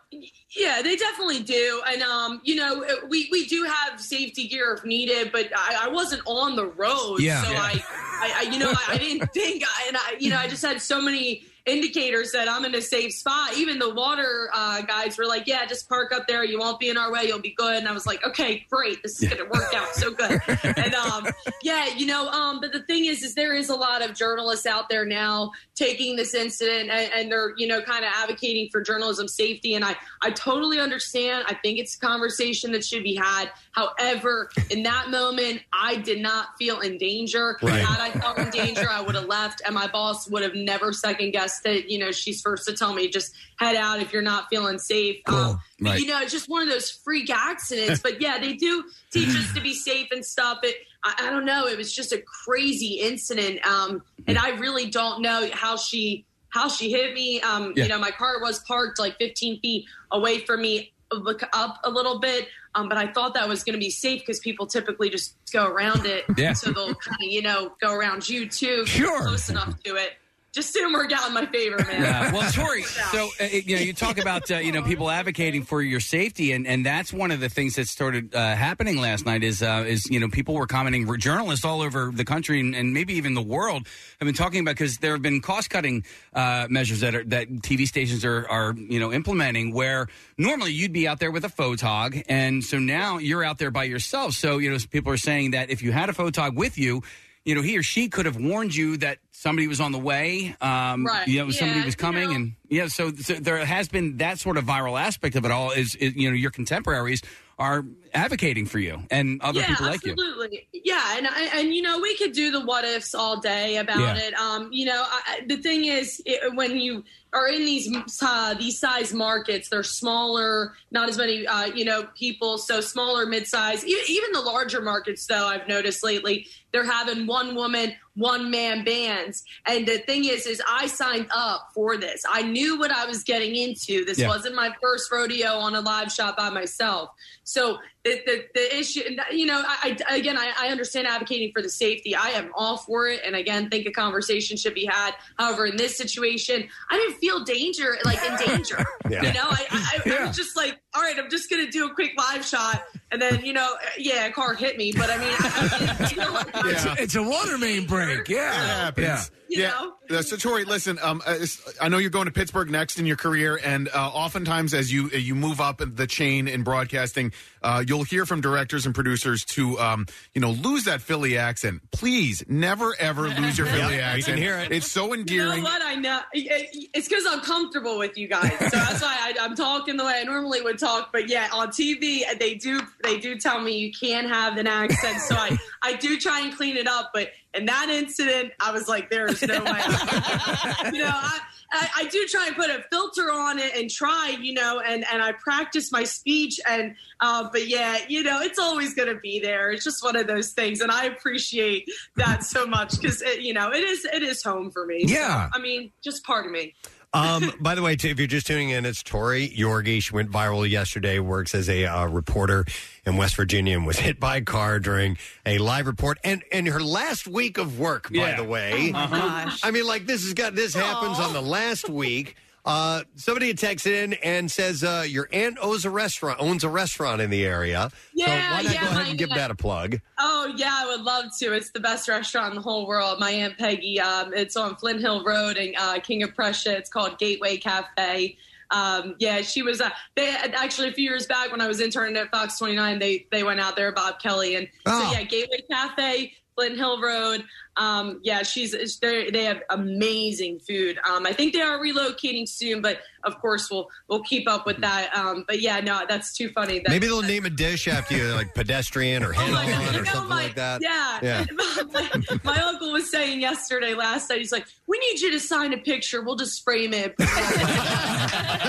yeah, they definitely do, and um, you know, we we do have safety gear if needed, but I, I wasn't on the road,
Yeah.
Oh, so
Yeah.
I, I, I, you know, I, I didn't think, I, and I, you know, I just had so many indicators that I'm in a safe spot. Even the water uh, guys were like, "Yeah, just park up there. You won't be in our way. You'll be good." And I was like, "Okay, great. This is going to work out so good." And um, yeah, you know, um, but the thing is, is there is a lot of journalists out there now taking this incident and, and they're, you know, kind of advocating for journalism safety. And I, I totally understand. I think it's a conversation that should be had. However, in that moment, I did not feel in danger.
Right.
Had I felt in danger, I would have left and my boss would have never second guessed it. You know, she's first to tell me, just head out if you're not feeling safe. Um, but,
Right.
You know, it's just one of those freak accidents. but yeah, they do teach us to be safe and stuff. It, I, I don't know. It was just a crazy incident, um, and I really don't know how she how she hit me. Um,
Yeah.
You know, my car was parked like 15 feet away from me, look up a little bit. Um, but I thought that was going to be safe because people typically just go around it.
Yeah.
So they'll kind of, you know, go around you too. Sure. Close enough to it. Just didn't work out in my favor, man.
Yeah. Well, Tori,
Worked out.
so uh, you know, you talk about uh, you know people advocating for your safety, and, and that's one of the things that started uh, happening last night. Is uh, is you know people were commenting, re- journalists all over the country and, and maybe even the world have been talking about because there have been cost cutting uh, measures that are that TV stations are are you know implementing where normally you'd be out there with a photog, and so now you're out there by yourself. So you know people are saying that if you had a photog with you. You know, he or she could have warned you that somebody was on the way. Um,
Right.
You know, somebody
Yeah,
was coming,
you know.
and yeah, so, so there has been that sort of viral aspect of it all. Is, is you know your contemporaries are advocating for you and other people like you.
absolutely. Yeah, and I- and you know we could do the what ifs all day about
Yeah.
it. Um, you know I, I- the thing is it, when you are in these uh, these size markets, they're smaller, not as many uh, you know people, so smaller, mid size, e- even the larger markets. Though I've noticed lately, they're having one woman, one man bands, and the thing is, is I signed up for this. I knew what I was getting into. This
Yeah.
wasn't wasn't my first rodeo on a live shot by myself. So the the, the issue, you know, I, I again, I, I understand advocating for the safety. I am all for it, and again, think a conversation should be had. However, in this situation, I didn't feel danger, like in danger.
Yeah.
You know, I, I, I was just like, all right, I'm just gonna do a quick live shot, and then you know, yeah, a car hit me, but I mean, I, I, you know, like, I was-
It's, it's a water main break. Yeah.
It happens.
Yeah.
You
yeah.
know?
Yeah, So Tori, listen. Um, uh, it's- I know you're going to Pittsburgh next in your career, and uh, oftentimes as you uh, you move up the chain in broadcasting, uh, you'll hear from directors and producers to um, you know lose that Philly accent. Please never ever lose your Philly
Yeah, we
accent.
can hear it.
It's so
You
endearing.
know what? I know it- it- it's because I'm comfortable with you guys, so that's why I, I'm talking the way I normally would talk. But yeah, on TV, they do they do tell me you can't have an accent, so I I do try and clean it up. But in that incident, I was like, there is no way. you know, I, I, I do try and put a filter on it and try, you know, and and I practice my speech and uh, but yeah, you know, it's always going to be there. It's just one of those things, and I appreciate that so much because it, you know, it is it is home for me.
Yeah.
So, I mean, just pardon me.
Um, by the way, too, if you're just tuning in, it's Tori Yorgi. She went viral yesterday, works as a uh, reporter in West Virginia and was hit by a car during a live report and, and her last week of work,
Yeah.
by the way. Uh-huh.
Oh, my gosh.
I mean, like this has got, this happens on the last week. Uh, somebody had texted in and says, uh, your aunt owns a restaurant, owns a restaurant in the area. so
Yeah,
why not
yeah,
go ahead
my
and give
aunt.
that a plug?
Oh yeah, I would love to. It's the best restaurant in the whole world. My aunt Peggy. Um, it's on Flint Hill Road in uh, King of Prussia. It's called Gateway Cafe. Um, yeah, she was. Uh, they actually a few years back when I was interning at Fox 29, they they went out there, Bob Kelly, and
Oh.
so yeah, Gateway Cafe, Flint Hill Road. Um, yeah, she's they they have amazing food. Um, I think they are relocating soon, but of course we'll we'll keep up with that. Um, but yeah, no, that's too funny. That,
Maybe they'll name a dish after you, like pedestrian or head on or something like that.
Oh yeah. My uncle was saying yesterday, last night, he's like, "We need you to sign a picture. We'll just frame it."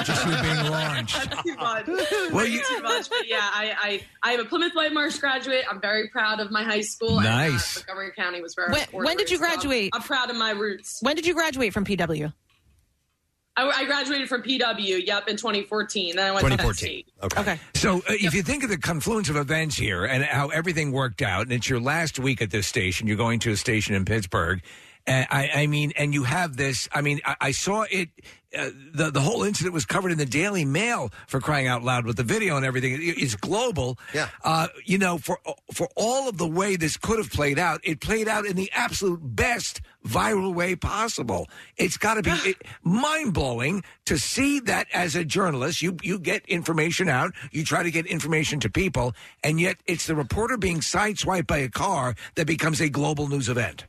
Just you being launched.
That's too much.
Well,
Well,
you-
too much. But yeah, I, I, I am a Plymouth White Marsh graduate. I'm very proud of my high school.
Nice.
And, uh, Montgomery County was where. I
When-
was born
when
and
did you
raised, so I'm-
graduate?
I'm, proud of my roots.
When did you graduate from PW?
I, I graduated from PW. Yep, in 2014. Then I went to Penn State.
Okay.
So uh, if you think of the confluence of events here and how everything worked out, and it's your last week at this station, you're going to a station in Pittsburgh. And I, I mean, and you have this. I mean, I, I saw it. Uh, the the whole incident was covered in the Daily Mail for crying out loud with the video and everything. It- it's global. Yeah. Uh, you know, for for all of the way this could have played out, it played out in the absolute best viral way possible. It's got to be mind blowing to see that as a journalist. You you get information out, you try to get information to people, and yet it's the reporter being sideswiped by a car that becomes a global news event.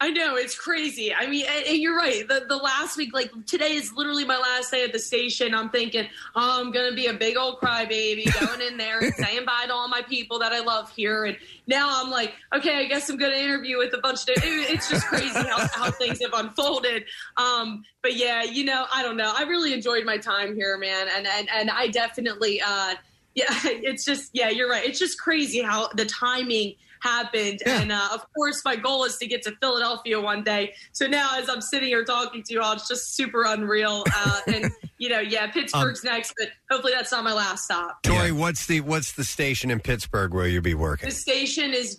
I know it's crazy. I mean, and, and you're right. The the last week, like today, is literally my last day at the station. I'm thinking, oh, I'm gonna be a big old crybaby going in there and saying bye to all my people that I love here. And now I'm like, okay, I guess I'm gonna interview with a bunch of. it- it's just crazy how, how things have unfolded. Um, but yeah, you know, I don't know. I really enjoyed my time here, man, and and and I definitely. Uh, yeah, it's just yeah, you're right. It's just crazy how the timing happened. And uh, of course, my goal is to get to Philadelphia one day. So now, as I'm sitting here talking to you all, it's just super unreal. Uh, and you know, yeah,
Um,
Pittsburgh's next, but hopefully that's not my last stop.
Tori, what's the what's the station in Pittsburgh where you'll be working?
The station is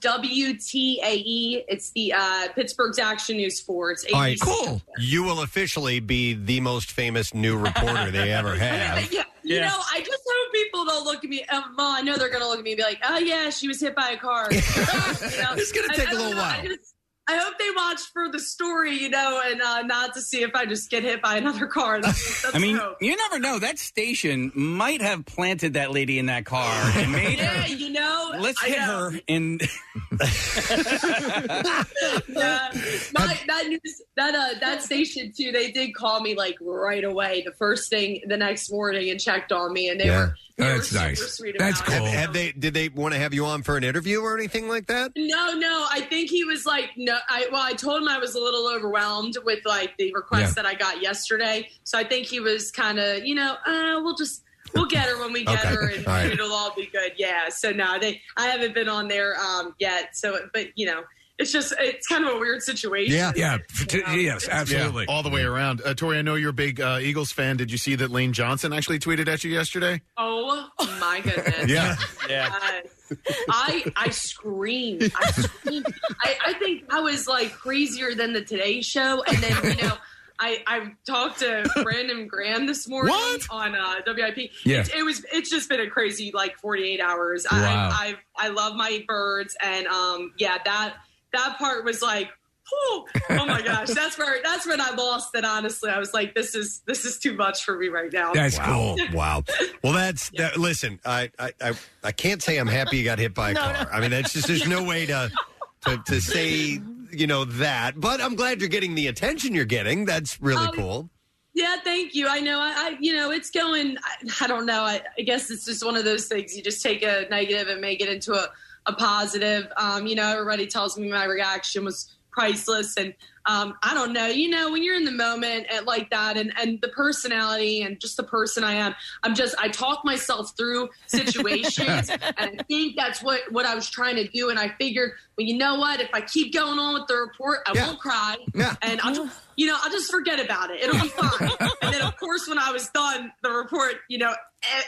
WTAE. It's the uh, Pittsburgh's Action News 4. It's
All right,
86.
You will officially be the most famous new reporter they ever have.
Yeah. You know, I just hope people don't look at me. Um, well, I know they're going to look at me and be like, oh, yeah, she was hit by a car. it's
going
to take a little while. I, just, I hope they watch for the story, you know, and uh, not to see if I just get hit by another car. That's, that's
I mean,
hope.
you never know. That station might have planted that lady in that car and made her.
yeah, you know,
Let's
I
hit
know.
her in.
yeah. uh, My, that news, that uh, that station too. They did call me like right away, the first thing the next morning, and checked on me, and they were
that's
super sweet That's about it.
Have,
cool.
have they? Did they want to have you on for an interview or anything like that?
No, no. I think he was like, no. I well, I told him I was a little overwhelmed with like the request that I got yesterday. So I think he was kind of, you know, uh, we'll just we'll get her when we get
Okay.
her, and
All right.
it'll all be good. Yeah. So no, they I haven't been on there um, yet. So, but you know, it's just it's kind of a weird situation.
yes, absolutely. Mm-hmm.
Yeah, all the way around. Uh, Tori, I know you're a big uh, Eagles fan. Did you see that Lane Johnson actually tweeted at you yesterday?
Oh my goodness.
Yeah.
Uh, I I screamed. I screamed. I, I think I was like crazier than the Today Show, and then you know. I, I talked to Brandon Graham this morning on uh, WIP.
Yeah.
It, it was it's just been a crazy like 48 hours. I
Wow.
I, I I love my birds and um yeah that that part was like whew, oh my gosh that's where that's when I lost it honestly. I was like this is this is too much for me right now.
wow. Wow. Well, that's that, listen. I, I I I can't say I'm happy you got hit by a
No,
car.
no.
I mean, that's just there's no way to to, to say you know that. But I'm glad you're getting the attention you're getting. That's really
Um,
cool.
Yeah, thank you. I know. I, I you know, it's going. I, I don't know. I, I guess it's just one of those things. You just take a negative and make it into a, a positive. Um, you know, everybody tells me my reaction was priceless, and um, I don't know. You know, when you're in the moment at like that, and and the personality and just the person I am, I'm just I talk myself through situations, and I think that's what what I was trying to do. And I figured, well, you know what? If I keep going on with the report, I won't cry, and I'll just you know I'll just forget about it. It'll be fine. and then of course, when I was done, the report, you know,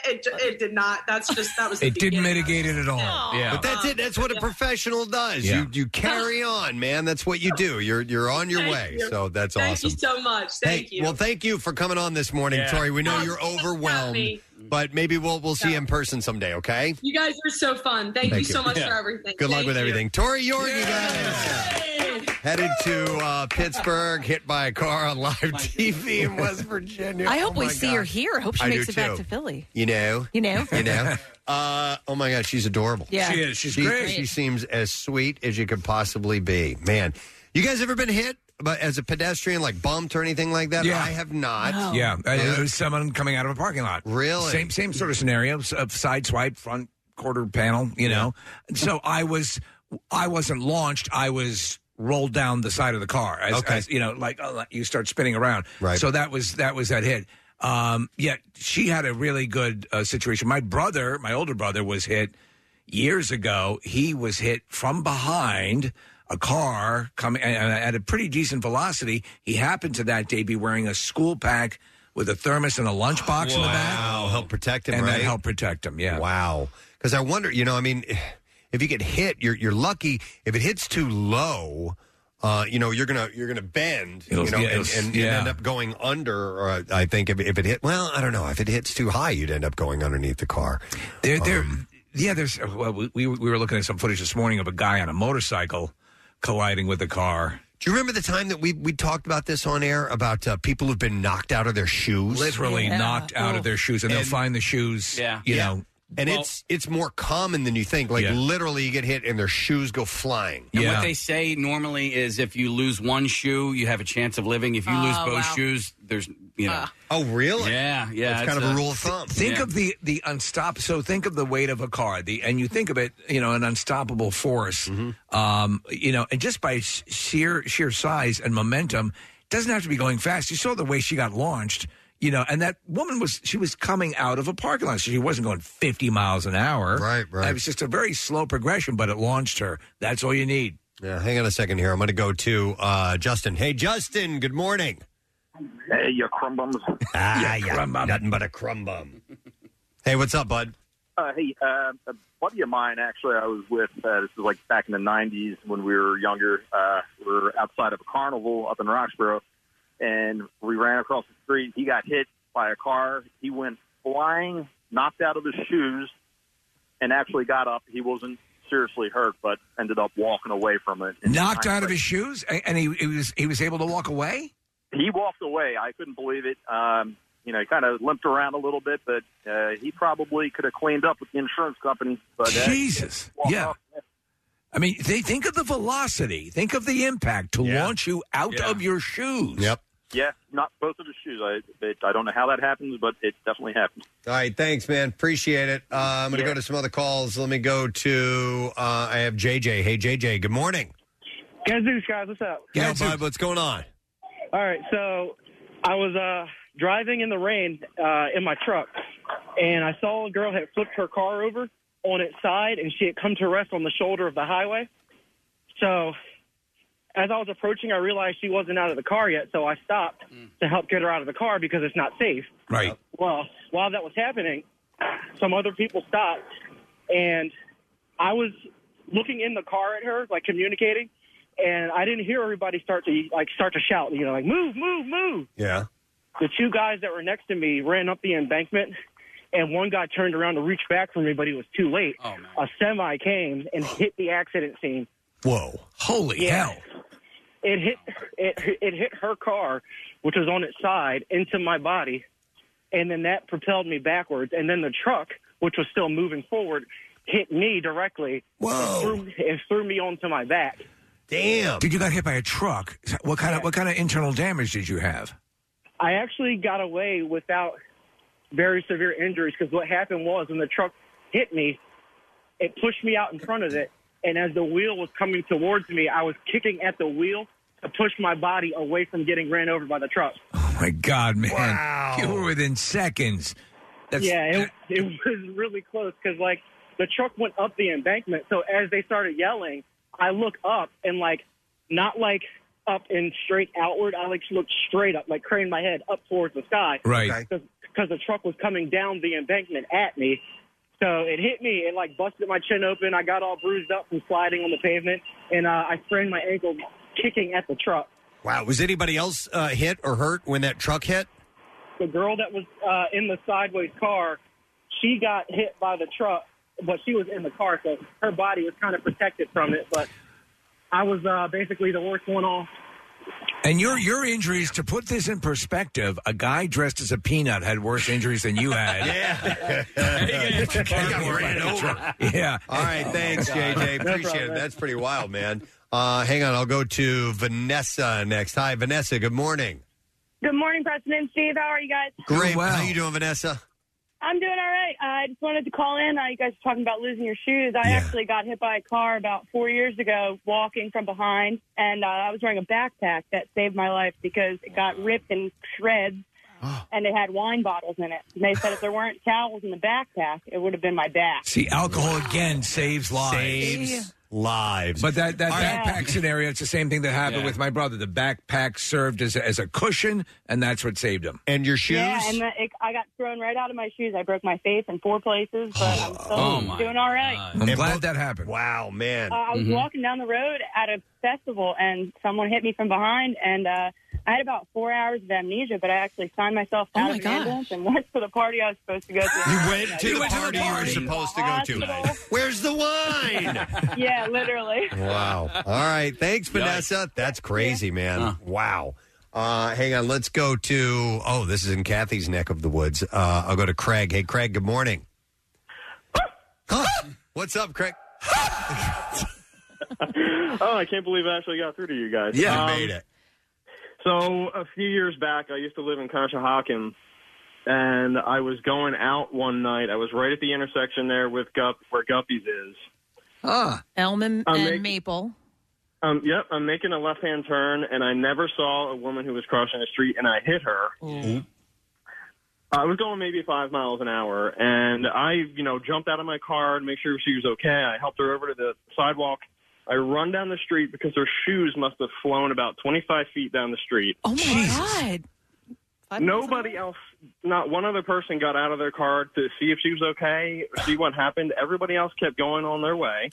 it, it, it did not. That's just that was the
It didn't
beginning.
mitigate it at all. Yeah.
But that's it. That's what a professional does.
Yeah.
You you carry on, man. That's what you do. You're you're on your
Thank
way.
you.
So that's
Thank
awesome.
you so much. Thank
Hey,
you.
Well, um, thank you for coming on this morning,
Yeah.
Tori. We know
Oh,
you're
thanks for
overwhelmed,
having
but maybe we'll we'll see you in person someday. Okay.
you guys are so fun. Thank, you,
Thank
so
you.
much
Yeah.
for everything.
Good luck
Thank
with
you.
everything, Tori York. You guys headed to uh, Pittsburgh, hit by a car
Oh
on live TV in West Virginia.
I hope
Oh,
we
my
see
God.
her here. I hope she
I
makes
do,
it back
too.
to Philly.
You know.
You know?
You know. Uh, oh my God, she's adorable.
Yeah. She is. She's
she,
great.
She seems as sweet as you could possibly be. Man, you guys ever been hit? But as a pedestrian, like bumped or anything like that,
Yeah.
I have not.
Yeah, uh, it was someone coming out of a parking lot.
Really?
Same same sort of scenario. s- Of side swipe, front quarter panel. You know. And So I was I wasn't launched. I was rolled down the side of the car. As,
Okay.
as, you know, like uh, like you start spinning around.
Right.
So that was that was that hit. Um, yet she had a really good uh, situation. My brother, my older brother, was hit years ago. He was hit from behind a car coming and- and at a pretty decent velocity. He happened to that day be wearing a school pack with a thermos and a lunchbox in the back.
Wow, help protect him,
And that
right?
helped protect him. Yeah.
Wow. Because I wonder, you know, I mean, if you get hit, you're you're lucky. If it hits too low, uh, you know, you're gonna you're gonna bend,
It'll-
you know,
yeah,
and,
it'll-
and you'd
yeah.
end up going under. Or uh, I think if, if it hit, well, I don't know. If it hits too high, you'd end up going underneath the car.
There, there,
Um,
yeah. There's. Well, we we were looking at some footage this morning of a guy on a motorcycle colliding with a car.
Do you remember the time that we we talked about this on air about uh, people who've been knocked out of their shoes,
Literally knocked out of their shoes, and, they'll find the shoes.
Oh. Yeah.
You
Yeah.
know.
And it's it's more common than you think. Like
Yeah.
literally, you get hit and their shoes go flying.
And what they say normally is if you lose one shoe, you have a chance of living. If you lose
Oh,
both
wow.
shows, there's, you know.
Ah.
oh, really?
Yeah, yeah.
That's
it's
Think
Yeah.
of the the unstop. So think of the weight of a car. The and you think of it, you know, an unstoppable force. Um, you know, and just by s- sheer sheer size and momentum, doesn't have to be going fast. You saw the way she got launched. You know, and that woman was she was coming out of a parking lot. So she wasn't going 50 miles an hour. Right, right. It was just a very slow progression, but it launched her. That's all you need.
Yeah, hang on a second here. I'm going to go to uh, Justin. Hey, Justin. Good morning.
Hey, you crumbums.
Ah, yeah, nothing but a crumb bum. hey, what's up, bud?
Uh, hey, uh, a buddy of mine, actually, I was with, uh, this was like back in the 90s when we were younger. Uh, we were outside of a carnival up in Roxborough, and we ran across the street. He got hit by a car. He went flying, knocked out of his shoes, and actually got up. He wasn't seriously hurt, but ended up walking away from it. In
Knocked out of
hindsight.
his shoes, a- and he, he was he was able to walk away.
He walked away. I couldn't believe it. Um, you know, he kind of limped around a little bit, but uh, he probably could have cleaned up with the insurance company. But uh,
Jesus, yeah. I mean, they think of the velocity, think of the impact to launch you out of your shoes. Yep.
Yeah, not both of the shoes. I it, I don't know how that happens, but it definitely happened.
All right, thanks, man. Appreciate it. Uh, I'm going to go to some other calls. Let me go to. Uh, I have JJ. Hey, JJ. Good morning.
Gadzooks, guys, what's up?
Yeah, bud. What's going on?
All right, so I was uh, driving in the rain uh, in my truck, and I saw a girl had flipped her car over on its side, and she had come to rest on the shoulder of the highway. So as I was approaching, I realized she wasn't out of the car yet, so I stopped to help get her out of the car because it's not safe.
Right.
Well, while that was happening, some other people stopped, and I was looking in the car at her, like communicating, and I didn't hear everybody start to like start to shout, you know, like move, move, move.
Yeah.
The two guys that were next to me ran up the embankment, and one guy turned around to reach back for me, but he was too late. a semi came and hit the accident scene.
Whoa! Holy
hell! It hit it it hit her car, which was on its side, into my body, and then that propelled me backwards. And then the truck, which was still moving forward, hit me directly. Whoa! And threw, and threw me onto my back.
Damn.
Dude, you got hit by a truck. What kind of what kind of internal damage did you have?
I actually got away without very severe injuries because what happened was when the truck hit me, it pushed me out in front of it. And as the wheel was coming towards me, I was kicking at the wheel to push my body away from getting ran over by the truck.
Oh my God, man! You were within seconds. That's,
yeah, it, it was really close because like the truck went up the embankment. So as they started yelling, I look up and like not like up and straight outward. I like looked straight up, like craned my head up towards the sky.
Right. Okay.
Because the truck was coming down the embankment at me. So it hit me. It like busted my chin open. I got all bruised up from sliding on the pavement, and uh, I sprained my ankle kicking at the truck.
Wow. Was anybody else uh, hit or hurt when that truck hit?
the girl that was uh, in the sideways car, she got hit by the truck, but she was in the car, so her body was kind of protected from it. But I was uh, basically the worst one off.
And your your injuries, to put this in perspective, a guy dressed as a peanut had worse injuries than you had.
yeah. Oh,
Yeah.
Uh, All right. Thanks, JJ. Appreciate it. That's pretty wild, man. Uh, hang on. I'll go to Vanessa next. Hi, Vanessa. Good morning.
Good morning, President Steve. How are you guys?
Great. How you doing, Vanessa?
I'm doing all right. I just wanted to call in. Uh, you guys were talking about losing your shoes. I actually got hit by a car about four years ago walking from behind, and uh, I was wearing a backpack that saved my life because it got ripped in shreds, and it had wine bottles in it. And they said if there weren't towels in the backpack, it would have been my back.
See, alcohol again saves lives.
Saves
lives.
But that, that
All right.
backpack scenario, it's the same thing that happened
Yeah.
with my brother. The backpack served as a, as a cushion, and that's what saved him.
And your
Yeah, and the, it, I got thrown right out of my shoes. I broke my face in four places, but I'm still
Oh, my
doing all right.
I'm glad that happened.
Wow, Oh, man.
Uh, I
Mm-hmm.
was walking down the road at a festival, and someone hit me from behind, and uh, I had about four hours of amnesia. But I actually signed myself out of an ambulance and went to the party I was supposed to go to.
You went to the party you were supposed to go to. Where's the wine?
yeah, literally.
Wow. All right. Thanks, Vanessa. That's crazy, man. Wow. Uh, hang on. Let's go to. Oh, this is in Kathy's neck of the woods. Uh, I'll go to Craig. Hey, Craig. Good morning. Huh? What's up, Craig?
oh, I can't believe I actually got through to you guys.
Yeah,
Um,
you made it.
So a few years back, I used to live in Conshohocken, and I was going out one night. I was right at the intersection there with Gup, where Guppy's is.
Ah. Elm and,
I'm
and
making-
Maple.
Um, yep, I'm making
Um,
a left-hand turn, and I never saw a woman who was crossing the street, and I hit her. I was going maybe five miles an hour, and I, you know, jumped out of my car to make sure she was okay. I helped her over to the sidewalk. I run down the street because her shoes must have flown about 25 feet down the street.
Oh my god!
Nobody else, not one other person got out of their car to see if she was okay, or see what happened. Everybody else kept going on their way.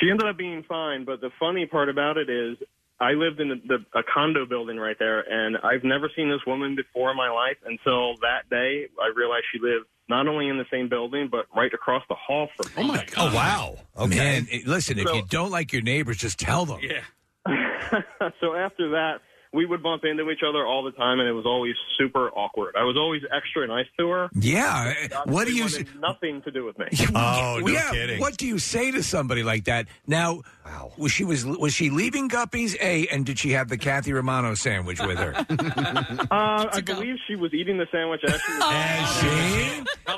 She ended up being fine, but the funny part about it is I lived in the, the, a condo building right there, and I've never seen this woman before in my life until that day I realized she lived not only in the same building, but right across the hall from me. Oh, my
Oh wow. Okay. Man, it- listen, if you don't like your neighbors, just tell them.
Yeah. so after that, we would bump into each other all the time, and it was always super awkward. I was always extra nice to her.
Yeah, eh, what do you
Obviously wanted Nothing to do with me.
Oh,
Well, yeah, What do you say to somebody like that? Now, was she was was she leaving Guppies? A and did she have the Kathy Romano sandwich with her?
Uh, I believe she was eating the sandwich as she was.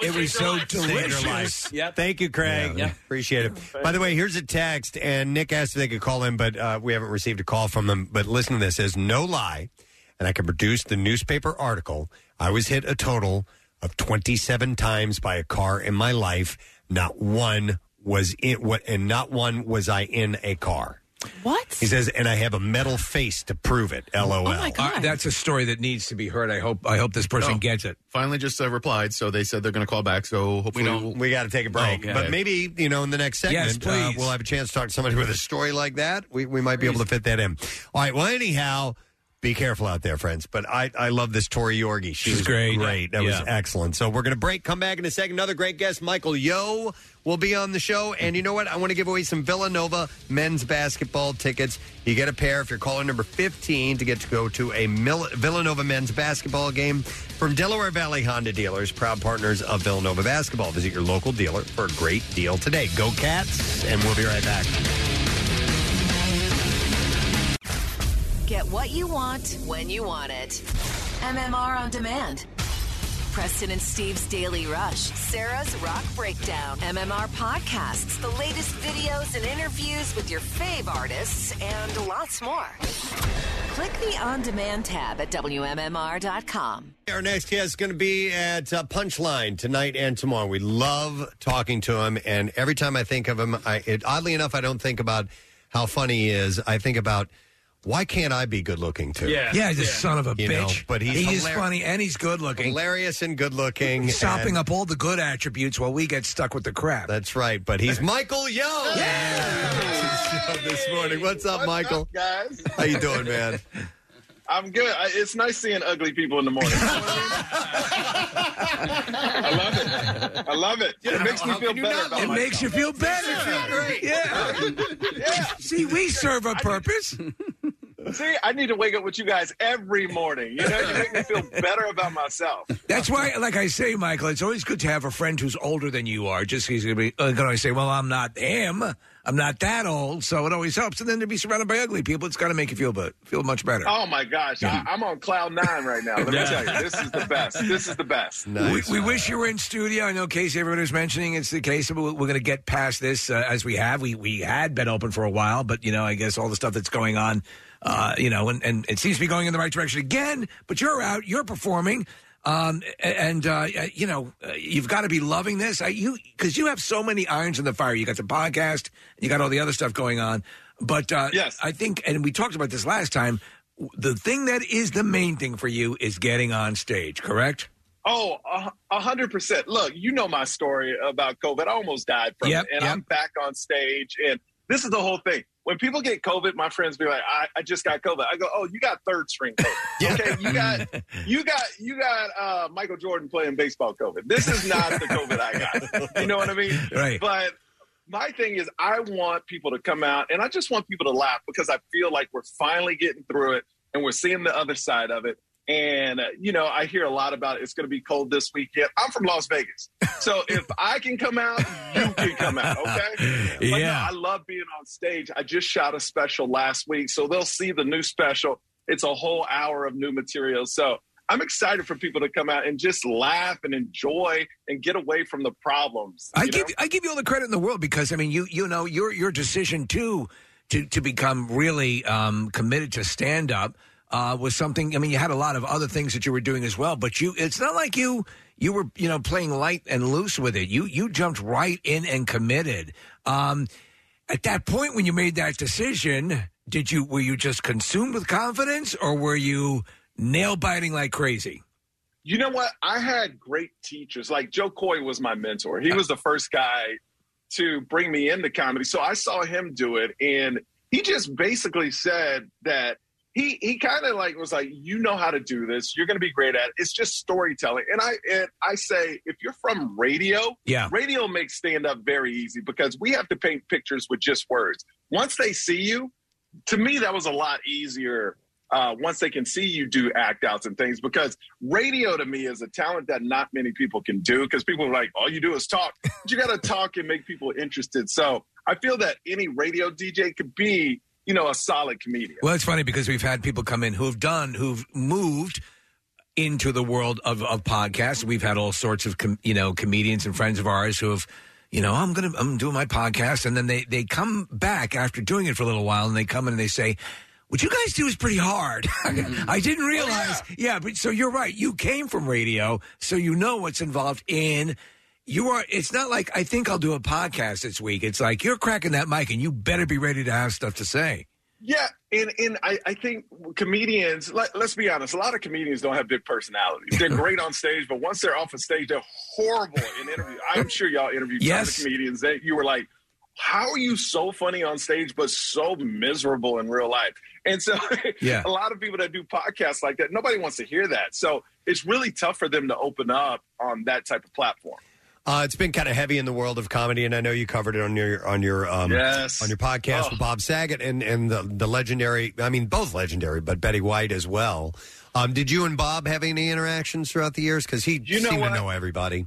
it was so
Saved her
delicious.
life. Thank you, Craig. Appreciate it. By the way, here's a text, and Nick asked if they could call in, but uh, we haven't received a call from them. But listen to this: "Is no lie, and I can produce the newspaper article. I was hit a total of 27 times by a car in my life. Not one was in what, and not one was I in a car."
What
he says, and I have a metal face to prove it. LOL.
All right, Oh, that's a story that needs to be heard. I hope I hope this person
No.
gets it.
Oh, Finally, just uh, replied. So they said they're going to call back. So hopefully, Oh,
We don't- we got to take a break. But maybe you know, in the next segment,
Yes,
uh,
please.
we'll have a chance to talk to somebody with a story like that. We we might be able to fit that in. All right. Well, anyhow, be careful out there, friends. But I I love this Tori Yorgi. She
She's
was
great.
Great. That was
Yeah.
excellent. So we're gonna break. Come back in a second. Another great guest, Michael Yo, will be on the show. And you know what? I want to give away some Villanova men's basketball tickets. You get a pair if you're caller number 15 to get to go to a Mil- Villanova men's basketball game from Delaware Valley Honda dealers, proud partners of Villanova basketball. Visit your local dealer for a great deal today. Go Cats, and we'll be right back.
Get what you want when you want it. MMR on demand. Preston and Steve's Daily Rush, Sarah's Rock Breakdown, MMR podcasts, the latest videos and interviews with your fave artists, and lots more. Click the on demand tab at WMMR.com.
Our next guest is going to be at uh, Punchline tonight and tomorrow. We love talking to him, and every time I think of him, I, it, oddly enough, I don't think about how funny he is. I think about why can't I be good looking too?
Yeah, he's a son of a
You
bitch.
know, but he's
he is
hilar-
funny and he's good looking,
hilarious and good looking,
sopping
and-
up all the good attributes while we get stuck with the crap.
That's right. But he's Michael Yo. this morning. What's up, Michael?
guys?
How you doing, man?
I'm good. I, it's nice seeing ugly people in the morning. I love it. I love it. it makes me feel better. About
It makes you feel better. Yeah. See, we serve a purpose.
See, I need to wake up with you guys every morning. You know, you make me feel better about myself.
That's why, like I say, Michael, it's always good to have a friend who's older than you are. Just he's gonna be uh, gonna always say, "Well, I'm not him. I'm not that old," so it always helps. And then to be surrounded by ugly people, it's got to make you feel but feel much better.
Oh my gosh, I, I'm on cloud nine right now. Let me
Yeah.
tell you, this is the best. This is the best.
We, we wish you were in studio. I know, Casey, everybody was mentioning it's the case. But we're going to get past this uh, as we have. We we had been open for a while, but you know, I guess all the stuff that's going on, uh, you know, and, and it seems to be going in the right direction again. But you're out. You're performing. Um a- and uh you know uh, you've got to be loving this I, you because you have so many irons in the fire you got the podcast you got all the other stuff going on but uh yes I think and we talked about this last time w- the thing that is the main thing for you is getting on stage correct
Oh, a a hundred percent. Look, you know my story about COVID. I almost died from
Yep,
it, and
yep.
I'm back on stage. And this is the whole thing. When people get COVID, my friends be like, I, "I just got COVID." I go, "Oh, you got third string COVID. Okay, you got you got you got uh, Michael Jordan playing baseball COVID. This is not the COVID I got. You know what I mean?
Right.
But my thing is, I want people to come out, and I just want people to laugh because I feel like we're finally getting through it, and we're seeing the other side of it. And uh, you know, I hear a lot about it's going to be cold this weekend. I'm from Las Vegas, so if I can come out, you can come out. Okay. But no,
Yeah.
I love being on stage. I just shot a special last week, so they'll see the new special. It's a whole hour of new material. So I'm excited for people to come out and just laugh and enjoy and get away from the problems.
I
you know?
give I give you all the credit in the world because I mean you you know your your decision to to to become really um, committed to stand up uh, was something. I mean, you had a lot of other things that you were doing as well, but you. It's not like you you were you know playing light and loose with it. You you jumped right in and committed. Um, at that point when you made that decision, did you were you just consumed with confidence, or were you nail biting like crazy?
You know what? I had great teachers. Like Joe Coy was my mentor. He was the first guy to bring me into comedy. So I saw him do it and he just basically said that he he kind of like was like, you know how to do this. You're gonna be great at it. It's just storytelling. And I and I say if you're from radio,
Yeah.
radio makes stand up very easy because we have to paint pictures with just words. Once they see you, to me that was a lot easier uh, once they can see you do act outs and things because radio to me is a talent that not many people can do because people are like all you do is talk but you got to talk and make people interested so i feel that any radio dj could be you know a solid comedian
Well, it's funny because we've had people come in who've done, who've moved into the world of, of podcasts. We've had all sorts of com, you know comedians and friends of ours who have, you know, I'm gonna I'm doing my podcast, and then they they come back after doing it for a little while, and they come in and they say. What you guys do is pretty hard. I didn't realize. yeah. but so you're right. You came from radio, so you know what's involved in. You are. It's not like I think I'll do a podcast this week. It's like you're cracking that mic, and you better be ready to have stuff to say.
Yeah, and and I, I think comedians. Let, let's be honest. A lot of comedians don't have big personalities. They're great on stage, but once they're off of stage, they're horrible in interviews. I'm sure y'all interviewed tons
Yes.
of comedians that you were like, "How are you so funny on stage, but so miserable in real life?" And so,
Yeah.
a lot of people that do podcasts like that, nobody wants to hear that. So it's really tough for them to open up on that type of platform.
Uh, it's been kind of heavy in the world of comedy, and I know you covered it on your on your um,
Yes. Oh.
on your podcast with Bob Saget and and the, the legendary. I mean, both legendary, but Betty White as well. Um, did you and Bob have any interactions throughout the years? Because he
You know
seemed
what?
to know everybody.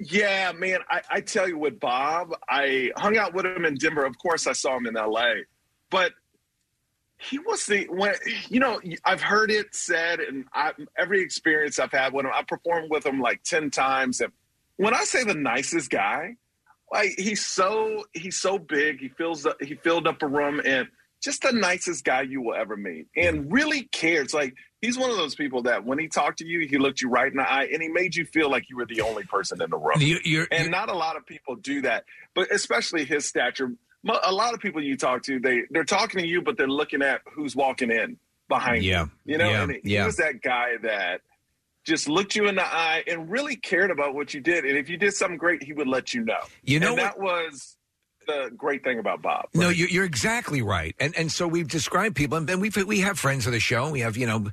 Yeah, man. I, I tell you with Bob, I hung out with him in Denver. Of course, I saw him in L.A. But he was the when you know I've heard it said, and I, every experience I've had with him, I performed with him like ten times. And when I say the nicest guy, like he's so he's so big, he fills up, he filled up a room, and just the nicest guy you will ever meet, and really cares. Like he's one of those people that when he talked to you, he looked you right in the eye, and he made you feel like you were the only person in the room.
You- you're-
and not a lot of people do that, but especially his stature. Mo- A lot of people you talk to, they they're talking to you, but they're looking at who's walking in behind
Yeah,
you. You know,
yeah,
and he
yeah.
was that guy that just looked you in the eye and really cared about what you did. And if you did something great, he would let you know.
You know
and
what-
that was the great thing about Bob.
No, you're, you're exactly right, and and so we've described people, and we we have friends of the show. We have you know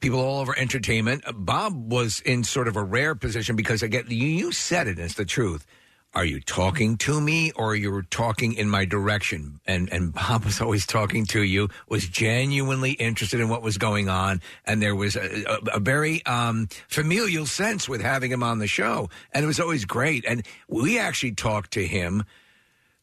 people all over entertainment. Uh, Bob was in sort of a rare position because again, you, you said it, and it's the truth. Are you talking to me, or you were talking in my direction? And and Bob was always talking to you, was genuinely interested in what was going on, and there was a, a, a very um, familial sense with having him on the show, and it was always great. And we actually talked to him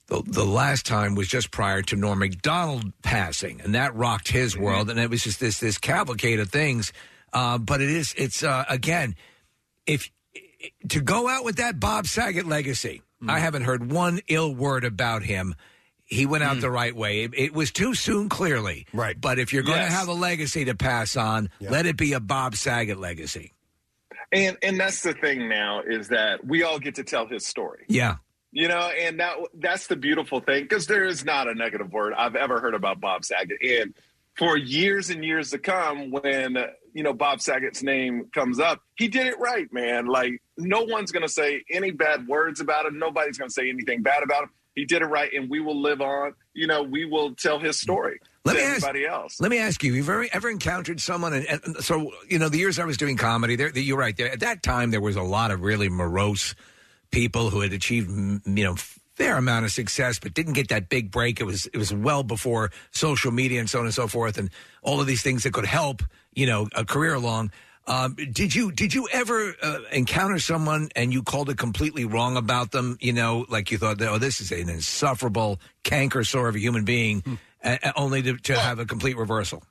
the, the last time was just prior to Norm Macdonald passing, and that rocked his world. And it was just this this cavalcade of things. Uh, but it is it's uh, again, if to go out with that Bob Saget legacy, I haven't heard one ill word about him. He went out the right way. It, it was too soon, clearly. Right. But if you're going
Yes.
to have a legacy to pass on, let it be a Bob Saget legacy.
And and that's the thing now is that we all get to tell his story.
Yeah.
You know, and that that's the beautiful thing because there is not a negative word I've ever heard about Bob Saget. And for years and years to come, when uh, you know Bob Saget's name comes up, he did it right, man. Like no one's gonna say any bad words about him. Nobody's gonna say anything bad about him. He did it right, and we will live on. You know, we will tell his story
Let
to
me ask-
everybody else.
Let me ask you: You've ever, ever encountered someone? And, and so, you know, the years I was doing comedy, there, you're right. There, at that time, there was a lot of really morose people who had achieved, m- you know, fair amount of success, but didn't get that big break. It was it was well before social media and so on and so forth, and all of these things that could help, you know, a career along. Um, did you did you ever uh, encounter someone and you called it completely wrong about them? You know, like you thought, oh, this is an insufferable canker sore of a human being, uh uh, only to, to have a complete reversal.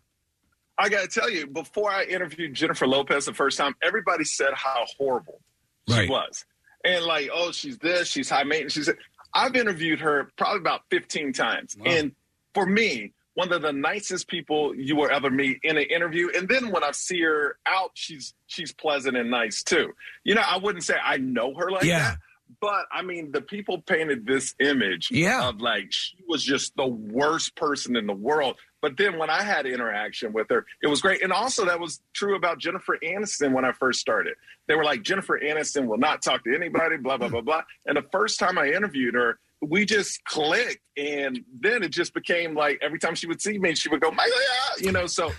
I got to tell you, before I interviewed Jennifer Lopez the first time, everybody said how horrible
Right.
she was. And like, oh, she's this, she's high maintenance. She's I've interviewed her probably about 15 times. And for me, one of the nicest people you will ever meet in an interview. And then when I see her out, she's she's pleasant and nice too. You know, I wouldn't say I know her like that. But I mean, the people painted this image
Yeah.
of like she was just the worst person in the world. But then when I had interaction with her, it was great. And also, that was true about Jennifer Aniston when I first started. They were like, Jennifer Aniston will not talk to anybody, blah, blah, blah, blah. And the first time I interviewed her, we just clicked. And then it just became like every time she would see me, she would go, Michael, yeah," you know, so.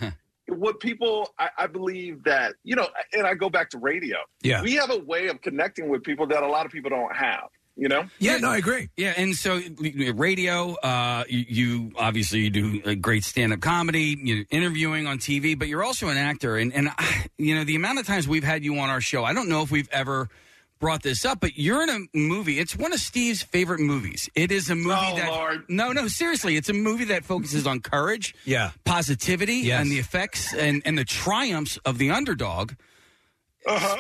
What people, I, I believe that, you know, and I go back to radio.
Yeah.
We have a way of connecting with people that a lot of people don't have, you know?
Yeah,
no,
I agree.
Yeah, and so y- radio, uh, you, you obviously you do a great stand-up comedy, you interviewing on TV, but you're also an actor, and and I- you know the amount of times we've had you on our show, I don't know if we've ever brought this up, but you're in a movie. It's one of Steve's favorite movies. It is a movie that no, no, seriously, it's a movie that focuses on courage,
Yeah.
positivity,
Yes.
and the effects and and the triumphs of the underdog.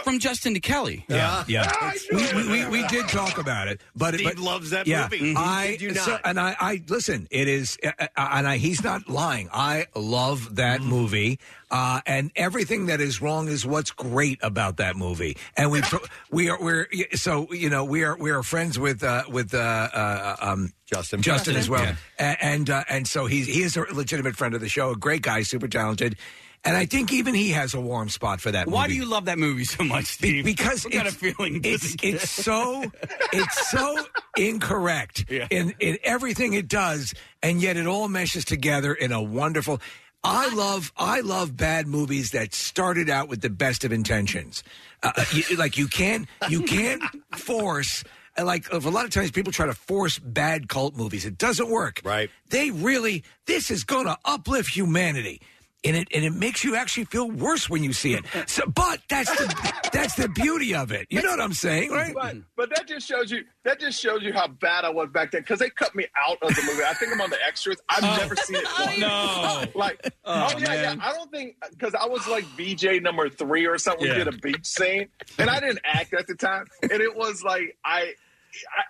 From Justin to Kelly.
Yeah, yeah. We, we, we, we did talk about it, but
Steve
but,
loves that
yeah,
movie. He
I
did you
so-
not.
and I, I listen. It is, uh, uh, and I, he's not lying. I love that
Mm.
movie, uh, and everything that is wrong is what's great about that movie. And we pro- we are we're so you know we are we are friends with uh, with uh, uh, um,
Justin
Justin as well,
Yeah.
A- and uh, and so he's he is a legitimate friend of the show, a great guy, super talented. And I think even he has a warm spot for that.
Why
movie.
do you love that movie so much, Steve?
because
What kind
it's-
of feeling does
it's
it get?
it's so it's so incorrect in in everything it does, and yet it all meshes together in a wonderful. I love I love bad movies that started out with the best of intentions. Uh, uh, you, like you can't you can't force. and Like a lot of times, people try to force bad cult movies. It doesn't work. Right? They really. This is going to uplift humanity and it and it makes you actually feel worse when you see it. So, but that's the that's the beauty of it. You know what I'm saying, right?
But, but that just shows you that just shows you how bad I was back then because they cut me out of the movie. I think I'm on the extras. I've never seen it. Once.
Oh. No.
like
Oh,
oh, yeah,
man.
yeah. I don't think because I was like BJ number three or something.
Yeah.
We did a beach scene, and I didn't act at the time, and it was like I. I-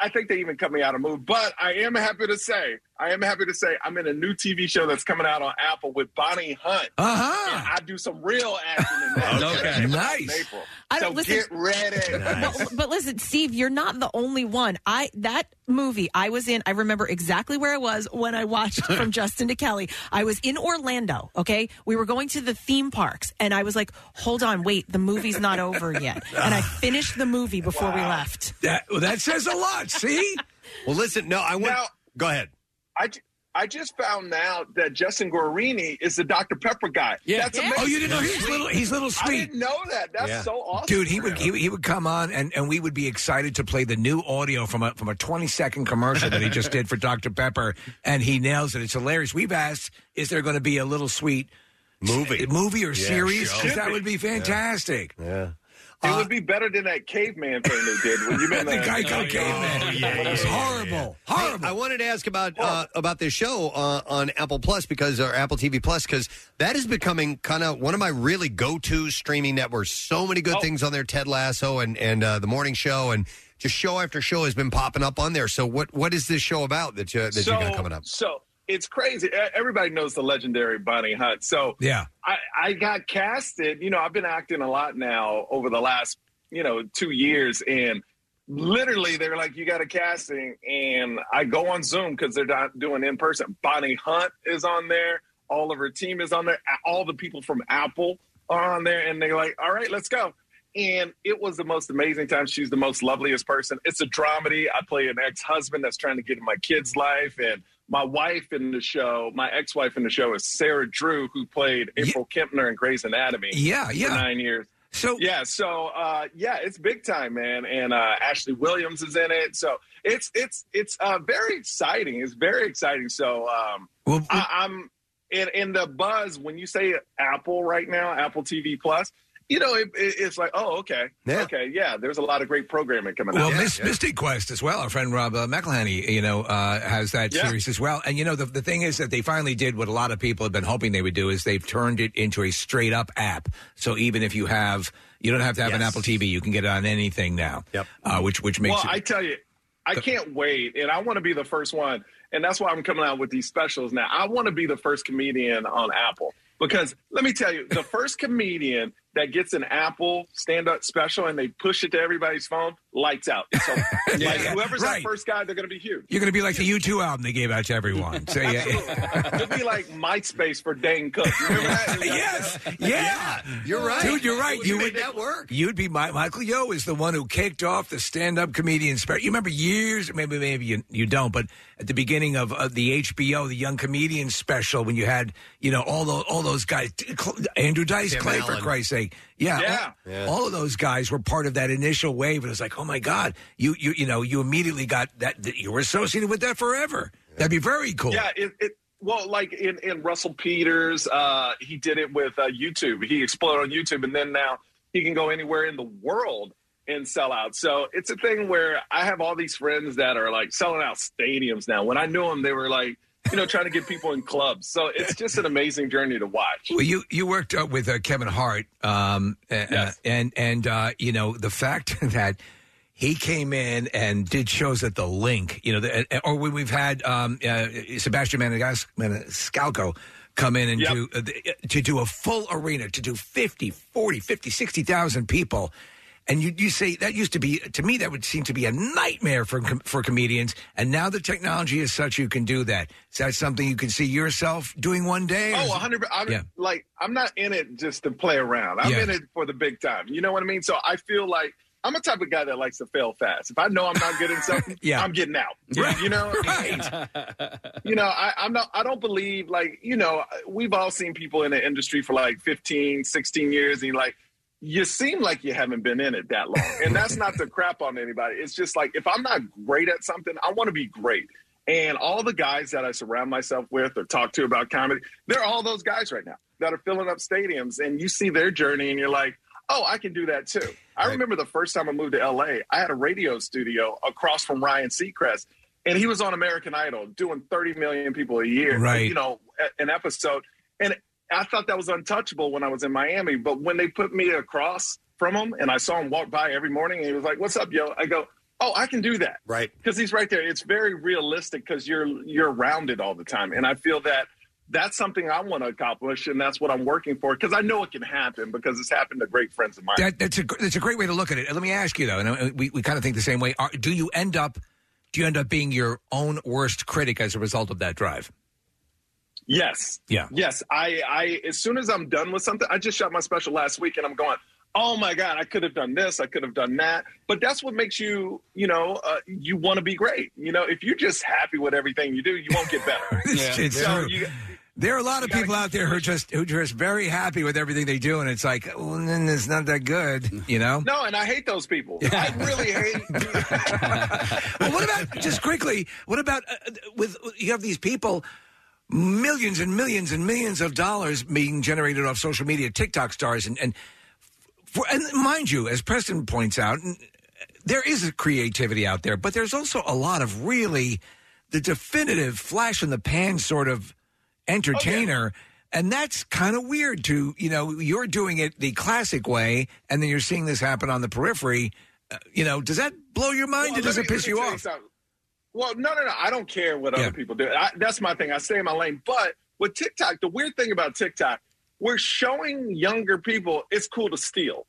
I think they even cut me out of the movie, but I am happy to say, I am happy to say, I'm in a new TV show that's coming out on Apple with Bonnie Hunt.
Uh-huh.
And I do some real acting in that.
Okay. Nice.
In April.
I
so
don't listen.
get ready.
But, but listen, Steve, you're not the only one. I that movie I was in. I remember exactly where I was when I watched from Justin to Kelly. I was in Orlando. Okay, we were going to the theme parks, and I was like, "Hold on, wait, the movie's not over yet." And I finished the movie before we left.
That well, that says a lot. See?
well, listen. No, I
went.
go ahead.
I, ju- I just found out that Justin Guarini is the Dr Pepper guy.
Yeah.
That's
Yeah.
amazing.
Oh, you didn't know he's little- he's little
I
sweet.
didn't know that. That's
Yeah.
so awesome,
Dude, he would he, would- he would come on and, and we would be excited to play the new audio from a from a 20 second commercial that he just did for Dr Pepper and he nails it. It's hilarious. We've asked is there going to be a little sweet
movie
movie or
Yeah,
series?
show.
'Cause that would be
Yeah.
fantastic. Uh,
Yeah.
It would be better than that caveman thing they did when you met
The Geico caveman.
yeah,
It's
yeah, yeah,
horrible.
Horrible. I, wanted to ask about uh, about this show uh, on Apple Plus because or Apple TV Plus because that is becoming kind of one of my really go to streaming networks. So many
Oh.
good things on there: Ted Lasso and and uh, the Morning Show, and just show after show has been popping up on there. So what what is this show about that you, that you got coming up?
So it's crazy. E- Everybody knows the legendary Bonnie Hunt. So
Yeah.
I, I got casted. You know, I've been acting a lot now over the last, you know, two years. And literally, they're like, you got a casting. And I go on Zoom because they're not doing in person. Bonnie Hunt is on there. All of her team is on there. A- All the people from Apple are on there. And they're like, all right, let's go. And it was the most amazing time. She's the most loveliest person. It's a dramedy. I play an ex husband that's trying to get in my kid's life. And my wife in the show, my ex wife in the show is Sarah Drew, who played April Kempner in Grey's Anatomy.
Yeah, yeah.
For nine years.
So
yeah, so uh, yeah, it's big time, man. And uh, Ashley Williams is in it, so it's it's it's uh, very exciting. It's very exciting. So um, I, I'm in, in the buzz when you say Apple right now, Apple TV Plus. You know, it, it, it's like, oh, okay, okay, yeah. There's a lot of great programming coming
Well,
out.
Miss, Mystic Quest as well. Our friend Rob uh, McElhenney, you know, uh, has that
Yeah.
series as well. And you know, the, the thing is that they finally did what a lot of people have been hoping they would do is they've turned it into a straight up app. So even if you have, you don't have to have an Apple TV, you can get it on anything now. Yep. Uh, which which makes
well,
it.
I tell you, I can't wait, and I want to be the first one, and that's why I'm coming out with these specials now. I want to be the first comedian on Apple because let me tell you, the first comedian that gets an Apple stand-up special and they push it to everybody's phone, lights out. So, like, whoever's
right.
that first guy, they're going to be huge.
You're going to be like the U2 album they gave out to everyone. So yeah,
It'll be like MySpace for Dane Cook. You remember that? yes,
yeah,
you're right.
dude. You're right.
We made that
work.
You'd be my Michael Yo is the one who kicked off the stand-up comedian spirit. You remember years, maybe maybe you, you don't, but at the beginning of uh, the HBO, the Young Comedian Special, when you had you know all those all those guys, Cl- Andrew Dice
Tim
Clay for
Allen.
Christ's sake, yeah,
Yeah.
All,
Yeah.
all of those guys were part of that initial wave, and it's like, oh my God, you you you know you immediately got that, that you were associated with that forever. That'd be very cool.
Yeah, it, it well, like in, in Russell Peters, uh, he did it with uh, YouTube. He exploded on YouTube, and then now he can go anywhere in the world and sell out. So it's a thing where I have all these friends that are like selling out stadiums now. When I knew them, they were like, you know, trying to get people in clubs. So it's just an amazing journey to watch.
Well, you you worked uh, with uh, Kevin Hart, um, uh, uh, and and uh, you know the fact that he came in and did shows at the Link, you know, the, uh, or when we've had um, uh, Sebastian Maniscalco, Maniscalco come in and do uh, the- uh, to do a full arena to do 50, 40, 50, 60,000 people. And you, you say that used to be to me that would seem to be a nightmare for com- for comedians. And now the technology is such you can do that. Is that something you can see yourself doing one day?
Oh, 100 I'm
Yeah.
like I'm not in it just to play around. I'm
Yeah.
in it for the big time. You know what I mean? So I feel like I'm a type of guy that likes to fail fast. If I know I'm not good in something,
Yeah.
I'm getting out. You know? you know, I, I'm not, I don't believe like, you know, we've all seen people in the industry for like 15, 16 years and you're like, you seem like you haven't been in it that long. And that's not to crap on anybody. It's just like, if I'm not great at something, I want to be great. And all the guys that I surround myself with or talk to about comedy, they're all those guys right now that are filling up stadiums. And you see their journey and you're like, oh, I can do that too. I remember the first time I moved to LA, I had a radio studio across from Ryan Seacrest, and he was on American Idol doing 30 million people a year, uh,
Right.
you know, a- an episode. And I thought that was untouchable when I was in Miami, but when they put me across from him and I saw him walk by every morning and he was like, "What's up, yo?" I go, "Oh, I can do that."
Right.
Cuz he's right there. It's very realistic cuz you're you're rounded all the time. And I feel that that's something I want to accomplish, and that's what I'm working for because I know it can happen because it's happened to great friends of mine.
That, that's a gr- that's a great way to look at it. And Let me ask you though, and uh, we, we kind of think the same way. Are, do you end up do you end up being your own worst critic as a result of that drive?
Yes.
Yeah.
Yes. I, I, as soon as I'm done with something, I just shot my special last week and I'm going, oh my God, I could have done this. I could have done that. But that's what makes you, you know, uh, you want to be great. You know, if you're just happy with everything you do, you won't get better.
It's, it's true. there are a lot of people out there who are just who are just very happy with everything they do, and it's like, well, then it's not that good, you know.
No, and I hate those people. I really hate.
well, what about just quickly? What about uh, uh, with you have these people, millions and millions and millions of dollars being generated off social media, TikTok stars, and and, for, and mind you, as Preston points out, n- there is a creativity out there, but there's also a lot of really the definitive flash in the pan sort of entertainer. And that's kind of weird to, you know, you're doing it the classic way, and then you're seeing this happen on the periphery. Uh, you know, does that blow your mind
Well,
or does
let
it
me-
piss
let me
you
tell
off?
something. Well, no, no, no. I don't care what
Yeah.
other people do. I, that's my thing. I stay in my lane. But with TikTok, the weird thing about TikTok, we're showing younger people it's cool to steal.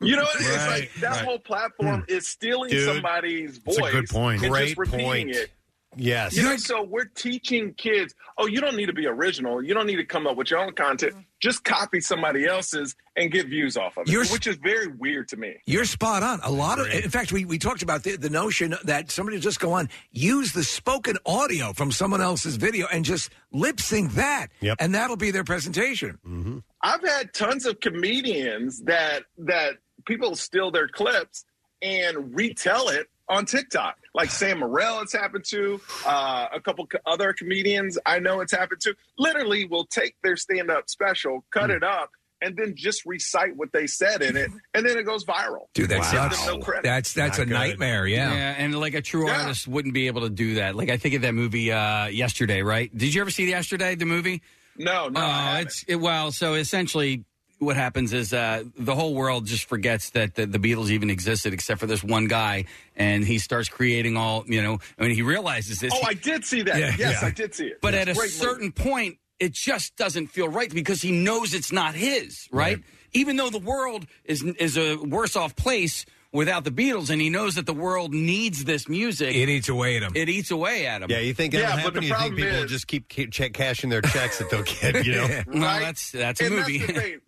You know, it's like that whole platform is stealing
Dude,
somebody's voice.
that's a good point.
and
Great
just repeating
point.
It.
Yes.
You know, so we're teaching kids, oh, you don't need to be original. You don't need to come up with your own content. Just copy somebody else's and get views off of it,
You're-
which is very weird to me.
You're spot on. A lot of, in fact, we, we talked about the, the notion that somebody would just go on, use the spoken audio from someone else's video and just lip sync that. And that'll be their presentation.
Mm-hmm.
I've had tons of comedians that that people steal their clips and retell it on TikTok. Like Sam Morril, it's happened to uh, a couple co- other comedians I know it's happened to. Literally, will take their stand up special, cut it up, and then just recite what they said in it, and then it goes viral.
Dude, that's
Give them
nuts.
no credit.
That's that's a nightmare. Yeah.
Yeah, and like a true
Yeah.
artist wouldn't be able to do that. Like I think of that movie uh, yesterday, right? Did you ever see yesterday, the movie?
No, no.
Oh, it's it, well, so essentially what happens is uh, the whole world just forgets that the, the Beatles even existed, except for this one guy, and he starts creating all you know. I mean, he realizes this.
Oh, I did see that.
Yeah,
yes,
yeah.
I did see it.
But
It's
at a
great movie.
certain point, it just doesn't feel right because he knows it's not his, right? Even though the world is is a worse off place without the Beatles, and he knows that the world needs this music.
It eats away at him.
It eats away at him.
Yeah, you think that'll happen? You think people will just keep, keep check, cashing their checks that they'll get, you know?
Well, that's that's a
And
movie.
the thing.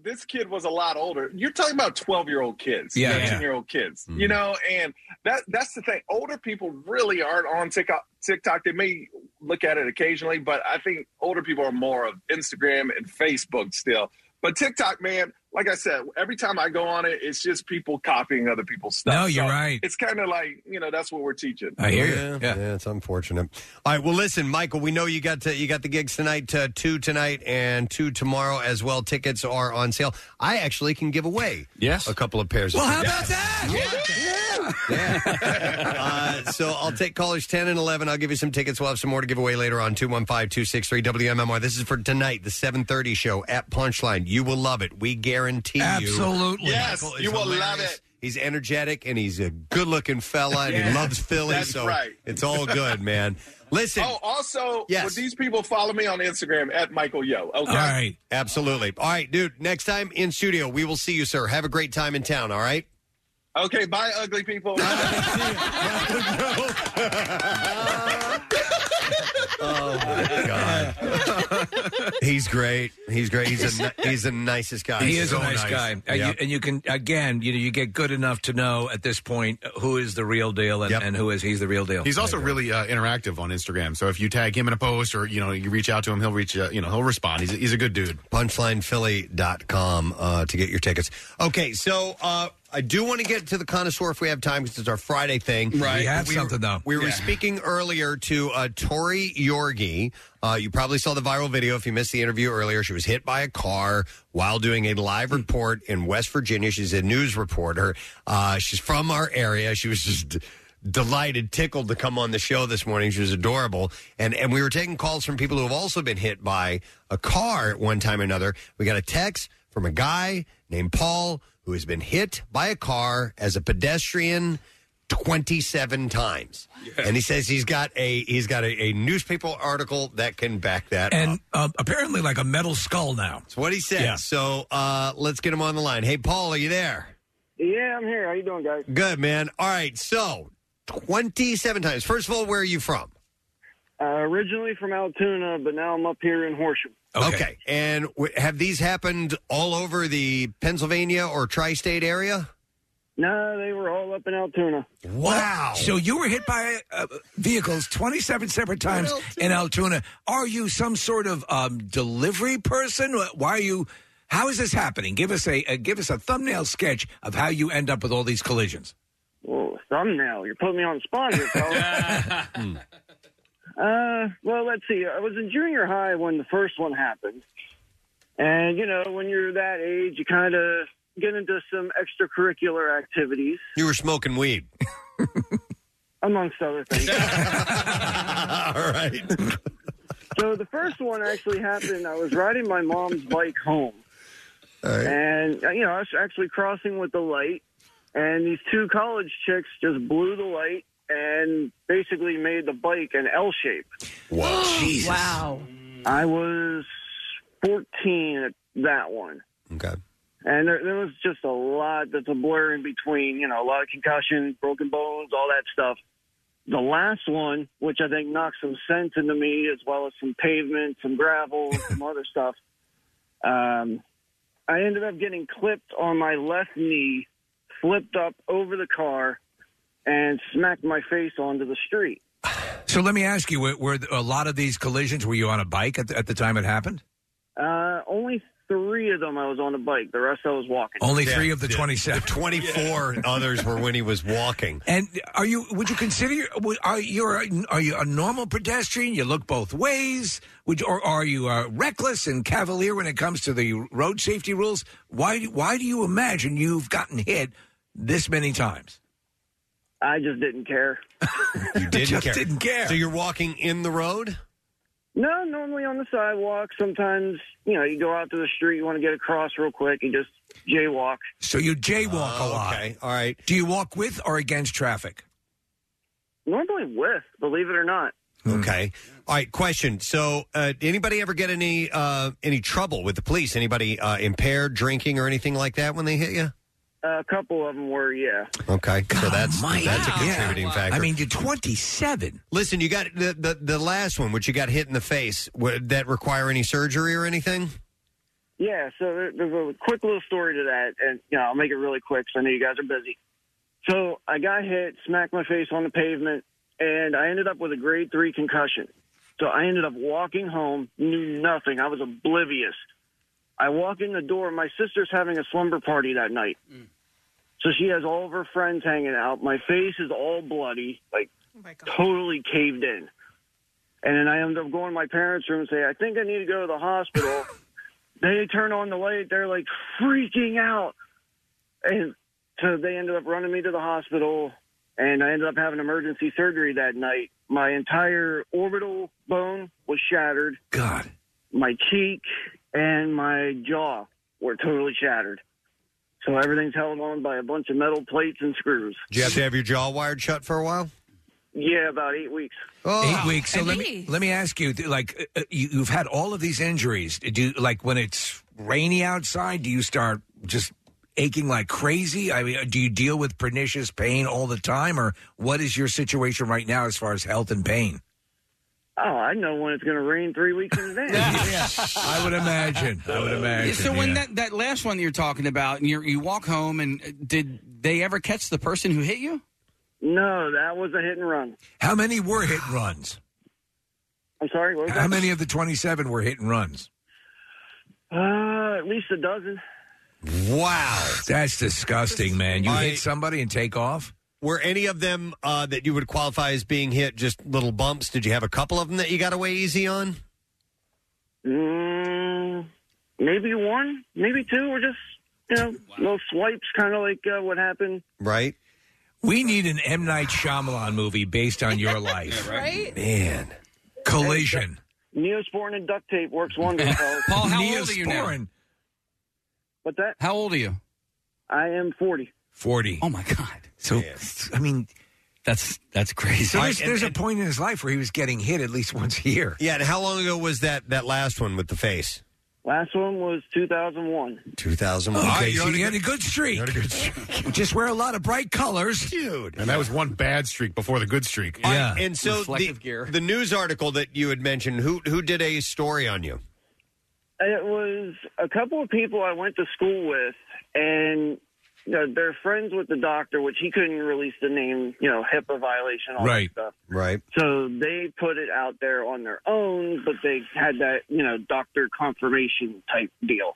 this kid was a lot older. You're talking about 12 year old kids,
Yeah, Mm-hmm.
13 year old kids, you know, and that that's the thing. Older people really aren't on TikTok. TikTok. They may look at it occasionally, but I think older people are more of Instagram and Facebook still. But TikTok, man, like I said, every time I go on it, it's just people copying other people's stuff.
No, you're right.
It's kind of like, you know, that's what we're teaching.
Yeah, yeah. it's unfortunate. All right, well, listen, Michael, we know you got to, you got the gigs tonight, uh, two tonight and two tomorrow as well. Tickets are on sale. I actually can give away yes a couple of pairs.
Well,
of
how about
that? Yeah. uh, so I'll take callers ten and eleven. I'll give you some tickets. We'll have some more to give away later on 215-263 WMMR. This is for tonight, the seven thirty show at Punchline. You will love it. We guarantee you.
Absolutely.
Yes,
Michael is
you will love
hilarious.
it.
He's energetic and he's a good-looking fella and
Yeah.
he loves Philly.
That's
so
right.
it's all good, man. Listen.
Oh, also,
Yes.
would these people follow me on Instagram at Michael Yo? Okay.
Absolutely. All right, dude. Next time in studio, we will see you, sir. Have a great time in town. All right.
Okay, bye, ugly people.
Oh my god. he's great. He's great. He's a ni- he's the nicest guy.
He is
So
a nice, guy, And,
Yeah.
you, and you can again, you know, you get good enough to know at this point who is the real deal and, and who is he's the real deal.
He's also really uh, interactive on Instagram. So if you tag him in a post or you know you reach out to him, he'll reach uh, you know he'll respond. He's a, he's a good dude.
punchlinephilly.com uh, to get your tickets. Okay, so uh, I do want to get to the connoisseur if we have time because it's our Friday thing.
Right. We have
were-
something, though.
We were
Yeah.
speaking earlier to uh, Tori Yorgi. Uh, you probably saw the viral video if you missed the interview earlier. She was hit by a car while doing a
Hmm.
live report in West Virginia. She's a news reporter. Uh, she's from our area. She was just. d- Delighted, tickled to come on the show this morning. She was adorable, and and we were taking calls from people who have also been hit by a car at one time or another. We got a text from a guy named Paul who has been hit by a car as a pedestrian 27 times. And he says he's got a he's got a, a newspaper article that can back that up.
and um, apparently like a metal skull now.
That's what he said.
Yeah.
So uh, let's get him on the line. Hey, Paul, are you there?
Yeah, I'm here. How you doing, guys?
Good, man. All right. So 27 times. First of all, where are you from?
Uh, originally from Altoona, but now I'm up here in Horsham.
Okay. And w- have these happened all over the Pennsylvania or tri state area?
No, they were all up in Altoona.
Wow.
So you were hit by uh, vehicles 27 separate times in Altoona. Are you some sort of um, delivery person? Why are you? How is this happening? Give us a, a give us a thumbnail sketch of how you end up with all these collisions.
Whoa, thumbnail. You're putting me on the spot here, pal. uh, well, let's see. I was in junior high when the first one happened. And, you know, when you're that age, you kind of get into some extracurricular activities,
You were smoking weed.
amongst other things.
all right.
So the first one actually happened. I was riding my mom's bike home,
right.
and uh, you know I was actually crossing with the light, and these two college chicks just blew the light and basically made the bike an L shape.
Wow!
Jesus.
Wow.
I was 14 at that one.
Okay.
And there, there was just a lot that's a blur in between, you know, a lot of concussions, broken bones, all that stuff. The last one, which I think knocked some sense into me, as well as some pavement, some gravel, some other stuff, um, I ended up getting clipped on my left knee, flipped up over the car, and smacked my face onto the street.
So let me ask you: Were, were a lot of these collisions? Were you on a bike at the, at the time it happened?
Uh, only three of them I was on a bike, the rest I was walking.
Only three of the twenty-seven.
Twenty-four others were when he was walking.
And are you? Would you consider? your- would- Are you? Are you a normal pedestrian? You look both ways. Would you, or are you uh, reckless and cavalier when it comes to the road safety rules? Why? do- Why do you imagine you've gotten hit this many times?
I just didn't care.
You didn't
Just
care.
didn't care.
So you're walking in the road?
No, normally on the sidewalk. Sometimes, you know, you go out to the street, you want to get across real quick, you just jaywalk.
So you jaywalk a lot. Okay,
Oh, all right.
Do you walk with or against traffic?
Normally with, believe it or not.
Mm.
Okay. All right. Question. So, uh, did anybody ever get any uh, any trouble with the police? Anybody uh, impaired, drinking, or anything like that when they hit you?
a couple of them were, yeah.
Okay. so that's
almighty.
that's a
Yeah.
contributing factor.
I mean, you're 27.
Listen, you got the, the the last one, which you got hit in the face. Would that require any surgery or anything?
Yeah, so there- there's a quick little story to that, and you know I'll make it really quick. So I know you guys are busy. So I got hit, smacked my face on the pavement, and I ended up with a grade three concussion. So I ended up walking home, knew nothing. I was oblivious. I walk in the door. My sister's having a slumber party that night, so she has all of her friends hanging out. My face is all bloody, like totally caved in. And then I end up going to my parents' room and say, I think I need to go to the hospital. they turn on the light. They're like freaking out. And so they ended up running me to the hospital, and I ended up having emergency surgery that night. My entire orbital bone was shattered.
God.
My cheek and my jaw were totally shattered. So everything's held on by a bunch of metal plates and screws.
Did you have to have your jaw wired shut for a while?
Yeah, about eight weeks.
Eight weeks. So let me let me ask you, th- like uh, uh, you, you've had all of these injuries. Do you, like when it's rainy outside, do you start just aching like crazy? I mean, uh, do you deal with pernicious pain all the time, or what is your situation right now as far as health and pain?
Oh, I know when it's going to rain three weeks in advance.
I would imagine. I would imagine.
so when that, that last one that you're talking about, and you you walk home, and uh, did they ever catch the person who hit you?
No, that was a hit and run.
How many were hit and runs?
I'm sorry. What was
How
that?
many of the twenty-seven were hit and runs?
Uh, at least a dozen.
Wow,
that's disgusting, man! You
I-
hit somebody and take off.
Were any of them uh, that you would qualify as being hit just little bumps? Did you have a couple of them that you got away easy on?
Mm, maybe one, maybe two, or just you know little swipes, kind of like uh, what happened.
Right.
We need an M Night Shyamalan movie based on your life,
right?
Man, collision.
Neosporin and duct tape works wonders. Paul.
Paul, how old are you now? Neosporin.
What's that?
How old are you?
I am forty.
40.
Oh my god.
So I mean
that's that's crazy.
So
All
there's,
right,
there's
and-
a point in his life where he was getting hit at least once a year.
Yeah, and how long ago was that that last one with the face?
Last one was 2001.
2001.
All right,
Okay,
you're
so
on
you
a,
got-
good, good streak.
You're on a good
streak. Just wear a lot of bright colors,
dude.
And that was one bad streak before the good streak.
All right, and so the, the news article that you had mentioned, who who did a story on you?
It was a couple of people I went to school with, and you know, they're friends with the doctor, which he couldn't release the name, you know, HIPAA violation, all
Right.
that stuff.
Right.
So they put it out there on their own, but they had that, you know, doctor confirmation type deal.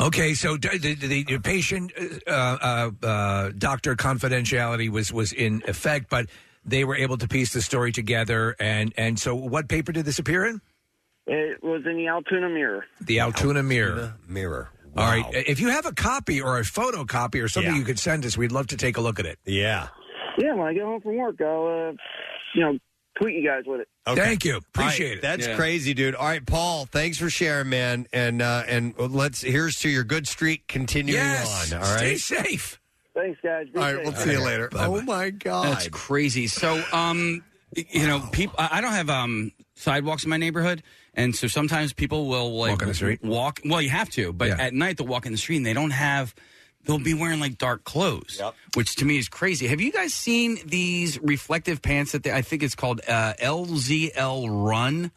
Okay, so d- the, the, the patient uh, uh, uh, doctor confidentiality was, was in effect, but they were able to piece the story together. And, and so, what paper did this appear in?
It was in the Altoona Mirror.
The Altoona, Mirror.
Mirror.
All right. If you have a copy or a photocopy or something you could send us, we'd love to take a look at it.
Yeah.
Yeah, when I get home from work, I'll, uh, you know, tweet you guys with it.
Thank you. Appreciate
All right,
it.
That's
Yeah.
crazy, dude. All right, Paul, thanks for sharing, man. And uh, and let's here's to your good streak continuing
Yes.
on. All right.
Stay safe.
Thanks, guys.
All right, we'll see you later. Oh my god.
That's crazy. So, um, y- you know, people. I I don't have um sidewalks in my neighborhood, and so sometimes people will like walk
on the street?
Walk. Well, you have to, but at night they'll walk in the street and they don't have. They'll be wearing like dark clothes, which to me is crazy. Have you guys seen these reflective pants that they, I think it's called uh, LZL Run?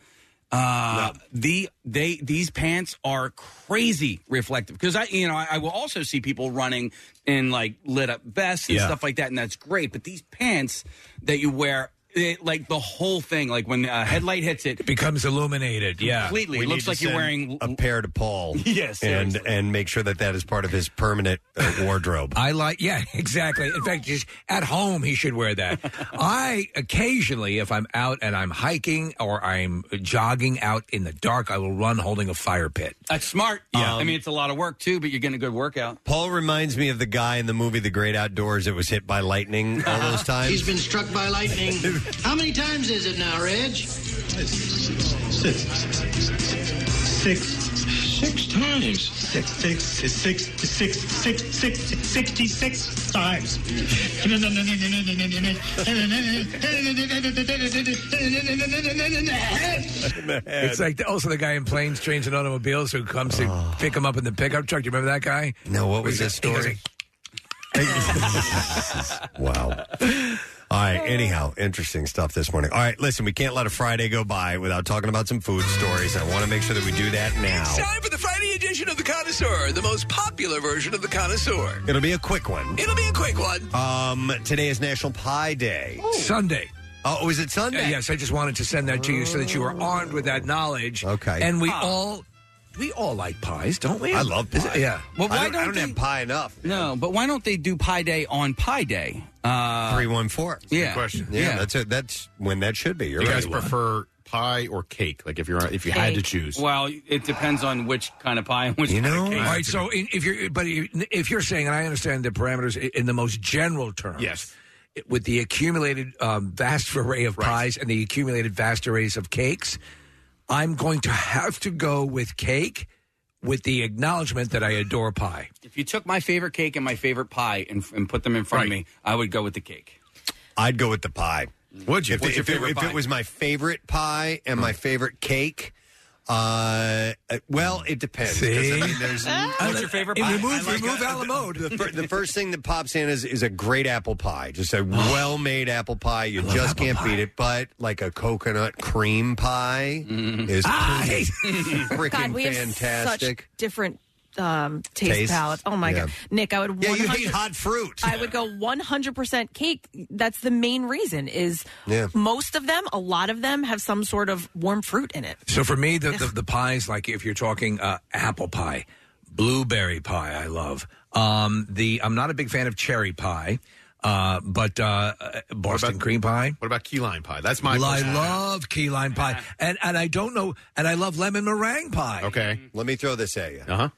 Uh, the they these pants are crazy reflective because I you know I, I will also see people running in like lit up vests and
Yeah.
stuff like that and that's great but these pants that you wear it, like the whole thing like when a headlight hits it
becomes illuminated
Yeah.
completely
We
it
need
looks
to
like you're
send
wearing
a pair to Paul.
Yeah,
and
seriously.
and make sure that that is part of his permanent uh, wardrobe.
I like, yeah, exactly. In fact, just at home, he should wear that. I occasionally, if I'm out and I'm hiking or I'm jogging out in the dark, I will run holding a fire pit.
that's smart
Yeah.
I mean it's a lot of work too but you're getting a good workout
Paul reminds me of the guy in the movie The Great Outdoors that was hit by lightning all those times.
He's been struck by lightning. How many times is it now, Reg?
Six. Six. Six times. Six. Six. It's Six. It's Six. Six. Six. Sixty-six times.
It's like the, also the guy in planes, trains, and automobiles who comes to pick him up in the pickup truck. Do you remember that guy?
Oh. No, what was
He
his
goes- he goes
story? Wow. All right. Anyhow, interesting stuff this morning. All right. Listen, we can't let a Friday go by without talking about some food stories. I want to make sure that we do that
It's
now.
time for the Friday edition of The Connoisseur, the most popular version of The Connoisseur.
It'll be a quick one.
It'll be a quick one.
Um, today is National Pie Day.
Sunday.
Oh, is it Sunday?
Uh, yes, I just wanted to send that to you so that you were armed with that knowledge.
Okay. Ah.
And we all we all like pies, don't we?
I love
Is it-
pie.
yeah.
Well, why don't,
they... have pie enough?
No, but why don't they do Pie Day on Pie Day? Uh,
Three one four.
Yeah.
Yeah, that's it. That's when that should be. You're
You
right.
guys
prefer pie or cake? Like if you're if you had to choose.
Well, it depends on which kind of pie and which you know. Kind of
All
cake.
right. So in- if you're, but if you're saying, and I understand the parameters i- in the most general terms, yes, with the accumulated um, vast array of pies and the accumulated vast arrays of cakes, I'm going to have to go with cake, with the acknowledgement that I adore pie.
if you took my favorite cake and my favorite pie and, and put them in front of me, I would go with the cake.
I'd go with the pie.
Would
If, it- if it, if it was my favorite pie and my favorite cake, uh, uh, well, it depends. 'cause, I mean, there's,
What's your favorite pie? Remove, remove out of mode.
The, fir- the first thing that pops in is, is a great apple pie, just
Oh.
a well made apple pie. You just can't beat it. But like a coconut cream pie is
Ah, I hate-
freaking
God, we have
fantastic.
such different um, taste
Tastes?
palettes. Oh my
Yeah.
god, Nick, I would.
Yeah, you
100
hate hot fruit.
I would go 100 percent cake. That's the main reason. Is
Yeah.
most of them, a lot of them, have some sort of warm fruit in it.
So for me, the, the, the pies, like if you're talking uh, apple pie, blueberry pie, I love. Um, the I'm not a big fan of cherry pie, uh, but uh, uh, Boston cream pie.
What about key lime pie? That's my.
Well, I
personal-
love key lime pie, and and I don't know, and I love lemon meringue pie.
Okay,
Mm-hmm. let me throw this at you.
Uh huh.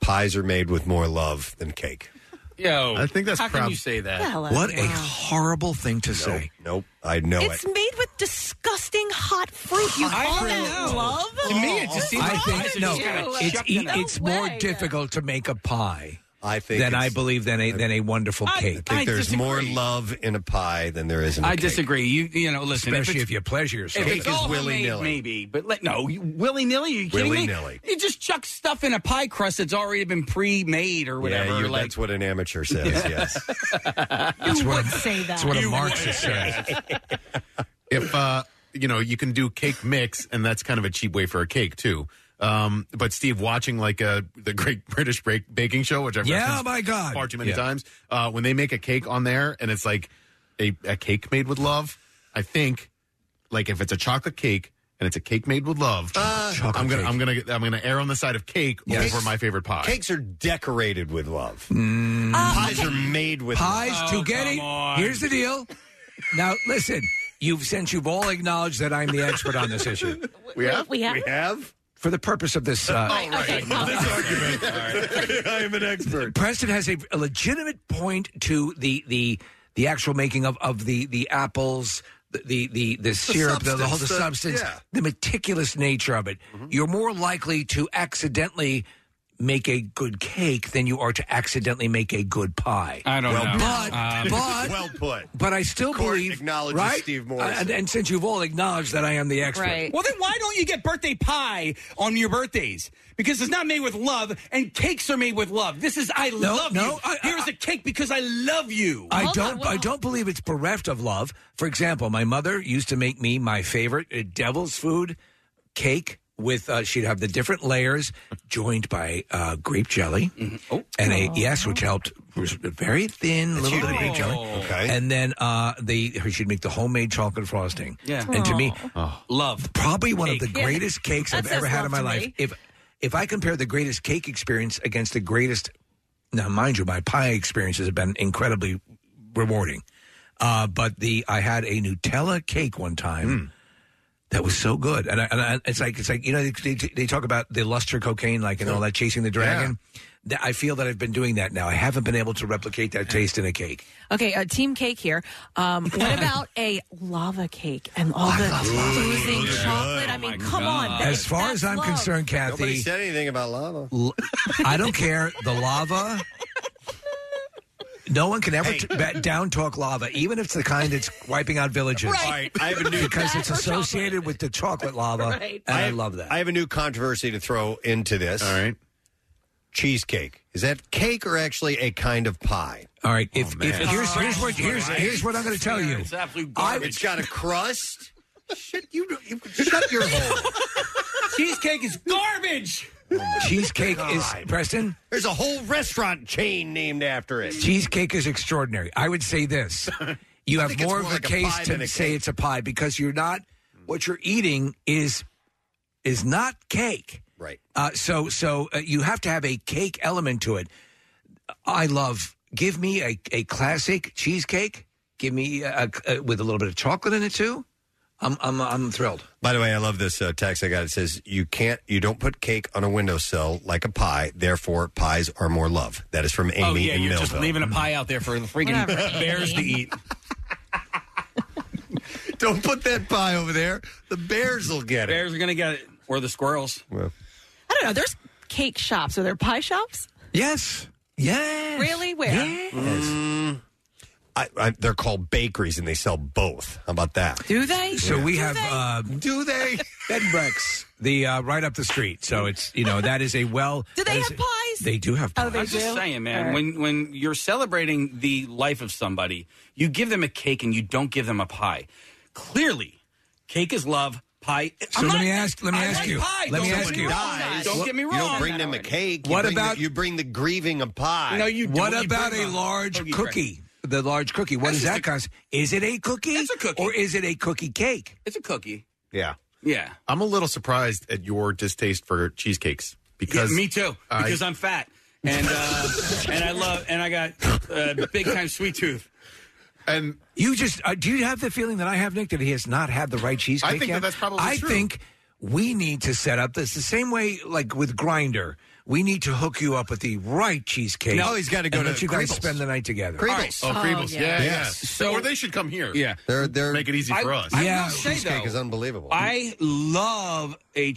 Pies are made with more love than cake.
Yo,
I think that's
Oh. how can
prob-
you say that? Yeah,
uh,
like,
What a
wow.
horrible thing to say.
Nope, I know
it's made with disgusting hot fruit. You
Hot
call
fruit.
that love?
I think no.
Ew.
It's e- it's more
way.
difficult to make a pie.
I think
than I
it's-
believe than a than a wonderful cake.
I think there's more love in a pie than there is in a
I
cake.
disagree. You you know, listen,
Especially
it's-
if you
pleasure yourself.
If
Cake
it's
is
all
willy-nilly.
homemade, maybe. But let, no, willy nilly. You kidding
Willy-nilly.
me? You just chuck stuff in a pie crust that's already been pre-made or whatever.
Yeah, you,
like,
that's what an amateur says. Yes,
You would say that.
that's what a
Marxist
says. if uh, you know, you can do cake mix, and that's kind of a cheap way for a cake too. Um, but Steve, watching like uh, the Great British Break Baking Show, which I've
Yeah,
referenced
my God.
far too many
Yeah.
times, uh, when they make a cake on there, and it's like a, a cake made with love. I think, like if it's a chocolate cake and it's a cake made with love, I'm gonna I'm gonna I'm gonna err on the side of cake
Yes.
over my favorite pie.
cakes are decorated with love.
Pies
are made with
Mm. pies
love.
to
Oh,
get
come
it.
on.
Here's the deal. Now listen, you've since you've all acknowledged that I'm the expert on this issue.
We have.
We have.
We have.
For the purpose of this, uh,
All right. I am an expert.
Preston has a, a legitimate point to the the the actual making of of the the apples. The the the, the syrup, the, the whole the
substance, the-
substance,
yeah.
the meticulous nature of it. You're more likely to accidentally make a good cake than you are to accidentally make a good pie.
I don't
well,
know.
But
Um,
but
well put.
But I still
Court
believe
acknowledges
right?
Steve Morrison.
Uh, and, and since you've all acknowledged that I am the expert,
Well, then why don't you get birthday pie on your birthdays? Because it's not made with love, and cakes are made with love. This is I
No,
love
no,
you. Here's a cake because I love you.
I don't. I don't believe it's bereft of love. For example, my mother used to make me my favorite uh, devil's food cake with. Uh, she'd have the different layers joined by uh, grape jelly,
Mm-hmm.
and a yes, which helped was a very thin
Oh. That's
little
huge.
bit of grape jelly.
Okay.
and then uh, the her, she'd make the homemade chocolate frosting.
Yeah.
and to me,
Oh.
love
probably one of
Cake.
the
Yeah.
greatest cakes
That
I've
says
ever had in
love
my
to
life.
me.
If if I compare the greatest cake experience against the greatest now mind you my pie experiences have been incredibly rewarding uh, but the i had a nutella cake one time That was so good, and, I, and I, it's like it's like you know they, they talk about the luster cocaine like and all that chasing the dragon. That- I feel that I've been doing that now. I haven't been able to replicate that taste in a cake.
Okay, uh, team cake here. Um, what about a lava cake and all the oozing chocolate? I mean, come on.
As far as I'm concerned, Kathy,
Nobody said anything about lava.
L- I don't care. The lava. No one can ever t- ba- down talk lava, even if it's the kind that's wiping out villages.
Right. Right. I have a new-
because
Bad
it's
for
associated with the chocolate lava,
Right.
and I,
have-
love that.
I have a new controversy to throw into this. All
right.
Cheesecake. Is that cake or actually a kind of pie? Oh,
All right. If,
man.
if- here's, here's what here's here's what I'm going to tell you.
I've, it's got a crust. Shit, you, you
shut your hole.
Cheesecake is garbage.
Cheesecake is Preston.
There's a whole restaurant chain named after it.
Cheesecake is extraordinary. I would say this: you
I
have
think it's more
more of a
like a
case
pie than
to
a
say
cake.
it's a pie because you're not what you're eating is is not cake.
Right.
Uh, so so uh, you have to have a cake element to it. I love. Give me a, a classic cheesecake. Give me a, a- with a little bit of chocolate in it too. I'm I'm I'm thrilled.
By the way, I love this uh, text I got. It says, "You can't, you don't put cake on a windowsill like a pie. Therefore, pies are more love." That is from Amy
oh yeah,
in
you're
Millville.
just leaving a pie out there for the freaking
Whatever,
bears to eat.
Don't put that pie over there. The bears will get it.
Bears are gonna get it, or the squirrels.
I don't know. There's cake shops. Are there pie shops?
Yes. Yes.
Really? Where?
Mm. I, I, they're called bakeries, and they sell both. How about that?
Do they?
So we have Uh,
Do they
bed and breakfast? The uh, right up the street. So it's you know that is a well.
Do they
that is
have
a-
pies?
They do have pies.
Oh, they
I'm just
do?
saying, man.
All right.
When when you're celebrating the life of somebody, you give them a cake and you don't give them a pie. Clearly, cake is love. Pie.
So let me ask- let me
I
ask
like
you.
Pie.
Let me
Don't
ask
get
you.
wrong.
Dies.
Don't get me
You
wrong.
don't bring them a cake. You
What
bring the-
about-
you bring the grieving of pie?
What about a large cookie? The large cookie. What is that cause? Is it a cookie? It's a cookie. Or is it a cookie cake?
It's a cookie.
Yeah.
Yeah.
I'm a little surprised at your distaste for cheesecakes because
Yeah, me too. Because I'm fat and uh, and I love and I got uh, big time sweet tooth.
And
you just uh, do you have the feeling that I have, Nick, that he has not had the right cheesecake?
think that
yet?
that's probably
I
true.
think we need to set up this the same way, like with Grinder. We need to hook you up with the right cheesecake.
No, he's gotta go
and
to
let you guys
Creebles.
spend the night together.
Creebles.
Oh, Creebles. yeah, yeah. or they should come here.
Yeah.
They're they're
make it easy for
I-
us.
I will say,
Cheesecake
though,
is unbelievable.
I love a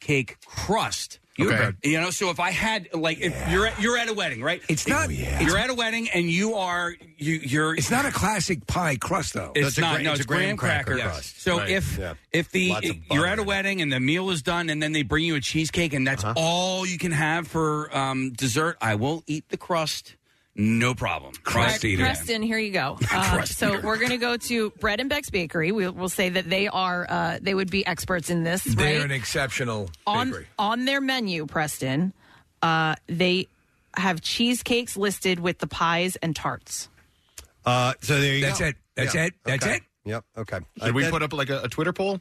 cheesecake crust.
You Okay. bet.
You know, so if I had like if you're at, you're at a wedding, right? It's
not.
You're at a wedding and you are you you're.
It's not a classic pie crust though.
It's, not. no, it's, graham, cracker.
Yes.
crust. So if if the
Lots of
you're at a wedding and the meal is done and then they bring you a cheesecake and that's all you can have for um, dessert, I will eat the crust. No problem. Crust
Preston, here you go. Uh, so we're going to go to Bread and Beck's Bakery. We, we'll say that they are uh, they would be experts in this,
They're
right?
an exceptional
on
bakery.
on their menu, Preston, uh, they have cheesecakes listed with the pies and tarts.
Uh, so there you
That's
go.
it. That's
Yeah.
it. That's
Okay.
it.
Yep. Okay.
Should we put up like a, a Twitter poll?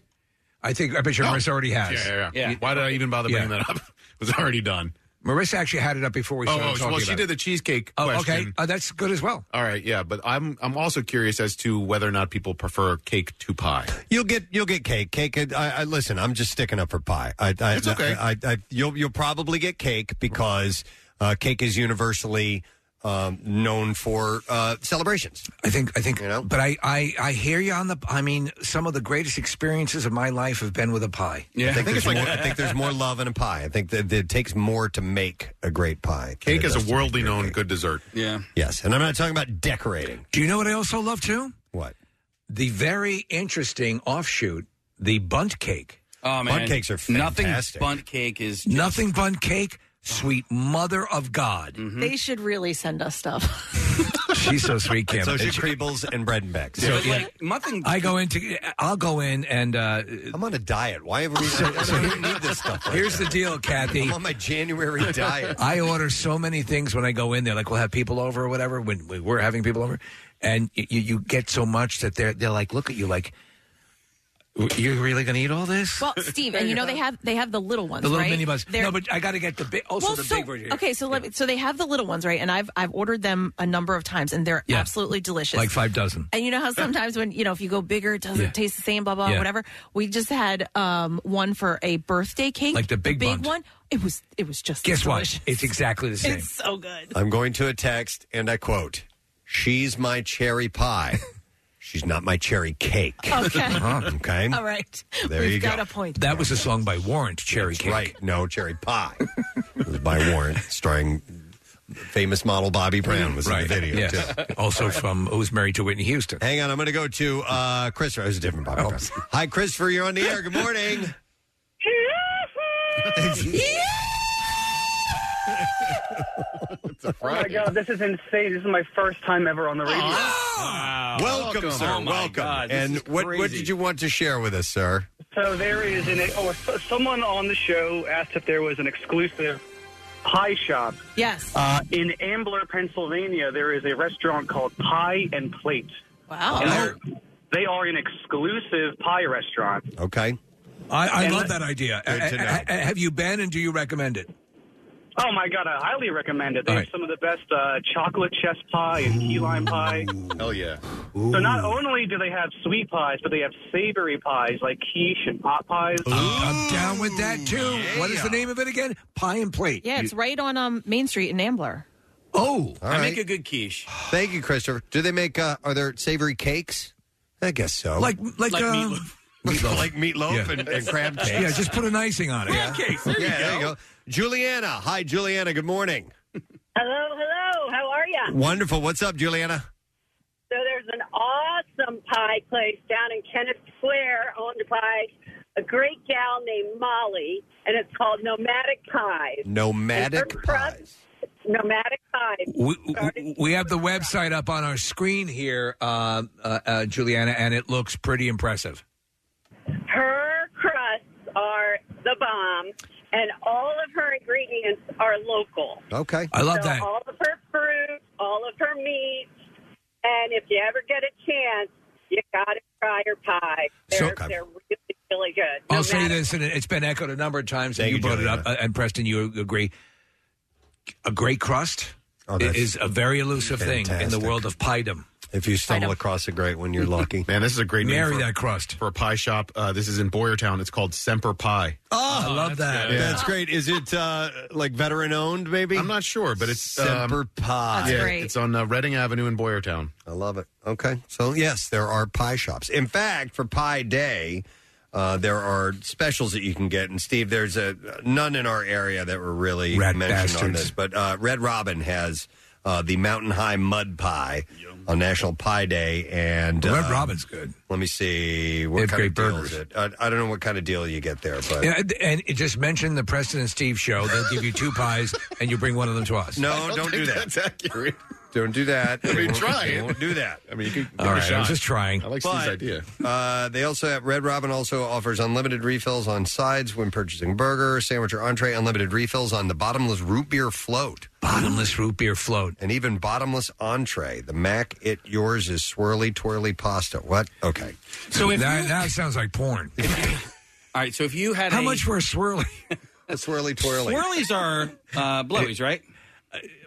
I think I bet you Marissa already has.
Yeah, yeah, yeah. Why did I even bother bringing
Yeah.
that up? It was already done.
Marissa actually had it up before we
Oh,
started
oh,
talking
well, she
about
did the cheesecake
Oh, okay.
question.
Uh, that's good as well.
All right, yeah, but I'm I'm also curious as to whether or not people prefer cake to pie.
You'll get you'll get cake. Cake. I, I listen. I'm just sticking up for pie. I, I,
It's okay.
I, I, I- you'll you'll probably get cake because uh, cake is universally um, known for uh, celebrations.
I think I think you know. But I, I I hear you on the. I mean, some of the greatest experiences of my life have been with a pie.
I think, there's more, I think there's more love in a pie. I think that, that it takes more to make a great pie. than
Cake
it
is
does
a
to-
worldly known good dessert.
Yeah.
Yes, and I'm not talking about decorating.
Do you know what I also love too?
What?
The very interesting offshoot, the bunt cake.
Oh man,
Bunt cakes are fantastic.
Nothing bunt cake is.
Nothing bunt cake. Sweet mother of God.
Mm-hmm.
They should really send us stuff.
She's so sweet, Kim.
So should
And she-
Creebles and Bread and Becks.
So, yeah.
nothing.
I go into. I'll go in and. Uh,
I'm on a diet. Why ever? we I don't need this stuff. right
Here's
now.
the deal, Kathy.
I'm on my January diet.
I order so many things when I go in there. Like we'll have people over or whatever when we we're having people over, and you, you get so much that they're they're like, look at you like. You're really going to eat all this?
Well, Steve, and you know they have they have the little ones,
the little
right?
mini bus.
They're-
No, but I got to get the big, also
well,
the
so,
big version.
Okay, so let me, so they have the little ones, right? And I've I've ordered them a number of times, and they're
Yeah.
absolutely delicious.
Like five dozen.
And you know how sometimes when you know if you go bigger, it doesn't
Yeah.
taste the same. Blah blah
Yeah.
whatever. We just had um, one for a birthday cake,
Like the big
big
bundt.
one. It was it was just
Guess what?
delicious.
It's exactly the
It's so good.
I'm going to a text and I quote, She's my cherry pie. She's not my cherry cake. Uh-huh.
Okay.
okay.
All right.
There
We've
you
got
go.
a point.
That was a song by Warrant, Cherry Cake.
Right. No, Cherry Pie. it was by Warrant, starring famous model Bobby Brown was in
Right.
the video,
Yes.
too.
Also from who's married to Whitney Houston. Oh.
Hang on, I'm going to go to uh, Christopher. It was a different Bobby Brown. Hi, Christopher. You're on the air. Good morning.
Oh my god, this is insane. This is my first time ever on the radio.
Welcome, sir. welcome. and what, what did you want to share with us, sir?
So there is an oh, so- someone on the show asked if there was an exclusive pie shop.
Yes.
Uh, in Ambler, Pennsylvania, there is a restaurant called Pie and Plate.
Wow.
And they're- they are an exclusive pie restaurant.
Okay.
I, I
And
love
let-
that idea.
Good
Uh,
to
uh,
know.
uh, have you been and do you recommend it?
Oh my god, I highly recommend it. They
All
have some of the best uh, chocolate chess pie and key lime pie.
Hell yeah.
So not only do they have sweet pies, but they have savory pies like quiche and pot pies.
I'm down with that too. What is the name of it again? Pie and plate.
Yeah, it's right on um, Main Street in Ambler.
Oh,
All right.
a good quiche.
Thank you, Christopher. Do they make, uh, are there savory cakes? I guess so.
Like like, uh, meatloaf.
like meatloaf
Yeah.
and, and crab cakes.
Yeah, just put an icing on it.
yeah, there you go. Juliana. Hi, Juliana. Good morning.
Hello, hello. How are ya?
Wonderful. What's up, Juliana?
So there's an awesome pie place down in Kenneth Square owned by a great gal named Molly, and it's called Nomadic Pies.
Nomadic
Pies. Nomadic Pies.
We, we- we have the website up on our screen here, uh, uh, uh, Juliana, and it looks pretty impressive.
Her crusts are the bomb, and all of her ingredients are local.
Okay.
I love
So
that.
All of her fruit, all of her meat, and if you ever get a chance, you got to try her pie. They're, they're really, really good.
I'll say this, and it's been echoed a number of times, and you, brought it up, uh, and Preston, you agree. A great crust
that's
is a very elusive thing in the
fantastic.
world of piedom.
If you stumble across a great one, you're lucky.
Man, this is a great name
Marry
for-
that crust
for a pie shop. Uh, this is in Boyertown. It's called Semper Pie.
Oh,
I love that.
Yeah.
That's great. Is it uh, like veteran owned, maybe? I'm
not sure, but it's
Semper
um,
Pie.
yeah, It's on uh, Reading Avenue in Boyertown.
I love it. Okay. So, yes, there are pie shops. In fact, for Pie Day, uh, there are specials that you can get. And, Steve, there's a, none in our area that were really
Rat
mentioned on
bastards.
this. But uh, Red Robin has uh, the Mountain High Mud Pie on National Pie Day. And
Red
uh,
Robin's good.
Let me see.
They
What
have
kind of
great
deal
burgers.
is it? I, I don't know what kind of deal you get there, but.
Yeah, and- and it just mention the Preston and Steve show. They'll give you two pies, and you bring one of them to us.
No, I don't don't do think that.
That's accurate.
Don't do that.
I
They
mean,
won't-
try
they
it.
won't do that.
I mean, you could
All
give it
right,
a shot.
I was just
trying.
I like
But,
Steve's idea.
Uh, they also have Red Robin also offers unlimited refills on sides when purchasing burger, sandwich, or entree. Unlimited refills on the bottomless root beer float.
Bottomless root beer float,
and even bottomless entree. The Mac it yours is swirly twirly pasta. What? Okay.
So if that, that sounds like porn.
All right, so if you had
How
a-
much for a swirly?
a swirly
Swirlies are uh, blowies, right?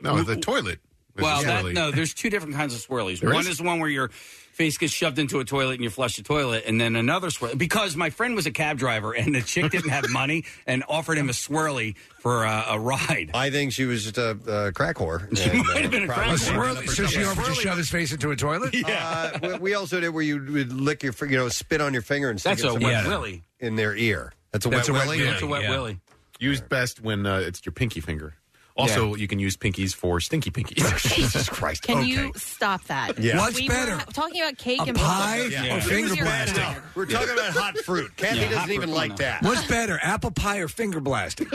No, the toilet. is a
Well, that,
swirly.
no, there's two different kinds of swirlies.
There
one
is?
is? the one where your face gets shoved into a toilet and you flush the toilet, and then another swirl. Because my friend was a cab driver, and the chick didn't have money and offered him a swirly for uh, a ride.
I think she was just a, uh crack whore.
She
And,
might
uh,
have been a
probably
crack
ended
whore.
up for
So she
something.
offered to shove his face into a toilet.
Uh, we- we also did where you would lick your, fi- you know, spit on your finger and stick
That's
it
a
somewhere
wet willy.
in their ear. That's a wet willy.
Used best when uh, it's your pinky finger. Also, you can use pinkies for stinky pinkies. Jesus
Christ.
Can you stop that?
Yeah. What's
we were
better?
ha- talking about cake
A
and
or
pie
Who's
finger
your
blasting?
friend?
We're talking about hot fruit. Kathy
Yeah, hot
doesn't
fruit,
even
come
like
on.
that.
What's better, apple pie or finger blasting?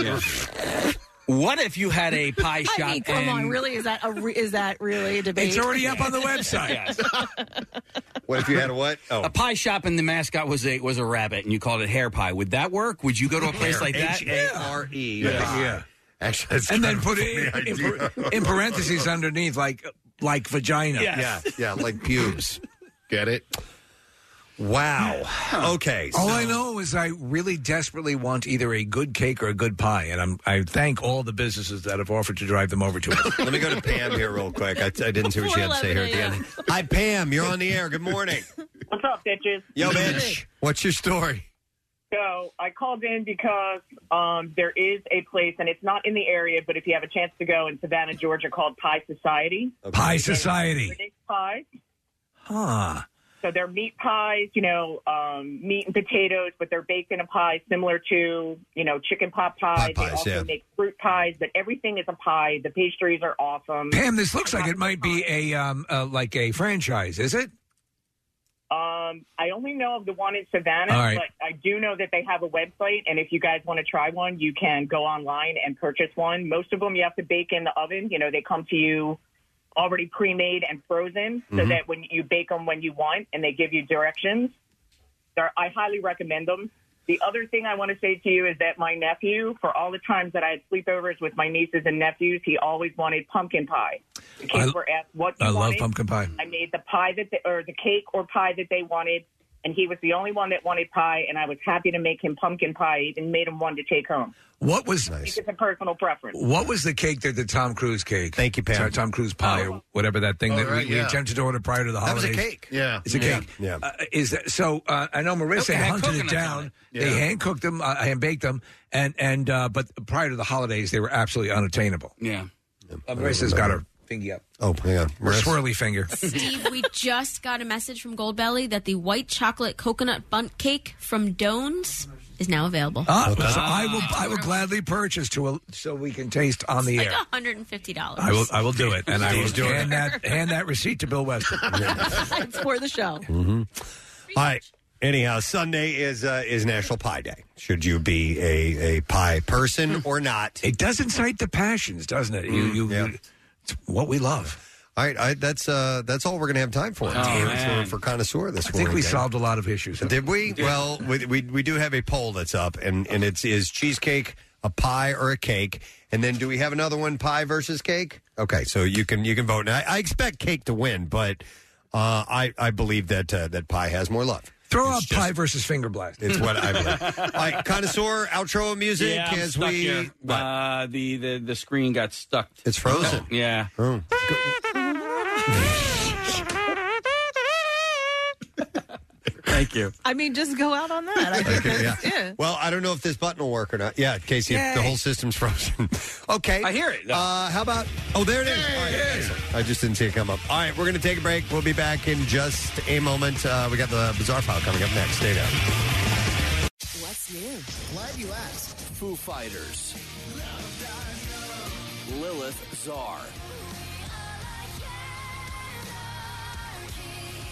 What if you had a pie shop?
I mean, come
and
on, really? Is that a re- is that really a debate?
It's already up on the website. Yes.
What if you had a what? Oh.
A pie shop and the mascot was a was a rabbit, and you called it hair pie. Would that work? Would you go to a place like that?
E?
H-A-R-E.
Yeah.
pie.
Yeah.
E. Actually, that's
and
kind
then
of
put
a
it
funny
in,
idea.
in, in parentheses underneath, like like vagina.
Yeah, yeah, like pubes.
Get it?
Wow. Okay.
All I know is I really desperately want either a good cake or a good pie, and I'm, I thank all the businesses that have offered to drive them over to us.
Let me go to Pam here real quick. I, I didn't see what she had to say here at the end. Hi, Pam. You're on the air. Good morning.
What's up, bitches?
Yo, bitch. What's your story?
So I called in because um, there is a place, and it's not in the area, but if you have a chance to go in Savannah, Georgia, called Pie Society.
Pie Society.
British Pie.
Huh.
So they're meat pies, you know, um, meat and potatoes, but they're baked in a pie similar to, you know, chicken pot pie.
pies,
they also
yeah.
make fruit pies, but everything is a pie. The pastries are awesome.
Pam, this looks like it might be a um, uh, like a franchise, is it?
Um, I only know of the one in Savannah,
All right.
but I do know that they have a website, and if you guys want to try one, you can go online and purchase one. Most of them you have to bake in the oven. You know, they come to you already pre-made and frozen, so
Mm-hmm.
Mhm.
that when you bake them when you want, and they give you directions. They're, I highly recommend them. The other thing I want to say to you is that my nephew, for all the times that I had sleepovers with my nieces and nephews, he always wanted pumpkin pie. The kids
I-
were asked what you
I love
wanted.
pumpkin pie.
I made the pie that they, or the cake or pie that they wanted, and he was the only one that wanted pie, and I was happy to make him pumpkin pie. I even made him one to take home.
What was
I think It's a personal preference.
What was the cake that the Tom Cruise cake? Thank
you, Pam.
Sorry, Tom Cruise pie or whatever that thing
Oh,
that we-
right,
we,
yeah.
attempted to order prior to the
That was
holidays.
a cake. Yeah.
it's a
Yeah.
cake.
Yeah.
Uh, is that so? Uh, I know Marissa
Okay, had
hunted it
coconuts on
down.
it.
They
Yeah.
hand cooked them, uh, hand baked them, and and uh, but prior to the holidays, they were absolutely unattainable.
Yeah,
Uh, Marissa's got her pinky up,
Oh, hang on.
her swirly finger.
Steve, we just got a message from Goldbelly that the white chocolate coconut bunt cake from Dones is now available.
Ah, so I will. I will gladly purchase to a, so we can taste on the
It's
air.
like hundred and fifty dollars.
I will. I will do it, and I will
Steve's doing
hand
it.
that hand that receipt to Bill West.
it's for the show.
Mm-hmm. All right. Anyhow, Sunday is uh, is National Pie Day. Should you be a, a pie person or not?
Hmm. It does incite the passions, doesn't it? You, you, it's what we love.
All right, I, that's uh, that's all we're going to have time for.
Damn it.
for, for connoisseur this
Oh, I think
morning,
we
Dan.
solved a lot of issues.
Did we? Well, we, we we do have a poll that's up, and and it's is cheesecake a pie or a cake? And then do we have another one? Pie versus cake? Okay, so you can you can vote. And I, I expect cake to win, but uh, I I believe that uh, that pie has more love.
Throw out Oh, pie versus finger blast.
It's what I believe. All right, connoisseur outro music
Yeah, I'm
as
stuck
we.
here.
Uh, the, the the screen got stuck.
It's frozen.
yeah.
Oh.
Thank you.
I mean, just go out on that. I think
Okay, yeah.
that's, yeah.
Well, I don't know if this button will work or not. Yeah, Casey, if the
Yay.
whole system's frozen. okay. I hear it. Uh, how about? Oh, there it is. All right, excellent. I just didn't see it come up. All right, we're going to take a break. We'll be back in just a moment. Uh, we got the bizarre file coming up next. Stay there.
What's new? Glad you asked. Foo Fighters. Lilith Czar.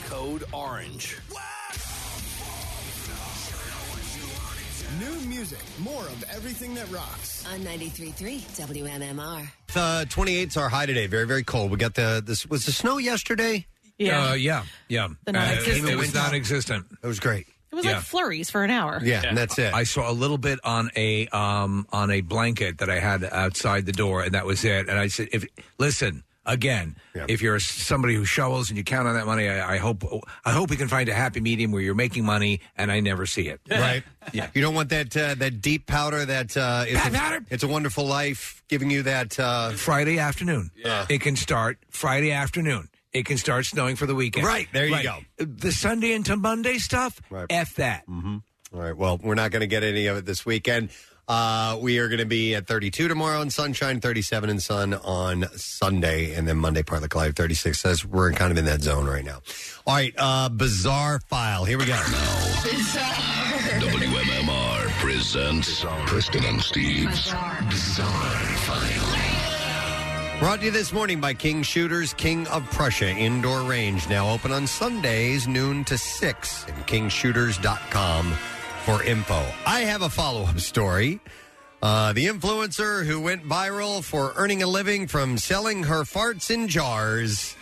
Code Orange.
New music, more of everything that rocks.
On 93.3 WMMR.
Uh, 28's our high today. Very, very cold. We got the this was the snow yesterday.
Yeah. Uh, yeah, yeah.
The
non-existent. it was
It
non-existent.
was great.
It was
Yeah.
like flurries for an hour.
that's it.
I saw a little bit on a um, on a blanket that I had outside the door, and that was it. And I said, "If listen again, if you're somebody who shovels and you count on that money, I, I hope I hope we can find a happy medium where you're making money and I never see it."
Right. yeah. You don't want that uh, that deep powder that uh, it's, powder. it's a wonderful life giving you that uh,
Friday afternoon. It can start Friday afternoon. It can start snowing for the weekend.
Right, there you go.
The Sunday into Monday stuff.
Right.
F that.
Mm-hmm. All right. Well, we're not going to get any of it this weekend. Uh, we are going to be at 32 tomorrow in sunshine, 37 in sun on Sunday, and then Monday, partly cloudy, 36. Says we're kind of in that zone right now. All right. Uh, bizarre file. Here we go.
WMMR presents Preston and Steve's Bizarre, File.
Brought to you this morning by King Shooters, King of Prussia Indoor Range, now open on Sundays, noon to 6, and kingshooters.com for info. I have a follow up story. Uh, the influencer who went viral for earning a living from selling her farts in jars.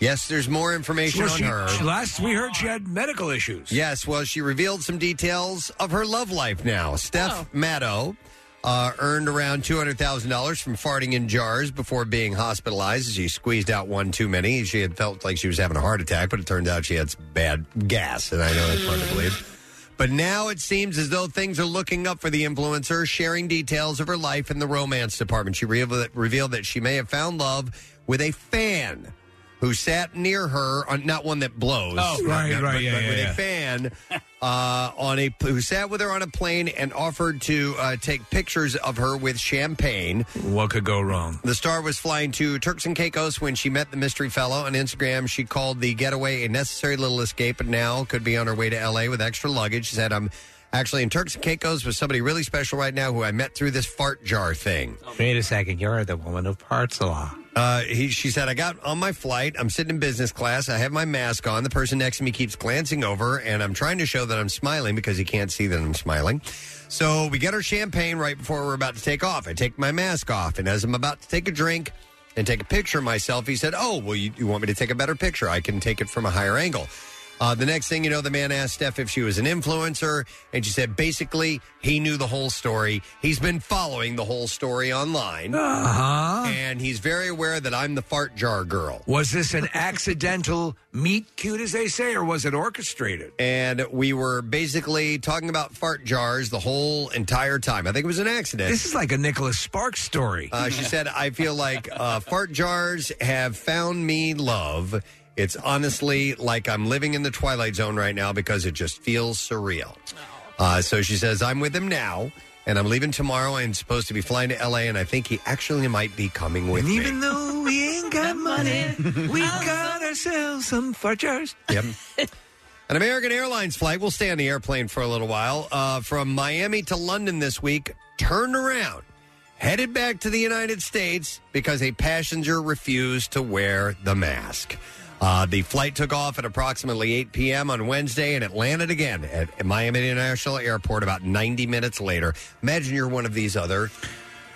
Yes, there's more information
Well,
on
she-
her.
she- last we heard, she had medical issues.
Yes, well, she revealed some details of her love life now. Steph Maddow uh, earned around $200,000 from farting in jars before being hospitalized. She squeezed out one too many. She had felt like she was having a heart attack, but it turned out she had some bad gas, and I know that's hard to believe. But now it seems as though things are looking up for the influencer, sharing details of her life in the romance department. She revealed revealed that she may have found love with a fan who sat near her on not one that blows.
Oh,
not-
right,
not-
right,
but-
yeah,
but
yeah,
with
yeah.
a fan uh, on a who sat with her on a plane and offered to uh, take pictures of her with champagne.
What could go wrong?
The star was flying to Turks and Caicos when she met the mystery fellow on Instagram. She called the getaway a necessary little escape, and now could be on her way to L.A. with extra luggage. She said, "I'm." Actually, in Turks and Caicos with somebody really special right now who I met through this fart jar thing.
Wait a second, you're the woman of parts law.
Uh, he, she said, I got on my flight. I'm sitting in business class. I have my mask on. The person next to me keeps glancing over, and I'm trying to show that I'm smiling because he can't see that I'm smiling. So we get our champagne right before we're about to take off. I take my mask off, and as I'm about to take a drink and take a picture of myself, he said, Oh, well, you, you want me to take a better picture? I can take it from a higher angle. Uh, the next thing you know, the man asked Steph if she was an influencer, and she said basically he knew the whole story. He's been following the whole story online,
Ah.
uh-huh. and he's very aware that I'm the fart jar girl.
Was this an accidental meet cute, as they say, or was it orchestrated?
And we were basically talking about fart jars the whole entire time. I think it was an accident.
This is like a Nicholas Sparks story.
Uh, she said, I feel like uh, fart jars have found me love. It's honestly like I'm living in the Twilight Zone right now because it just feels surreal.
Oh.
Uh, so she says, I'm with him now, and I'm leaving tomorrow. I'm supposed to be flying to LA, and I think he actually might be coming with
And
me.
even though we ain't got money, we got ourselves some fartures.
Yep. An American Airlines flight will stay on the airplane for a little while uh, from Miami to London this week. Turned around, headed back to the United States because a passenger refused to wear the mask. Uh, the flight took off at approximately 8 p.m. on Wednesday, and it landed again at Miami International Airport about 90 minutes later. Imagine you're one of these other,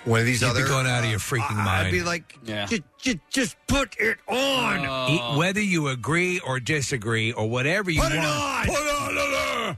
one of these
You'd be
other uh,
going out of your freaking
I'd be
mind.
like, "J- j- just put it on.
E- Whether you agree or disagree or whatever you want,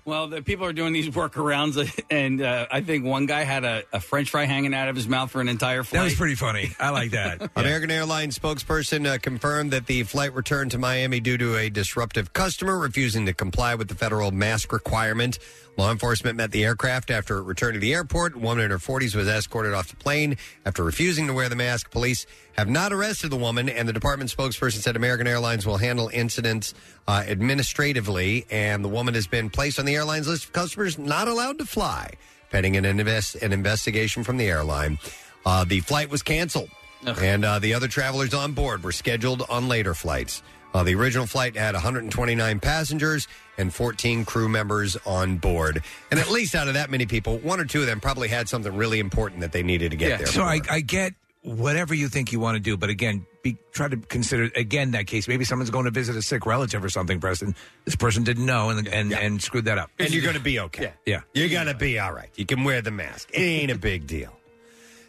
Well, the people are doing these workarounds, and uh, I think one guy had a, a French fry hanging out of his mouth for an entire flight.
that was pretty funny. I like that.
American Airlines spokesperson uh, confirmed that the flight returned to Miami due to a disruptive customer refusing to comply with the federal mask requirement. Law enforcement met the aircraft after it returned to the airport. A woman in her 40s was escorted off the plane after refusing to wear the mask. Police have not arrested the woman, and the department spokesperson said American Airlines will handle incidents uh, administratively, and the woman has been placed on the airline's list of customers not allowed to fly, pending an, invest- an investigation from the airline. Uh, the flight was canceled, and uh, the other travelers on board were scheduled on later flights. Uh, the original flight had 129 passengers and 14 crew members on board. And at least out of that many people, one or two of them probably had something really important that they needed to get there.
So
for.
I, I get whatever you think you want to do, but again, be, try to consider again that case. Maybe someone's going to visit a sick relative or something, Preston. This person didn't know and and, and screwed that up.
and you're going to be okay.
Yeah.
You're going to be all right. You can wear the mask. It ain't a big deal.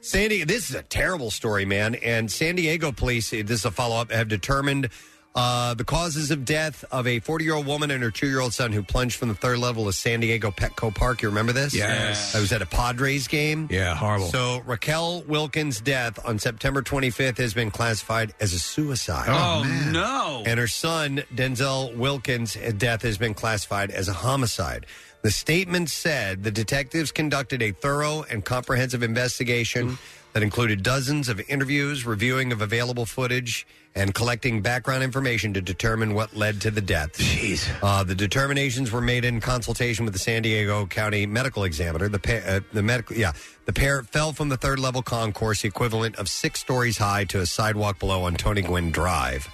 San Diego, this is a terrible story, man. And San Diego police, eh, this is a follow up, have determined uh, the causes of death of a 40 year old woman and her two year old son who plunged from the third level of San Diego Petco Park. You remember this?
Yes.
I was at a Padres game.
Yeah, horrible.
So Raquel Wilkins' death on September 25th has been classified as a suicide.
Oh, no!
And her son, Denzel Wilkins' death has been classified as a homicide. The statement said the detectives conducted a thorough and comprehensive investigation that included dozens of interviews, reviewing of available footage, and collecting background information to determine what led to the death. Jeez. Uh, the determinations were made in consultation with the San Diego County Medical Examiner. The pair, uh, the medical, yeah, the pair fell from the third level concourse, the equivalent of six stories high, to a sidewalk below on Tony Gwynn Drive.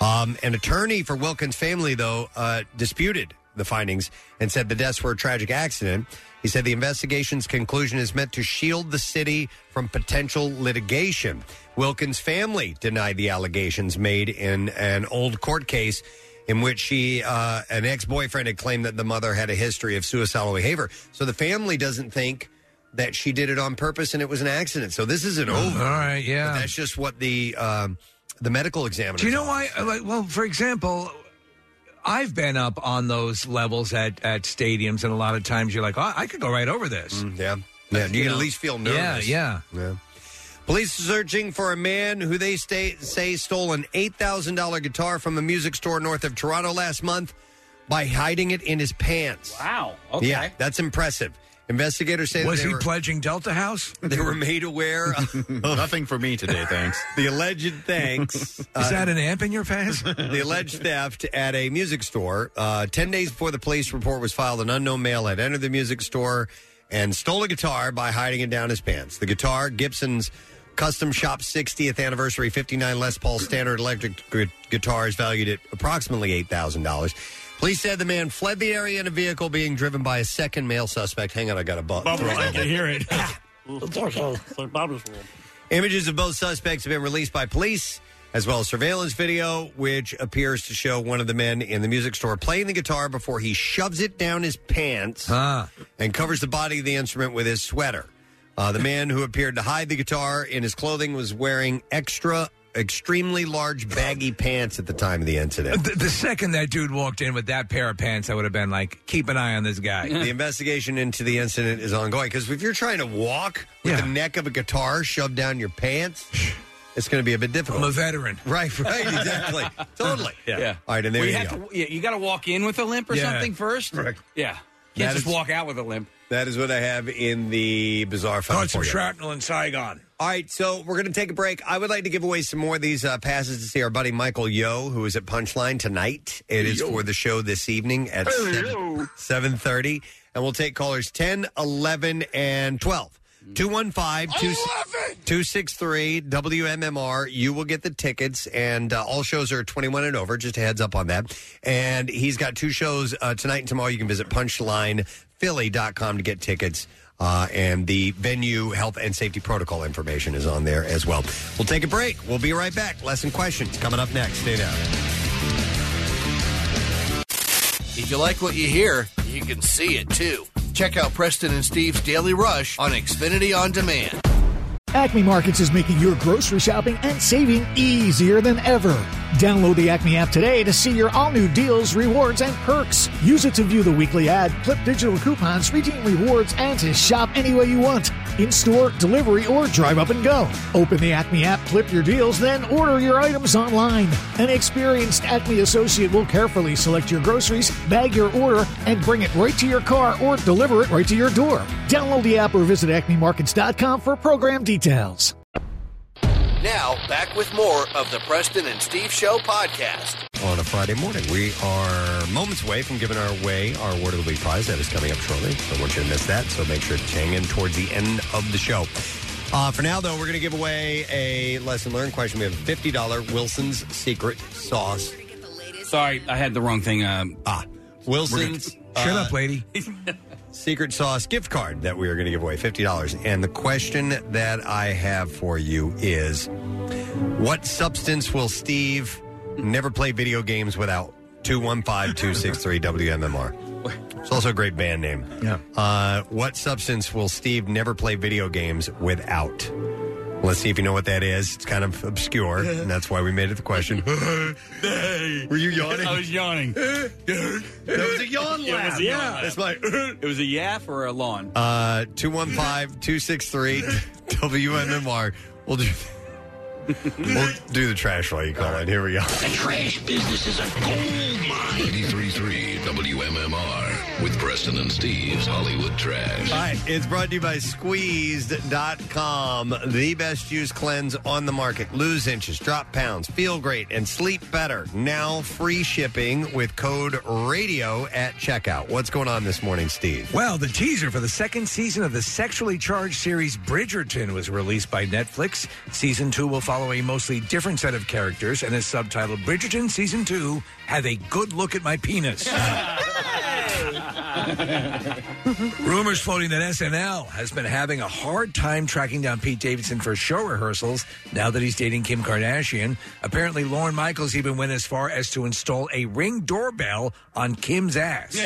Um, an attorney for Wilkins' family, though, uh, disputed the findings and said the deaths were a tragic accident. He said the investigation's conclusion is meant to shield the city from potential litigation. Wilkins' family denied the allegations made in an old court case in which she, uh, an ex boyfriend, had claimed that the mother had a history of suicidal behavior. So the family doesn't think that she did it on purpose and it was an accident. So this isn't over.
All right, yeah.
But that's just what the um, the medical examiner.
Do you know why? uh, Like, well, for example, I've been up on those levels at at stadiums, and a lot of times you're like, oh, I could go right over this.
Mm, yeah. Yeah, you can at least feel nervous.
Yeah,
yeah. Police are searching for a man who they stay, say stole an $8,000 guitar from a music store north of Toronto last month by hiding it in his pants.
Wow.
Yeah, that's impressive. Investigators say
Was
that they
he
were-
pledging Delta House?
They were made aware.
Nothing for me today, thanks.
the alleged thanks.
Is
uh,
that an amp in your pants?
the alleged theft at a music store. Uh, Ten days before the police report was filed, an unknown male had entered the music store and stole a guitar by hiding it down his pants. The guitar, Gibson's custom shop 60th anniversary 59 Les Paul standard electric gu- guitar, is valued at approximately $8,000. Police said the man fled the area in a vehicle being driven by a second male suspect. Hang on, I got a bu-
Bubbles, I can hear
it.
It's okay. It's like Bobby's room.
Images of both suspects have been released by police, as well as surveillance video, which appears to show one of the men in the music store playing the guitar before he shoves it down his pants and covers the body of the instrument with his sweater. Uh, the man who appeared to hide the guitar in his clothing was wearing extra, extremely large, baggy pants at the time of the incident.
The, the second that dude walked in with that pair of pants, I would have been like, keep an eye on this guy.
The investigation into the incident is ongoing because if you're trying to walk with the neck of a guitar shoved down your pants, it's going to be a bit difficult.
I'm a veteran.
Right, right, exactly. totally.
Yeah.
All right, and there
Well,
you
have
go.
to- yeah, you got to walk in with a limp or
Yeah.
something first.
Correct.
Yeah. You
That
can't just
is-
walk out with a limp.
That is what I have in the bizarre file.
Caught some
for you.
shrapnel in Saigon.
All right, so we're going to take a break. I would like to give away some more of these uh, passes to see our buddy Michael Yo, who is at Punchline tonight. It is
Yo.
for the show this evening at
Hey,
7, 7.30, and we'll take callers 10, 11, and 12. 215-263-WMMR. You will get the tickets, and uh, all shows are 21 and over. Just a heads up on that. And he's got two shows uh, tonight and tomorrow. You can visit punchlinephilly.com to get tickets. Uh, and the venue health and safety protocol information is on there as well. We'll take a break. We'll be right back. Lesson questions coming up next. Stay down.
If you like what you hear, you can see it too. Check out Preston and Steve's Daily Rush on Xfinity On Demand.
Acme Markets is making your grocery shopping and saving easier than ever. Download the Acme app today to see your all new deals, rewards, and perks. Use it to view the weekly ad, clip digital coupons, redeem rewards, and to shop any way you want in store, delivery, or drive up and go. Open the Acme app, clip your deals, then order your items online. An experienced Acme associate will carefully select your groceries, bag your order, and bring it right to your car or deliver it right to your door. Download the app or visit acmemarkets.com for program details.
Now, back with more of the Preston and Steve Show podcast.
on a Friday morning. We are moments away from giving our way our Word of the Week prize. That is coming up shortly. Don't want you to miss that. So make sure to hang in towards the end of the show. Uh, for now, though, we're going to give away a lesson learned question. We have a fifty dollar Wilson's Secret Sauce.
Sorry, I had the wrong thing. Um,
ah, Wilson's.
Shut up, lady.
Secret Sauce gift card that we are going to give away $50. And the question that I have for you is what substance will Steve never play video games without? 215 263 WMMR. It's also a great band name. Yeah. Uh, what substance will Steve never play video games without? Let's see if you know what that is. It's kind of obscure, and that's why we made it the question. Were you yawning?
I was yawning. that
was a yawn laugh.
yeah.
Yeah. It's like
it was a yaff or a lawn.
Uh, 215-263-WMMR. We'll do, we'll do the trash while you call it. Here we go.
The trash business is a gold mine. 93.3 WMMR with Preston and Steve's Hollywood Trash.
All right, it's brought to you by Squeezed.com, the best juice cleanse on the market. Lose inches, drop pounds, feel great, and sleep better. Now free shipping with code RADIO at checkout. What's going on this morning, Steve?
Well, the teaser for the second season of the sexually charged series Bridgerton was released by Netflix. Season two will follow a mostly different set of characters and is subtitled Bridgerton Season Two Have a Good Look at My Penis. Rumors floating that SNL has been having a hard time tracking down Pete Davidson for show rehearsals now that he's dating Kim Kardashian. Apparently, Lauren Michaels even went as far as to install a ring doorbell on Kim's ass.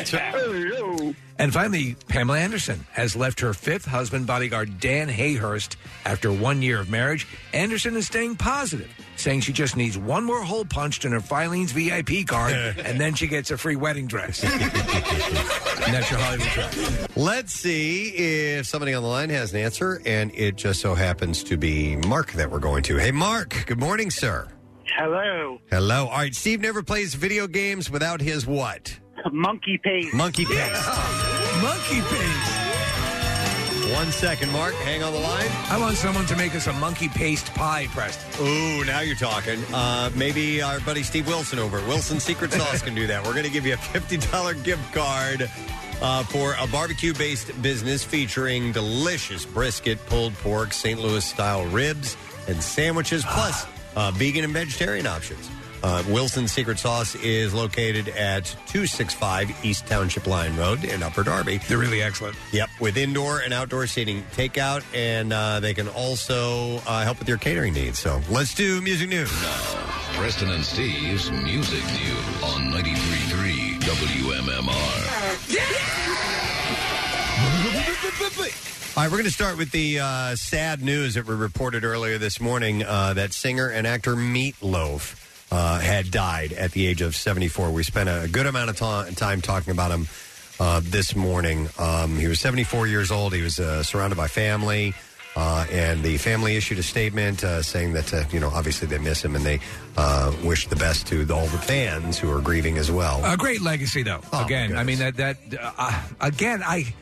And finally, Pamela Anderson has left her fifth husband, bodyguard Dan Hayhurst, after one year of marriage. Anderson is staying positive, saying she just needs one more hole punched in her Filene's VIP card, and then she gets a free wedding dress. And that's your Hollywood trash.
Let's see if somebody on the line has an answer, and it just so happens to be Mark that we're going to. Hey, Mark, good morning, sir.
Hello.
Hello. All right, Steve never plays video games without his what?
Monkey paste.
Monkey paste.
Monkey paste.
One second, Mark. Hang on the line.
I want someone to make us a monkey paste pie, Preston.
Ooh, now you're talking. Uh, maybe our buddy Steve Wilson over at Wilson Secret Sauce can do that. We're going to give you a $50 gift card uh, for a barbecue based business featuring delicious brisket, pulled pork, St. Louis style ribs, and sandwiches, plus uh, vegan and vegetarian options. Uh, Wilson Secret Sauce is located at 265 East Township Line Road in Upper Darby.
They're really excellent.
Yep, with indoor and outdoor seating, takeout, and uh, they can also uh, help with your catering needs. So let's do music news.
Preston and Steve's Music News on 93.3 WMMR.
All right, we're going to start with the uh, sad news that we reported earlier this morning uh, that singer and actor Meatloaf uh, had died at the age of 74. We spent a good amount of ta- time talking about him uh, this morning. Um, he was 74 years old. He was uh, surrounded by family. Uh, and the family issued a statement uh, saying that, uh, you know, obviously they miss him and they uh, wish the best to all the fans who are grieving as well.
A great legacy, though.
Oh,
again, I mean that that uh, again, I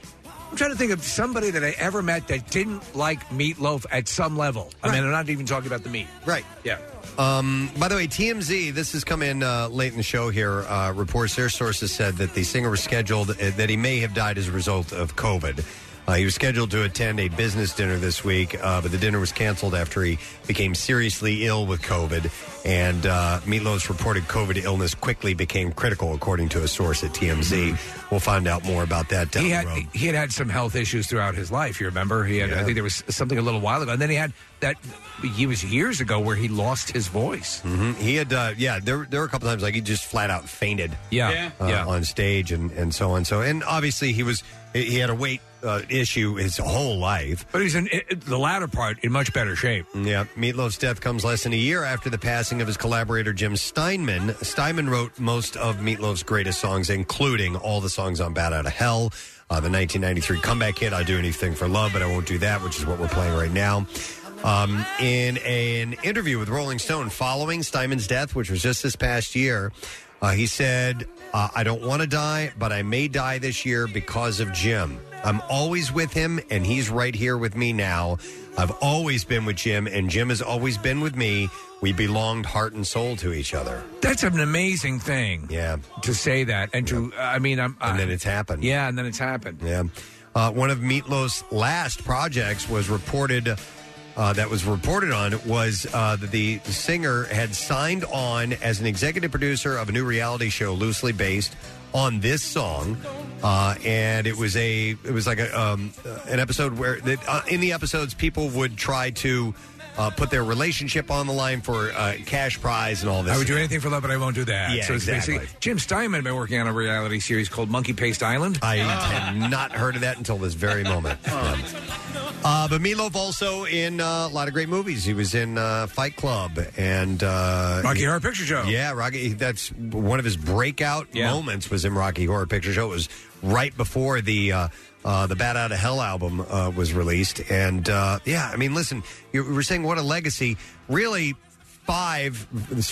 I'm trying to think of somebody that I ever met that didn't like meatloaf at some level. I mean, I'm not even talking about the meat.
Right.
Yeah.
Um, by the way, TMZ, this has come in uh, late in the show here. Uh, reports their sources said that the singer was scheduled, uh, that he may have died as a result of COVID. Uh, he was scheduled to attend a business dinner this week, uh, but the dinner was canceled after he became seriously ill with COVID. And uh, Meatloaf's reported COVID illness quickly became critical, according to a source at TMZ. We'll find out more about that down
Mm-hmm. he
the
had
road.
he had had some health issues throughout his life. You remember? He had. I think there was something a little while ago, and then he had that. He was years ago where he lost his voice.
hmm He had, uh, yeah, there, there were a couple times like he just flat out fainted.
Yeah. Yeah.
Uh,
Yeah.
On stage and, and so on. So, and obviously he was, he he had a weight uh, issue his whole life.
But he's in i the latter part in much better shape.
Yeah. Meatloaf's death comes less than a year after the passing of his collaborator Jim Steinman. Steinman wrote most of Meatloaf's greatest songs, including all the songs on Bad Out of Hell. Uh, the 1993 comeback hit, I Do Anything for Love, but I Won't Do That, which is what we're playing right now. Um, in an interview with Rolling Stone following Steinman's death, which was just this past year, uh, he said, uh, I don't want to die, but I may die this year because of Jim. I'm always with him, and he's right here with me now. I've always been with Jim, and Jim has always been with me. We belonged heart and soul to each other.
That's an amazing thing.
Yeah.
To say that and to, I mean, I'm.
And then it's happened.
Yeah, and then it's happened.
Yeah. Uh, one of Meatloaf's last projects was reported. Uh, that was reported on was uh, that the singer had signed on as an executive producer of a new reality show loosely based on this song, uh, and it was a it was like a um, uh, an episode where that, uh, in the episodes people would try to uh, put their relationship on the line for uh, cash prize and all this.
I would do anything for love, but I won't do that.
Yeah,
so it's
exactly.
basically Jim Steinman been working on a reality series called Monkey Paste Island.
I had not heard of that until this very moment. Yeah. Uh, but Meatloaf also in uh, a lot of great movies. He was in uh, Fight Club and uh,
Rocky Horror Picture Show.
Yeah, Rocky. That's one of his breakout
Yeah.
moments was in Rocky Horror Picture Show. It was right before the. Uh, uh, the Bat Out of Hell album uh, was released. And uh, yeah, I mean, listen, you we were saying what a legacy. Really, five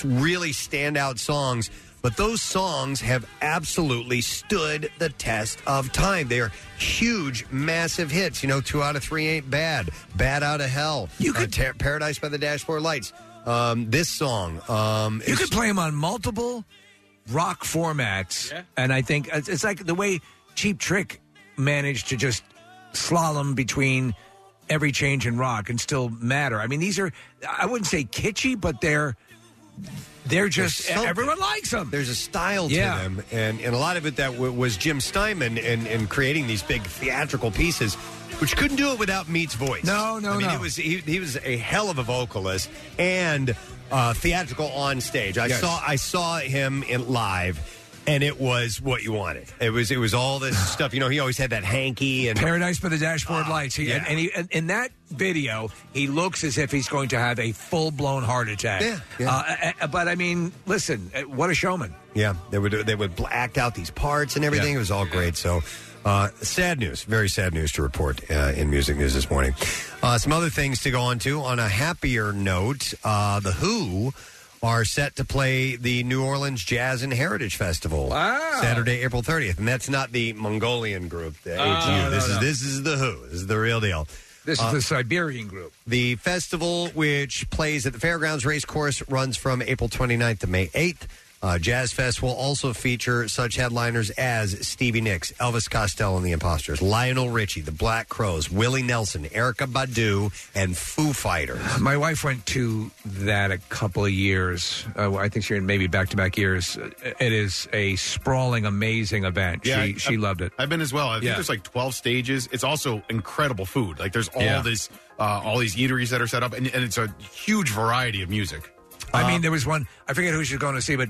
really standout songs, but those songs have absolutely stood the test of time. They are huge, massive hits. You know, two out of three ain't bad. Bad out of hell. You could Paradise by the Dashboard Lights. Um, this song. Um,
You could play him on multiple rock formats, and I think it's, it's like the way Cheap Trick managed to just slalom between every change in rock and still matter. I mean, these are I wouldn't say kitschy, but they're they're just e,
There's something.
everyone likes them.
There's a style to
Yeah.
them, and and a lot of it that w- was Jim Steinman and and creating these big theatrical pieces, which couldn't do it without Meat's voice.
No, no,
I mean,
no.
It was he, he was a hell of a vocalist and uh, theatrical on stage. I
Yes.
saw I saw him in live. And it was what you wanted. It was it was all this stuff. You know, he always had that hanky and Ah,
Paradise by the Dashboard Lights. He, and, and he, and in that video, he looks as if he's going to have a full blown heart attack.
Yeah, yeah.
Uh, uh, uh, but I mean, listen, uh, what a showman.
Yeah, they would they would bl- act out these parts and everything. It was all great. So, uh, sad news, very sad news to report uh, in music news this morning. Uh, some other things to go on to. On a happier note, uh, the Who are set to play the New Orleans Jazz and Heritage Festival Saturday, April 30th, and that's not the Mongolian group, the
Oh,
HU.
no,
this
no.
is this is the Who. This is the real deal.
This
Uh,
is the Siberian group.
the festival, which plays at the Fairgrounds Race Course, runs from April 29th to May 8th. Uh, Jazz Fest will also feature such headliners as Stevie Nicks, Elvis Costello and the Imposters, Lionel Richie, the Black Crows, Willie Nelson, Erica Badu, and Foo Fighters.
My wife went to that a couple of years. Uh, I think she went maybe back to back years. Uh, It is a sprawling, amazing event.
Yeah,
she
I-
she loved it.
I've been as well. I think
Yeah.
there's like 12 stages. It's also incredible food. Like there's all
Yeah.
this, uh, all these eateries that are set up, and, and it's a huge variety of music. Uh,
I mean, there was one. I forget who she was going to see, but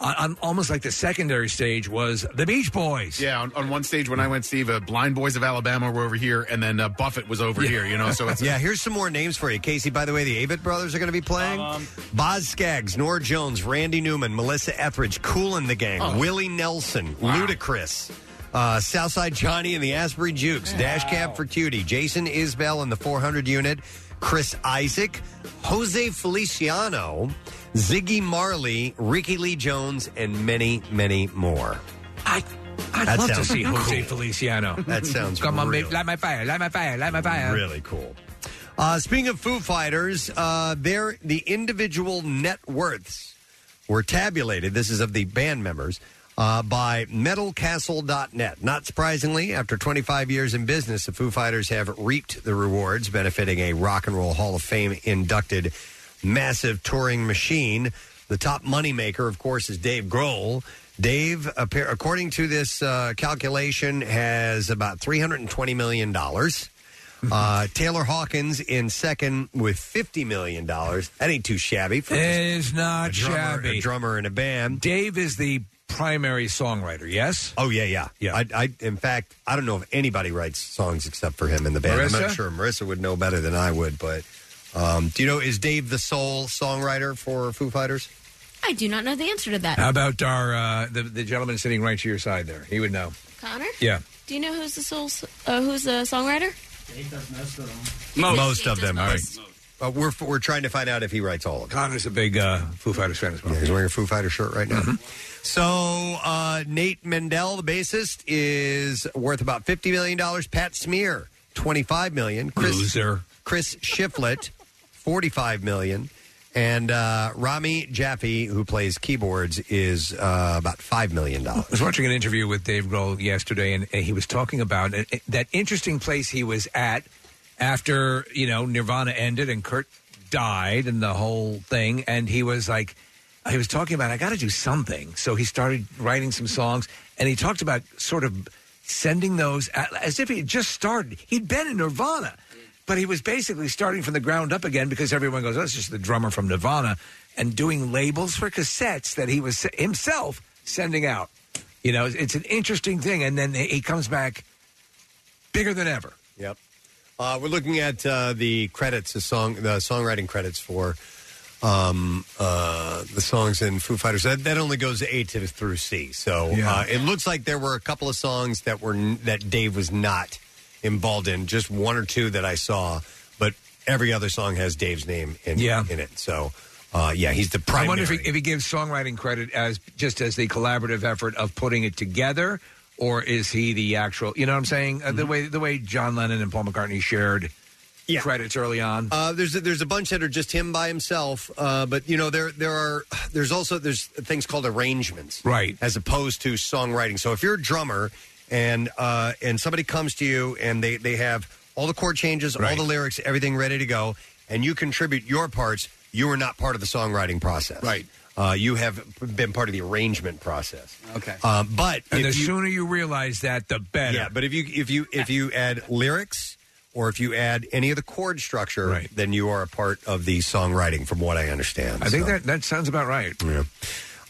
on, on almost like the secondary stage was the Beach Boys.
Yeah, on, on one stage when I went, Steve, uh, Blind Boys of Alabama were over here, and then uh, Buffett was over here. You know,
Oh,
so it's
yeah, here's some more names for you. Casey, by the way, the Avid brothers are going to be playing.
Um,
Boz Skaggs, Nora Jones, Randy Newman, Melissa Etheridge, Cool and the Gang,
Oh.
Willie Nelson, Ludacris, uh, Southside Johnny and the Asbury Jukes, Dash Cab for Cutie, Jason Isbell and the 400 Unit, Chris Isaac, Jose Feliciano, Ziggy Marley, Ricky Lee Jones, and many, many more.
I, I'd
That
love to
sounds
see Jose
cool.
Feliciano.
That sounds
Come on,
really
babe, light my fire, light my fire, light my fire.
Really cool. Uh, speaking of Foo Fighters, uh, their the individual net worths were tabulated. This is of the band members uh, by MetalCastle.net. Not surprisingly, after 25 years in business, the Foo Fighters have reaped the rewards, benefiting a Rock and Roll Hall of Fame inducted massive touring machine. The top moneymaker, of course, is Dave Grohl. Dave, appear- according to this uh, calculation, has about $320 million. Uh, Taylor Hawkins in second with $50 million. That ain't too shabby. For just
It is not
a drummer,
shabby.
A drummer in a band.
Dave is the primary songwriter, yes?
Oh, yeah, yeah. yeah. I, I, in fact, I don't know if anybody writes songs except for him in the band. I'm not
Marissa?
sure Marissa would know better than I would, but um, do you know, is Dave the sole songwriter for Foo Fighters?
I do not know the answer to that.
How about our uh, the, the gentleman sitting right to your side there? He would know.
Connor?
Yeah.
Do you know who's the soul? Uh, who's the songwriter?
Most, of them. All right. Uh, we're, we're trying to find out if he writes all of them.
Connor's a big uh, Foo Fighters fan as well. Mm-hmm.
Yeah, he's wearing a Foo Fighter shirt right now. So uh, Nate Mendel, the bassist, is worth about fifty million dollars. Pat Smear, twenty-five million. Chris,
Loser.
Chris Shiflett, forty-five million, and uh, Rami Jaffe, who plays keyboards, is uh, about five million dollars.
I was watching an interview with Dave Grohl yesterday, and, and he was talking about it- it- that interesting place he was at after you know Nirvana ended and Kurt died and the whole thing. And he was like, he was talking about I got to do something, so he started writing some songs, and he talked about sort of sending those at, as if he had just started. He'd been in Nirvana, but he was basically starting from the ground up again because everyone goes, "That's just the drummer from Nirvana," and doing labels for cassettes that he was himself sending out. You know, it's an interesting thing. And then he comes back bigger than ever.
Yep. Uh, we're looking at uh, the credits, the song, the songwriting credits for um, uh, the songs in Foo Fighters. That, that only goes A to through C. So uh, it looks like there were a couple of songs that were n- that Dave was not involved in. Just one or two that I saw, but every other song has Dave's name in
Yeah.
in it. So uh, yeah, he's the primary.
I wonder if he, if he gives songwriting credit as just as the collaborative effort of putting it together, or is he the actual? You know what I'm saying?
Mm-hmm.
Uh, the way the way John Lennon and Paul McCartney shared credits early on.
Uh, there's a, there's a bunch that are just him by himself, uh, but you know there there are there's also there's things called arrangements,
right?
As opposed to songwriting. So if you're a drummer and uh, and somebody comes to you and they they have all the chord changes, all the lyrics, everything ready to go, and you contribute your parts, you are not part of the songwriting process, right? Uh, you have been part of the arrangement process.
Okay.
Uh, but
and
if
the
you-
sooner you realize that, the better.
yeah, but if you if you if you add lyrics or if you add any of the chord structure, then you are a part of the songwriting, from what I understand.
I think
So,
that that sounds about right.
Yeah.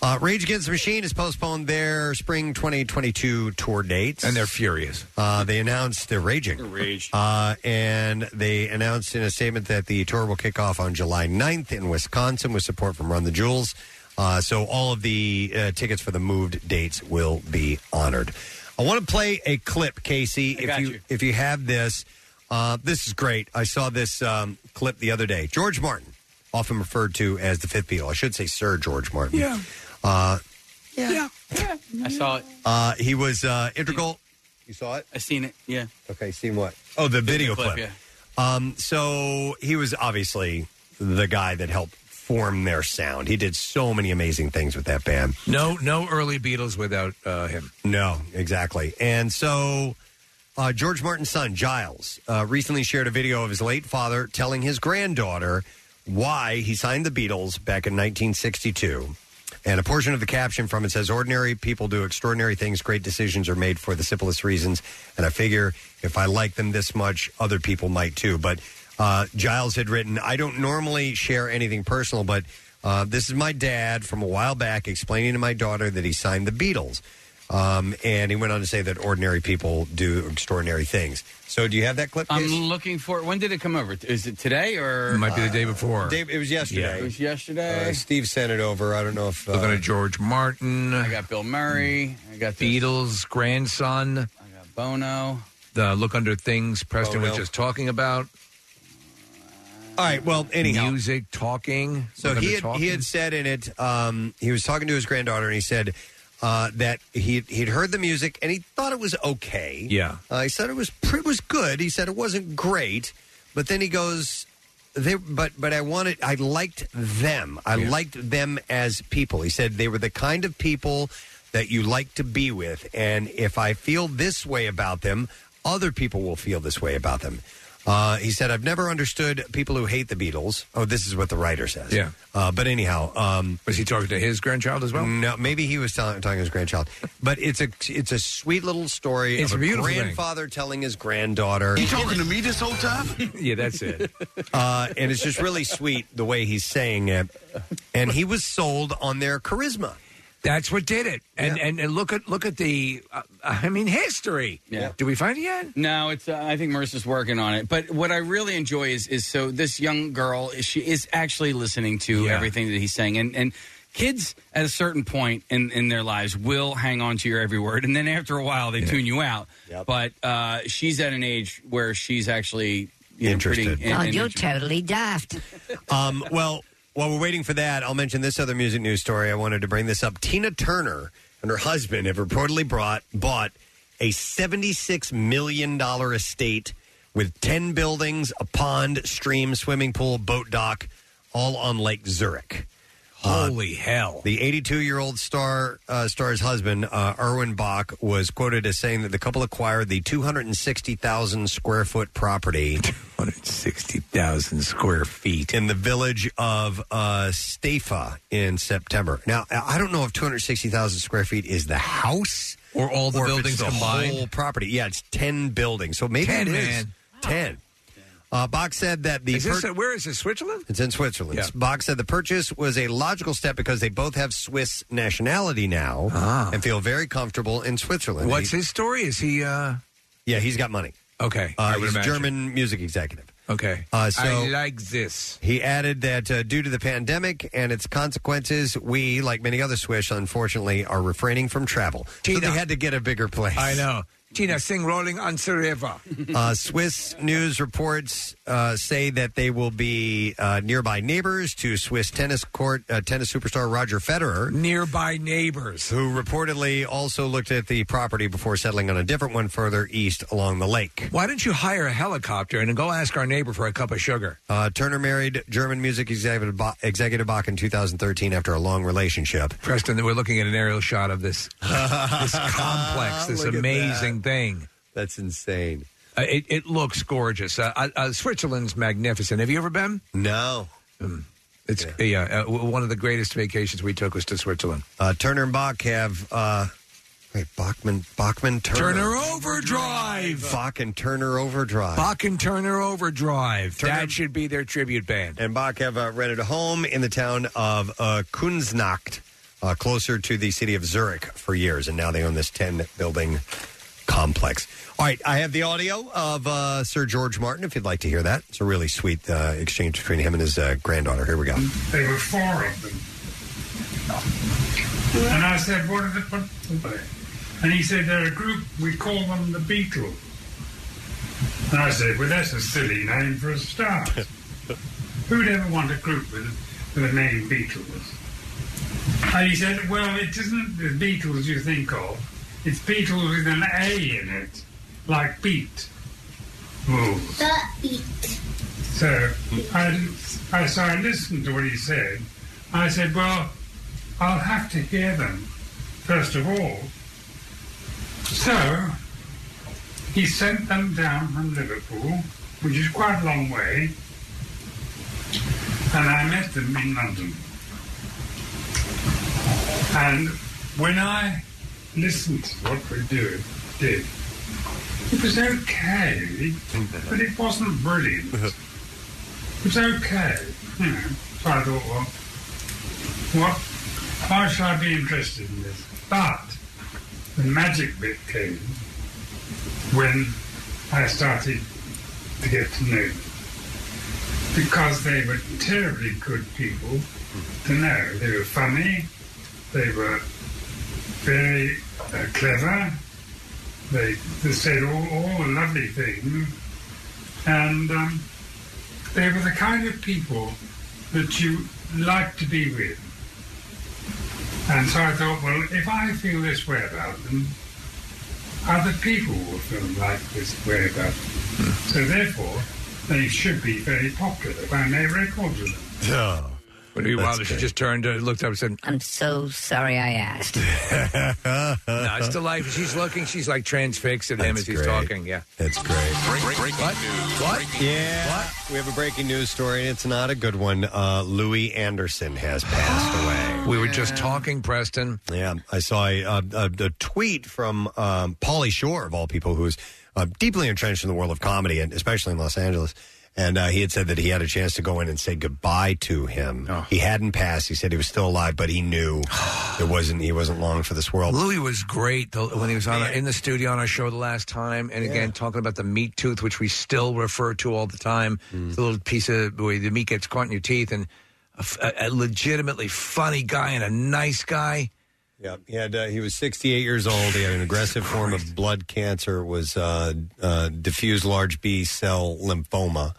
Uh, Rage Against the Machine has postponed their spring 2022 tour dates,
And they're furious.
Uh, they announced they're raging. rage. Uh, and they announced in a statement that the tour will kick off on July 9th in Wisconsin with support from Run the Jewels. Uh, so all of the uh, tickets for the moved dates will be honored. I want to play a clip, Casey. if you, if you have this, uh, this is great. I saw this um, clip the other day. George Martin, often referred to as the Fifth Beatle, I should say Sir George Martin.
Yeah.
Uh,
Yeah. yeah. I saw it.
uh, he was uh, integral. You saw it?
I seen it. Yeah.
Okay, seen what? Oh, the video clip.
Yeah.
Um, so he was obviously the guy that helped form their sound. He did so many amazing things with that band.
No, no early Beatles without uh, him.
No, exactly. And so uh, George Martin's son, Giles, uh, recently shared a video of his late father telling his granddaughter why he signed the Beatles back in 1962. And a portion of the caption from it says, Ordinary people do extraordinary things. Great decisions are made for the simplest reasons. And I figure if I like them this much, other people might too. But uh, Giles had written, I don't normally share anything personal, but uh, this is my dad from a while back explaining to my daughter that he signed the Beatles. Um, and he went on to say that ordinary people do extraordinary things. So, do you have that clip?
Um,
I'm
Case?
looking for it. When did it come over? Is it today or?
Dave, it was yesterday.
Yeah, it was yesterday.
Uh, Steve sent it over. I don't know if. uh,
Looking at George Martin. I
got Bill Murray. I got
Beatles grandson. I got
Bono.
The look under things Preston was
Bono.
just talking about.
All right. Well, anyhow.
music talking.
So
Look under
he had, he
talking.
had said in it, um, he was talking to his granddaughter, and he said uh, that he he'd heard the music and he thought it was okay.
Yeah.
uh, he said it was pr- it was good. He said it wasn't great, but then he goes, "They but but I wanted I liked them. I liked them as people." He said they were the kind of people that you like to be with, and if I feel this way about them, other people will feel this way about them. Uh, he said, "I've never understood people who hate the Beatles." Oh, this is what the writer says.
Yeah.
Uh, but anyhow, um,
was he talking to his grandchild as well?
No, maybe he was telling, talking to his grandchild. But it's a it's a sweet little story.
It's
of
a beautiful thing.
grandfather telling his granddaughter.
talking to me this whole time? yeah, that's it.
uh, and it's just really sweet the way he's saying it. And he was sold on their charisma.
That's what did it. And and, and look at look at the uh, I mean history.
Yeah.
Do we find it yet?
No, it's. Uh, I think Marissa's working on it. But what I really enjoy is is so this young girl she is actually listening to
Yeah.
everything that he's saying, and and kids at a certain point in in their lives will hang on to your every word, and then after a while they tune you out. But uh, she's at an age where she's actually you know, pretty- and- and-
totally daft.
Um, well, while we're waiting for that, I'll mention this other music news story. I wanted to bring this up. Tina Turner and her husband have reportedly brought bought a seventy-six million dollar estate with ten buildings, a pond, stream, swimming pool, boat dock, all on Lake Zurich.
Holy hell!
The 82-year-old star uh, star's husband, uh, Erwin Bach, was quoted as saying that the couple acquired the 260,000 square foot property,
260,000 square feet
in the village of uh, Staffa in September. Now, I I don't know if 260,000 square feet is the house
Or all the
if it's
buildings
the
combined?
Whole property, yeah, it's 10 buildings, so maybe
10,
it is
man.
10. Uh, Bach said that the
Is this
per-
a- where is it? Switzerland?
it's in Switzerland. Bach said the purchase was a logical step because they both have Swiss nationality now and feel very comfortable in Switzerland.
Ah. What's
He-
his story? Is he uh
Yeah, he's got money.
Okay.
Uh,
I would
he's a
imagine.
German music executive.
Okay.
Uh, so
I like this.
he added that uh, due to the pandemic and its consequences, we, like many other Swiss, unfortunately, are refraining from travel. So they had to get a bigger place.
I know. Tina, sing Rolling on the River.
Uh, Swiss news reports uh, say that they will be uh, nearby neighbors to Swiss tennis court uh, tennis superstar Roger Federer.
Nearby neighbors.
Who reportedly also looked at the property before settling on a different one further east along the lake.
Why don't you hire a helicopter and go ask our neighbor for a cup of sugar?
Uh, Turner married German music executive, Ba- executive Bach in 2013 after a long relationship.
Preston, we're looking at an aerial shot of this this complex, this
Look at
amazing thing.
That's insane.
Uh, it, it looks gorgeous. Uh, uh, uh, Switzerland's magnificent. Have you ever been? Hmm.
No.
It's yeah. uh, w- one of the greatest vacations we took was to Switzerland.
Uh, Turner and Bach have uh, wait Bachman Bachman Turner
Turner Overdrive.
Bach and Turner Overdrive.
Bach and Turner Overdrive.
Turner-
That should be their tribute band.
and Bach have uh, rented a home in the town of uh, Kunznacht, uh, closer to the city of Zurich, for years, and now they own this ten-building complex. All right, I have the audio of uh, Sir George Martin. If you'd like to hear that, it's a really sweet uh, exchange between him and his uh, granddaughter. Here we go.
There were four of them. And I said, what are the, what, and he said, they're a group, we call them the Beatles. And I said, well, that's a silly name for a start. Who'd ever want a group with, with the name Beatles? And he said, well, it isn't the Beatles you think of. It's Beatles with an A in it, like beat. Oh. So I, I, so I listened to what he said. I said, well, I'll have to hear them, first of all. So he sent them down from Liverpool, which is quite a long way, and I met them in London. And when I listened to what we do, did, it was okay, but it wasn't brilliant. It was okay, you know. So I thought, well, what? Why should I be interested in this? But the magic bit came when I started to get to know them. Because they were terribly good people to know. They were funny, they were very uh, clever, they, they said all, all the lovely things, and um, they were the kind of people that you like to be with. And so I thought, well, if I feel this way about them, other people will feel like this way about them. So therefore, they should be very popular when they record with them.
Oh,
Would it be
That's
wild if she
great.
just turned and looked up and said,
I'm so sorry I asked.
no, it's the life. She's looking. She's like transfixed at him as he's talking. Yeah.
That's great.
Break, what? What?
Yeah. We have a breaking news story, and it's not a good one. Uh, Louis Anderson has passed away.
We were just talking, Preston.
Yeah, I saw a, a, a, a tweet from um, Pauly Shore, of all people, who's uh, deeply entrenched in the world of comedy, and especially in Los Angeles. And uh, he had said that he had a chance to go in and say goodbye to him.
Oh.
He hadn't passed. He said he was still alive, but he knew it wasn't. He wasn't long for this world.
Louis was great the, when he was on our, in the studio on our show the last time, and again talking about the meat tooth, which we still refer to all the time. It's a little piece of where the meat gets caught in your teeth, and a f- a, a legitimately funny guy and a nice guy.
Yeah, he had. Uh, he was 68 years old. He had an aggressive form of blood cancer. Was uh, uh, diffuse large B cell lymphoma,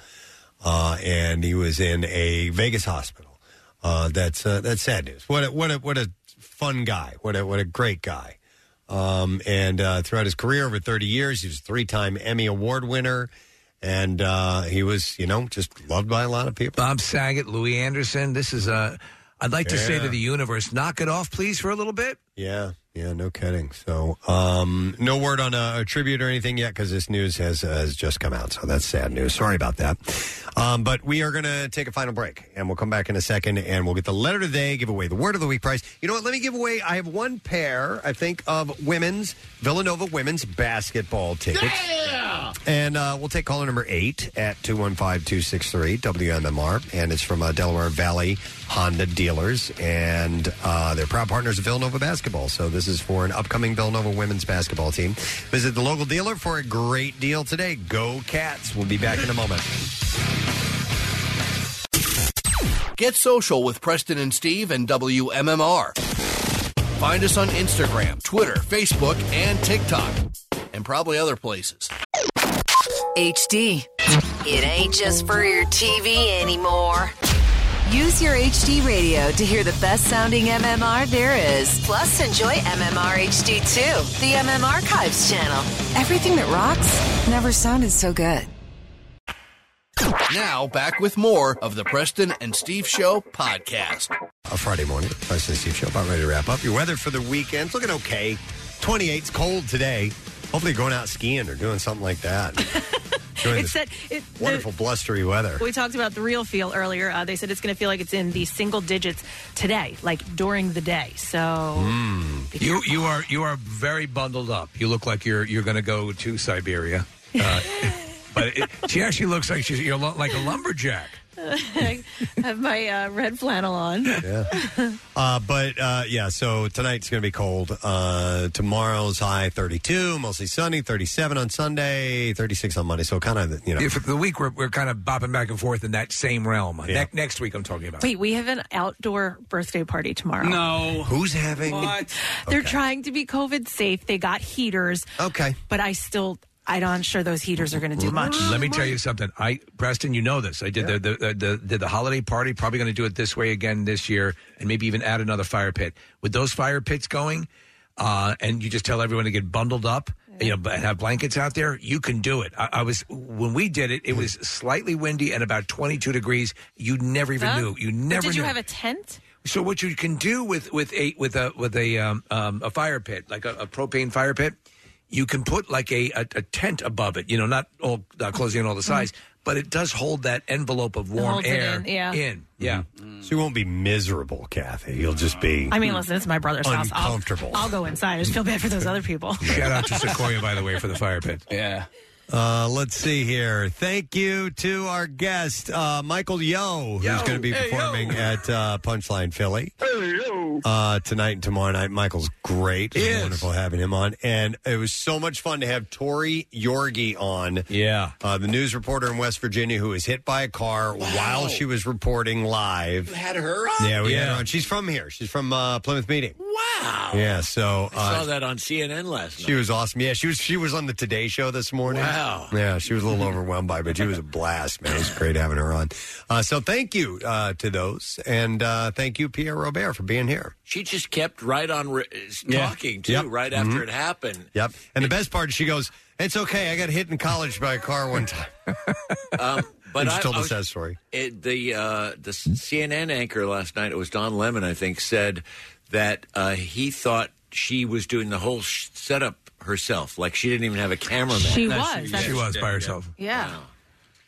uh, and he was in a Vegas hospital. Uh, that's uh, that's sad news. What a, what a what a fun guy. What a what a great guy. Um, and uh, throughout his career, over 30 years, he was a three time Emmy Award winner, and uh, he was you know just loved by a lot of people.
Bob Saget, Louis Anderson. This is a. I'd like to say
Yeah.
to the universe, knock it off, please, for a little bit.
Yeah, yeah, no kidding. So, um, no word on a, a tribute or anything yet because this news has uh, has just come out. So that's sad news. Sorry about that. Um, but we are going to take a final break, and we'll come back in a second, and we'll get the letter today, give away the word of the week prize. You know what? Let me give away. I have one pair, I think, of women's Villanova women's basketball tickets. And uh, we'll take caller number eight at 215 263 WMMR. And it's from uh, Delaware Valley Honda Dealers. And uh, they're proud partners of Villanova Basketball. So this is for an upcoming Villanova women's basketball team. Visit the local dealer for a great deal today. Go Cats. We'll be back in a moment.
Get social with Preston and Steve and WMMR. Find us on Instagram, Twitter, Facebook, and TikTok, and probably other places.
HD. It ain't just for your TV anymore. Use your HD radio to hear the best sounding MMR there is. Plus, enjoy MMR HD 2, the MM Archives channel. Everything that rocks never sounded so good.
Now, back with more of the Preston and Steve Show podcast.
A Friday morning, Preston and Steve Show, about ready to wrap up. Your weather for the weekend's looking okay. 28's cold today. Hopefully, you're going out skiing or doing something like that. Enjoying
It
this
said it, the-
wonderful, blustery weather.
we talked about the real feel earlier. Uh, they said it's going to feel like it's in the single digits today, like during the day. So
You you are you are very bundled up. You look like you're you're going to go to Siberia. Uh, but it, she actually looks like she's you're lo- like a lumberjack.
I have my uh, red flannel on.
Yeah. Uh, but uh, yeah, so tonight's going to be cold. Uh, tomorrow's high 32, mostly sunny, 37 on Sunday, 36 on Monday. So kind of, you know.
If the week we're, we're kind of bopping back and forth in that same realm. Ne- next week, I'm talking about.
Wait, we have an outdoor birthday party tomorrow.
No.
Who's having?
They're trying to be COVID safe. They got heaters.
Okay.
But I still, I'm not sure those heaters are going to do much.
Let me tell you something. I Preston, you know this. I did the, the, the, the did the holiday party. Probably going to do it this way again this year, and maybe even add another fire pit. With those fire pits going, uh, and you just tell everyone to get bundled up, you know, and have blankets out there. You can do it. I, I was when we did it.
Hmm.
It was slightly windy and about 22 degrees. You never even
Huh?
knew. You
But
never
Did
knew.
you have a tent?
So what you can do with with a with a with a um, um, a fire pit, like a, a propane fire pit, you can put like a, a, a tent above it. You know, not all uh, closing on all the sides, but it does hold that envelope of warm
holds Mm-hmm. it
air
in, yeah.
Yeah.
So you won't be miserable, Kathy. You'll just be.
I mean, listen, it's my brother's house. I'll-
Uncomfortable.
I'll, go inside. I just feel bad for those other people.
Shout out to Sequoia, by the way, for the fire pit.
Yeah.
Uh, let's see here. Thank you to our guest, uh, Michael Yo, who's going to be
Hey, yo.
performing at uh, Punchline Philly uh, tonight and tomorrow night. Michael's great. It was wonderful having him on. And it was so much fun to have Tori Yorgi on.
Yeah.
Uh, the news reporter in West Virginia who was hit by a car while she was reporting live. You
had her
on?
Yeah, we had her
Yeah.
on. She's from here. She's from uh, Plymouth Meeting.
Wow.
Yeah, so. Uh,
I saw that on CNN last night.
she was awesome. Yeah, she was she was on the Today Show this morning.
Wow.
Yeah, she was a little overwhelmed by, it, but she was a blast, man. It was great having her on. Uh, so thank you uh, to those, and uh, thank you Pierre Robert for being here.
She just kept right on re- uh,
Yeah.
talking too,
Yep.
right after
Mhm.
it happened.
Yep. And the best part, is she goes, "It's okay. I got hit in college by a car one time."
Um, but
And she
I,
told
I
us
was-
that story.
It, the uh, the CNN anchor last night, it was Don Lemon, I think, said that uh, he thought she was doing the whole sh- setup herself. Like she didn't even have a cameraman.
She No, was. she- That's-
she was by herself.
Yeah.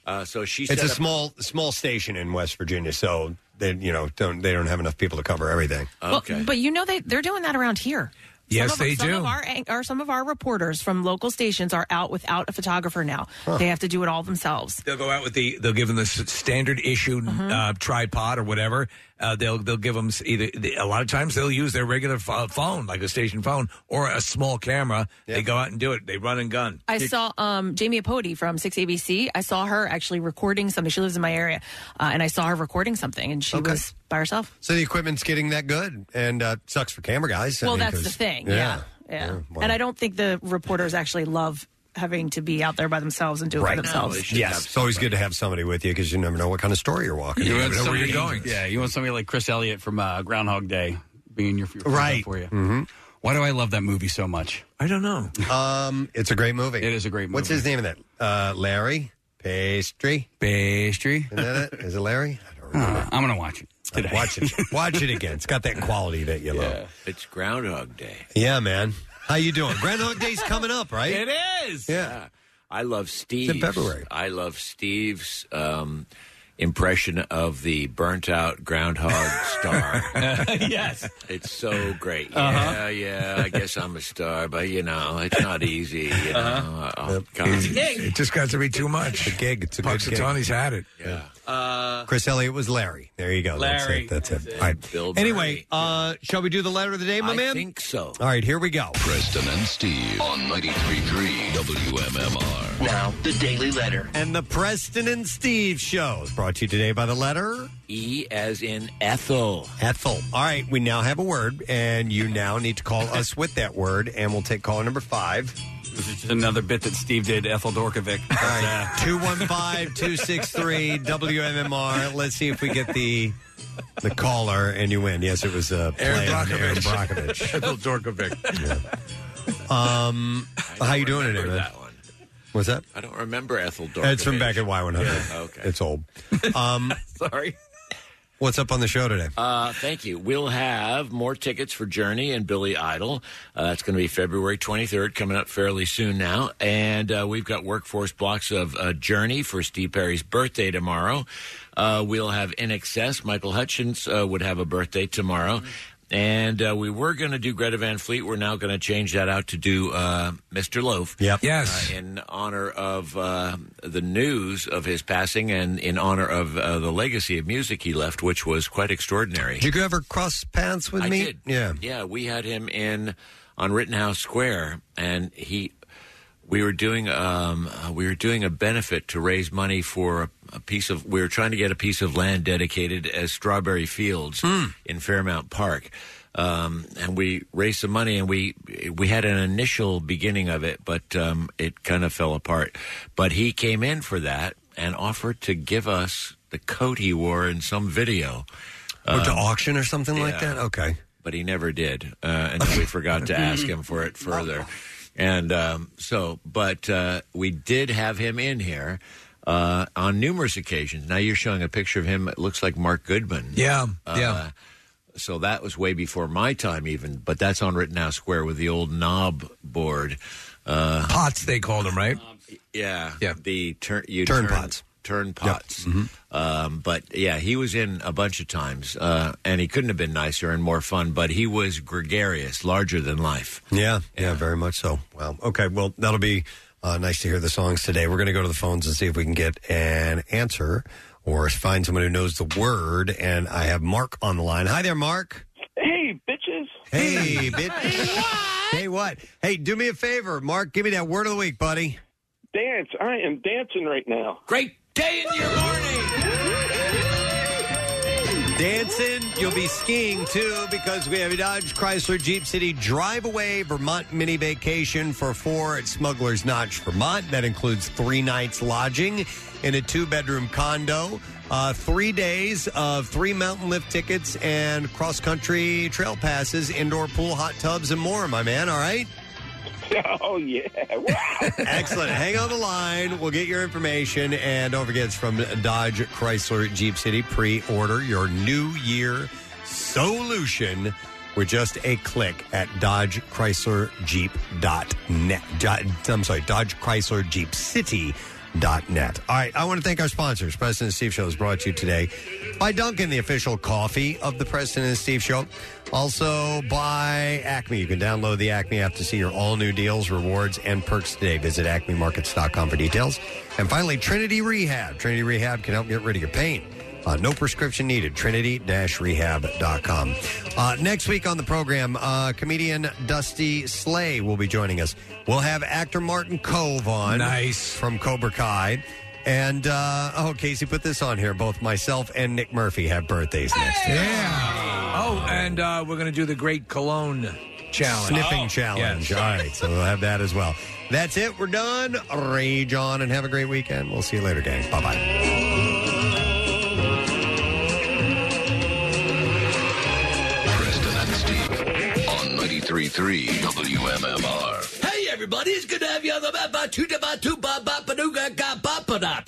Uh, so she.
It's
set
a
up-
small small station in West Virginia, so they you know don't they don't have enough people to cover everything.
Well, but you know they they're doing that around here.
Yes,
some of,
they
some
do.
Of our, an- or some of our reporters from local stations are out without a photographer now. They have to do it all themselves.
They'll go out with the. They'll give them the s- standard issue
Mm-hmm.
uh, tripod or whatever. Uh, they'll they'll give them either. The, a lot of times they'll use their regular pho- phone, like a station phone or a small camera. They go out and do it. They run and gun.
I saw um, Jamie Apodi from 6ABC. I saw her actually recording something. She lives in my area, uh, and I saw her recording something, and she was by herself.
So the equipment's getting that good, and uh, sucks for camera guys. I
well,
mean,
that's
'cause-
the thing. Yeah, yeah.
well-
And I don't think the reporters actually love having to be out there by themselves and do it by themselves.
yes, it's always good to have somebody with you because you never know what kind of story you're walking.
You
in.
want
never know where
somebody,
you're going.
Yeah, you want somebody like Chris Elliott from uh, Groundhog Day being your, your friend
Right.
for you. Mm-hmm. Why do I love that movie so much?
I don't know.
Um, it's a great movie.
It is a great movie.
What's his name in that? Uh, Larry Pastry.
Pastry.
Is that it? Is it Larry? I don't
remember. I'm gonna watch it. Today.
Watch it. Watch it again. It's got that quality that you love.
It's Groundhog Day.
Yeah, man. How you doing? Groundhog Day's coming up, right?
It is. Yeah. I love Steve's.
February.
I love Steve's um, impression of the burnt out groundhog star.
yes.
It's so great.
Uh-huh.
Yeah, yeah. I guess I'm a star, but you know, it's not easy. You know,
Uh-huh.
Oh, God.
It just got to be too much.
It's a gig. It's a good gig.
Punxsutawney's had it.
Yeah.
Uh,
Chris Elliott was Larry. There you go.
Larry.
That's it. That's it. All right.
Bill
Anyway, uh, shall we do the letter of the day, my
I
man?
think so.
All right, here we go.
Preston and Steve on 93.3 WMMR.
Now,
the Daily Letter.
And the Preston and Steve show is brought to you today by the letter
E as in Ethel.
Ethel. All right, we now have a word, and you now need to call us with that word, and we'll take caller number five.
This is just another bit that Steve did, Ethel Dorkovic.
215-263 WMMR. Let's see if we get the the caller and you win. Yes, it was uh,
Aaron
play on Aaron Brockovich.
Brockovich. Ethel Dorkovic.
Um, how you doing today, man? What's that?
I don't remember Ethel Dorkovich.
It's from back at Y100.
Yeah, okay.
It's old. Um,
Sorry.
what's up on the show today?
Uh, thank you. We'll have more tickets for Journey and Billy Idol. Uh, that's going to be February 23rd, coming up fairly soon now. And uh, we've got workforce blocks of uh, Journey for Steve Perry's birthday tomorrow. Uh, we'll have In Excess. Michael Hutchins uh, would have a birthday tomorrow. And uh, we were going to do Greta Van Fleet. We're now going to change that out to do uh, Mr. Loaf.
Yep.
Yes.
Uh, in honor of uh, the news of his passing and in honor of uh, the legacy of music he left, which was quite extraordinary.
Did you ever cross paths with
I
me?
did.
Yeah.
Yeah, we had him in on Rittenhouse Square, and he. We were doing um, uh, we were doing a benefit to raise money for a, a piece of we were trying to get a piece of land dedicated as Strawberry Fields
Hmm.
in Fairmount Park, um, and we raised some money and we we had an initial beginning of it, but um, it kind of fell apart. But he came in for that and offered to give us the coat he wore in some video,
Or to
Um,
auction or something like
yeah.
that? Okay.
but he never did, uh, and then we forgot to ask him for it further. And um, so, but uh, we did have him in here uh, on numerous occasions. Now you're showing a picture of him. It looks like Mark Goodman.
Yeah,
Uh,
yeah.
So that was way before my time, even. But that's on Rittenhouse Square with the old knob board. Uh,
Pots, they called them, right?
yeah, yeah. The turn you
Turn
turn,
pots.
turn pots.
Mm-hmm.
Um, but yeah, he was in a bunch of times, uh, and he couldn't have been nicer and more fun. But he was gregarious, larger than life.
Yeah, yeah, very much so. Wow. Okay, well, that'll be uh, nice to hear the songs today. We're going to go to the phones and see if we can get an answer or find someone who knows the word. And I have Mark on the line. Hi there, Mark.
Hey, bitches.
Hey, bitch. hey, what? Hey, do me a favor, Mark. Give me that word of the week, buddy.
Dance. I am dancing right now.
Great day in your
Dancing. You'll be skiing too because we have a Dodge Chrysler Jeep City Drive Away Vermont mini vacation for four at Smuggler's Notch, Vermont. That includes three nights lodging in a two bedroom condo, uh, three days of three mountain lift tickets and cross country trail passes, indoor pool, hot tubs, and more, my man. All right?
Oh yeah.
Excellent. Hang on the line. We'll get your information. And don't forget, it's from Dodge Chrysler Jeep City. Pre order your new year solution. with just a click at dodgechryslerjeep.net. Dod- I'm sorry, dodgechryslerjeepcity.net. All right, I want to thank our sponsors. President Steve Show is brought to you today by Duncan, the official coffee of the President and Steve Show. Also by Acme. You can download the Acme app to see your all new deals, rewards, and perks today. Visit acmemarkets.com for details. And finally, Trinity Rehab. Trinity Rehab can help get rid of your pain. Uh, no prescription needed. Trinity rehab.com. Uh, next week on the program, uh, comedian Dusty Slay will be joining us. We'll have actor Martin Cove on. Nice. From Cobra Kai. And, uh, oh, Casey put this on here. Both myself and Nick Murphy have birthdays next year.
Oh, and uh, we're going to do the Great Cologne Challenge.
Sniffing
Oh.
challenge.
Yes.
All right. So we'll have that as well. That's it. We're done. Rage on and have a great weekend. We'll see you later, gang. Bye bye.
Preston and Steve on 93.3 WMMR.
Hey, everybody, it's good to have you on the Baba Tuta Batu Baba Paduga Gabapadop.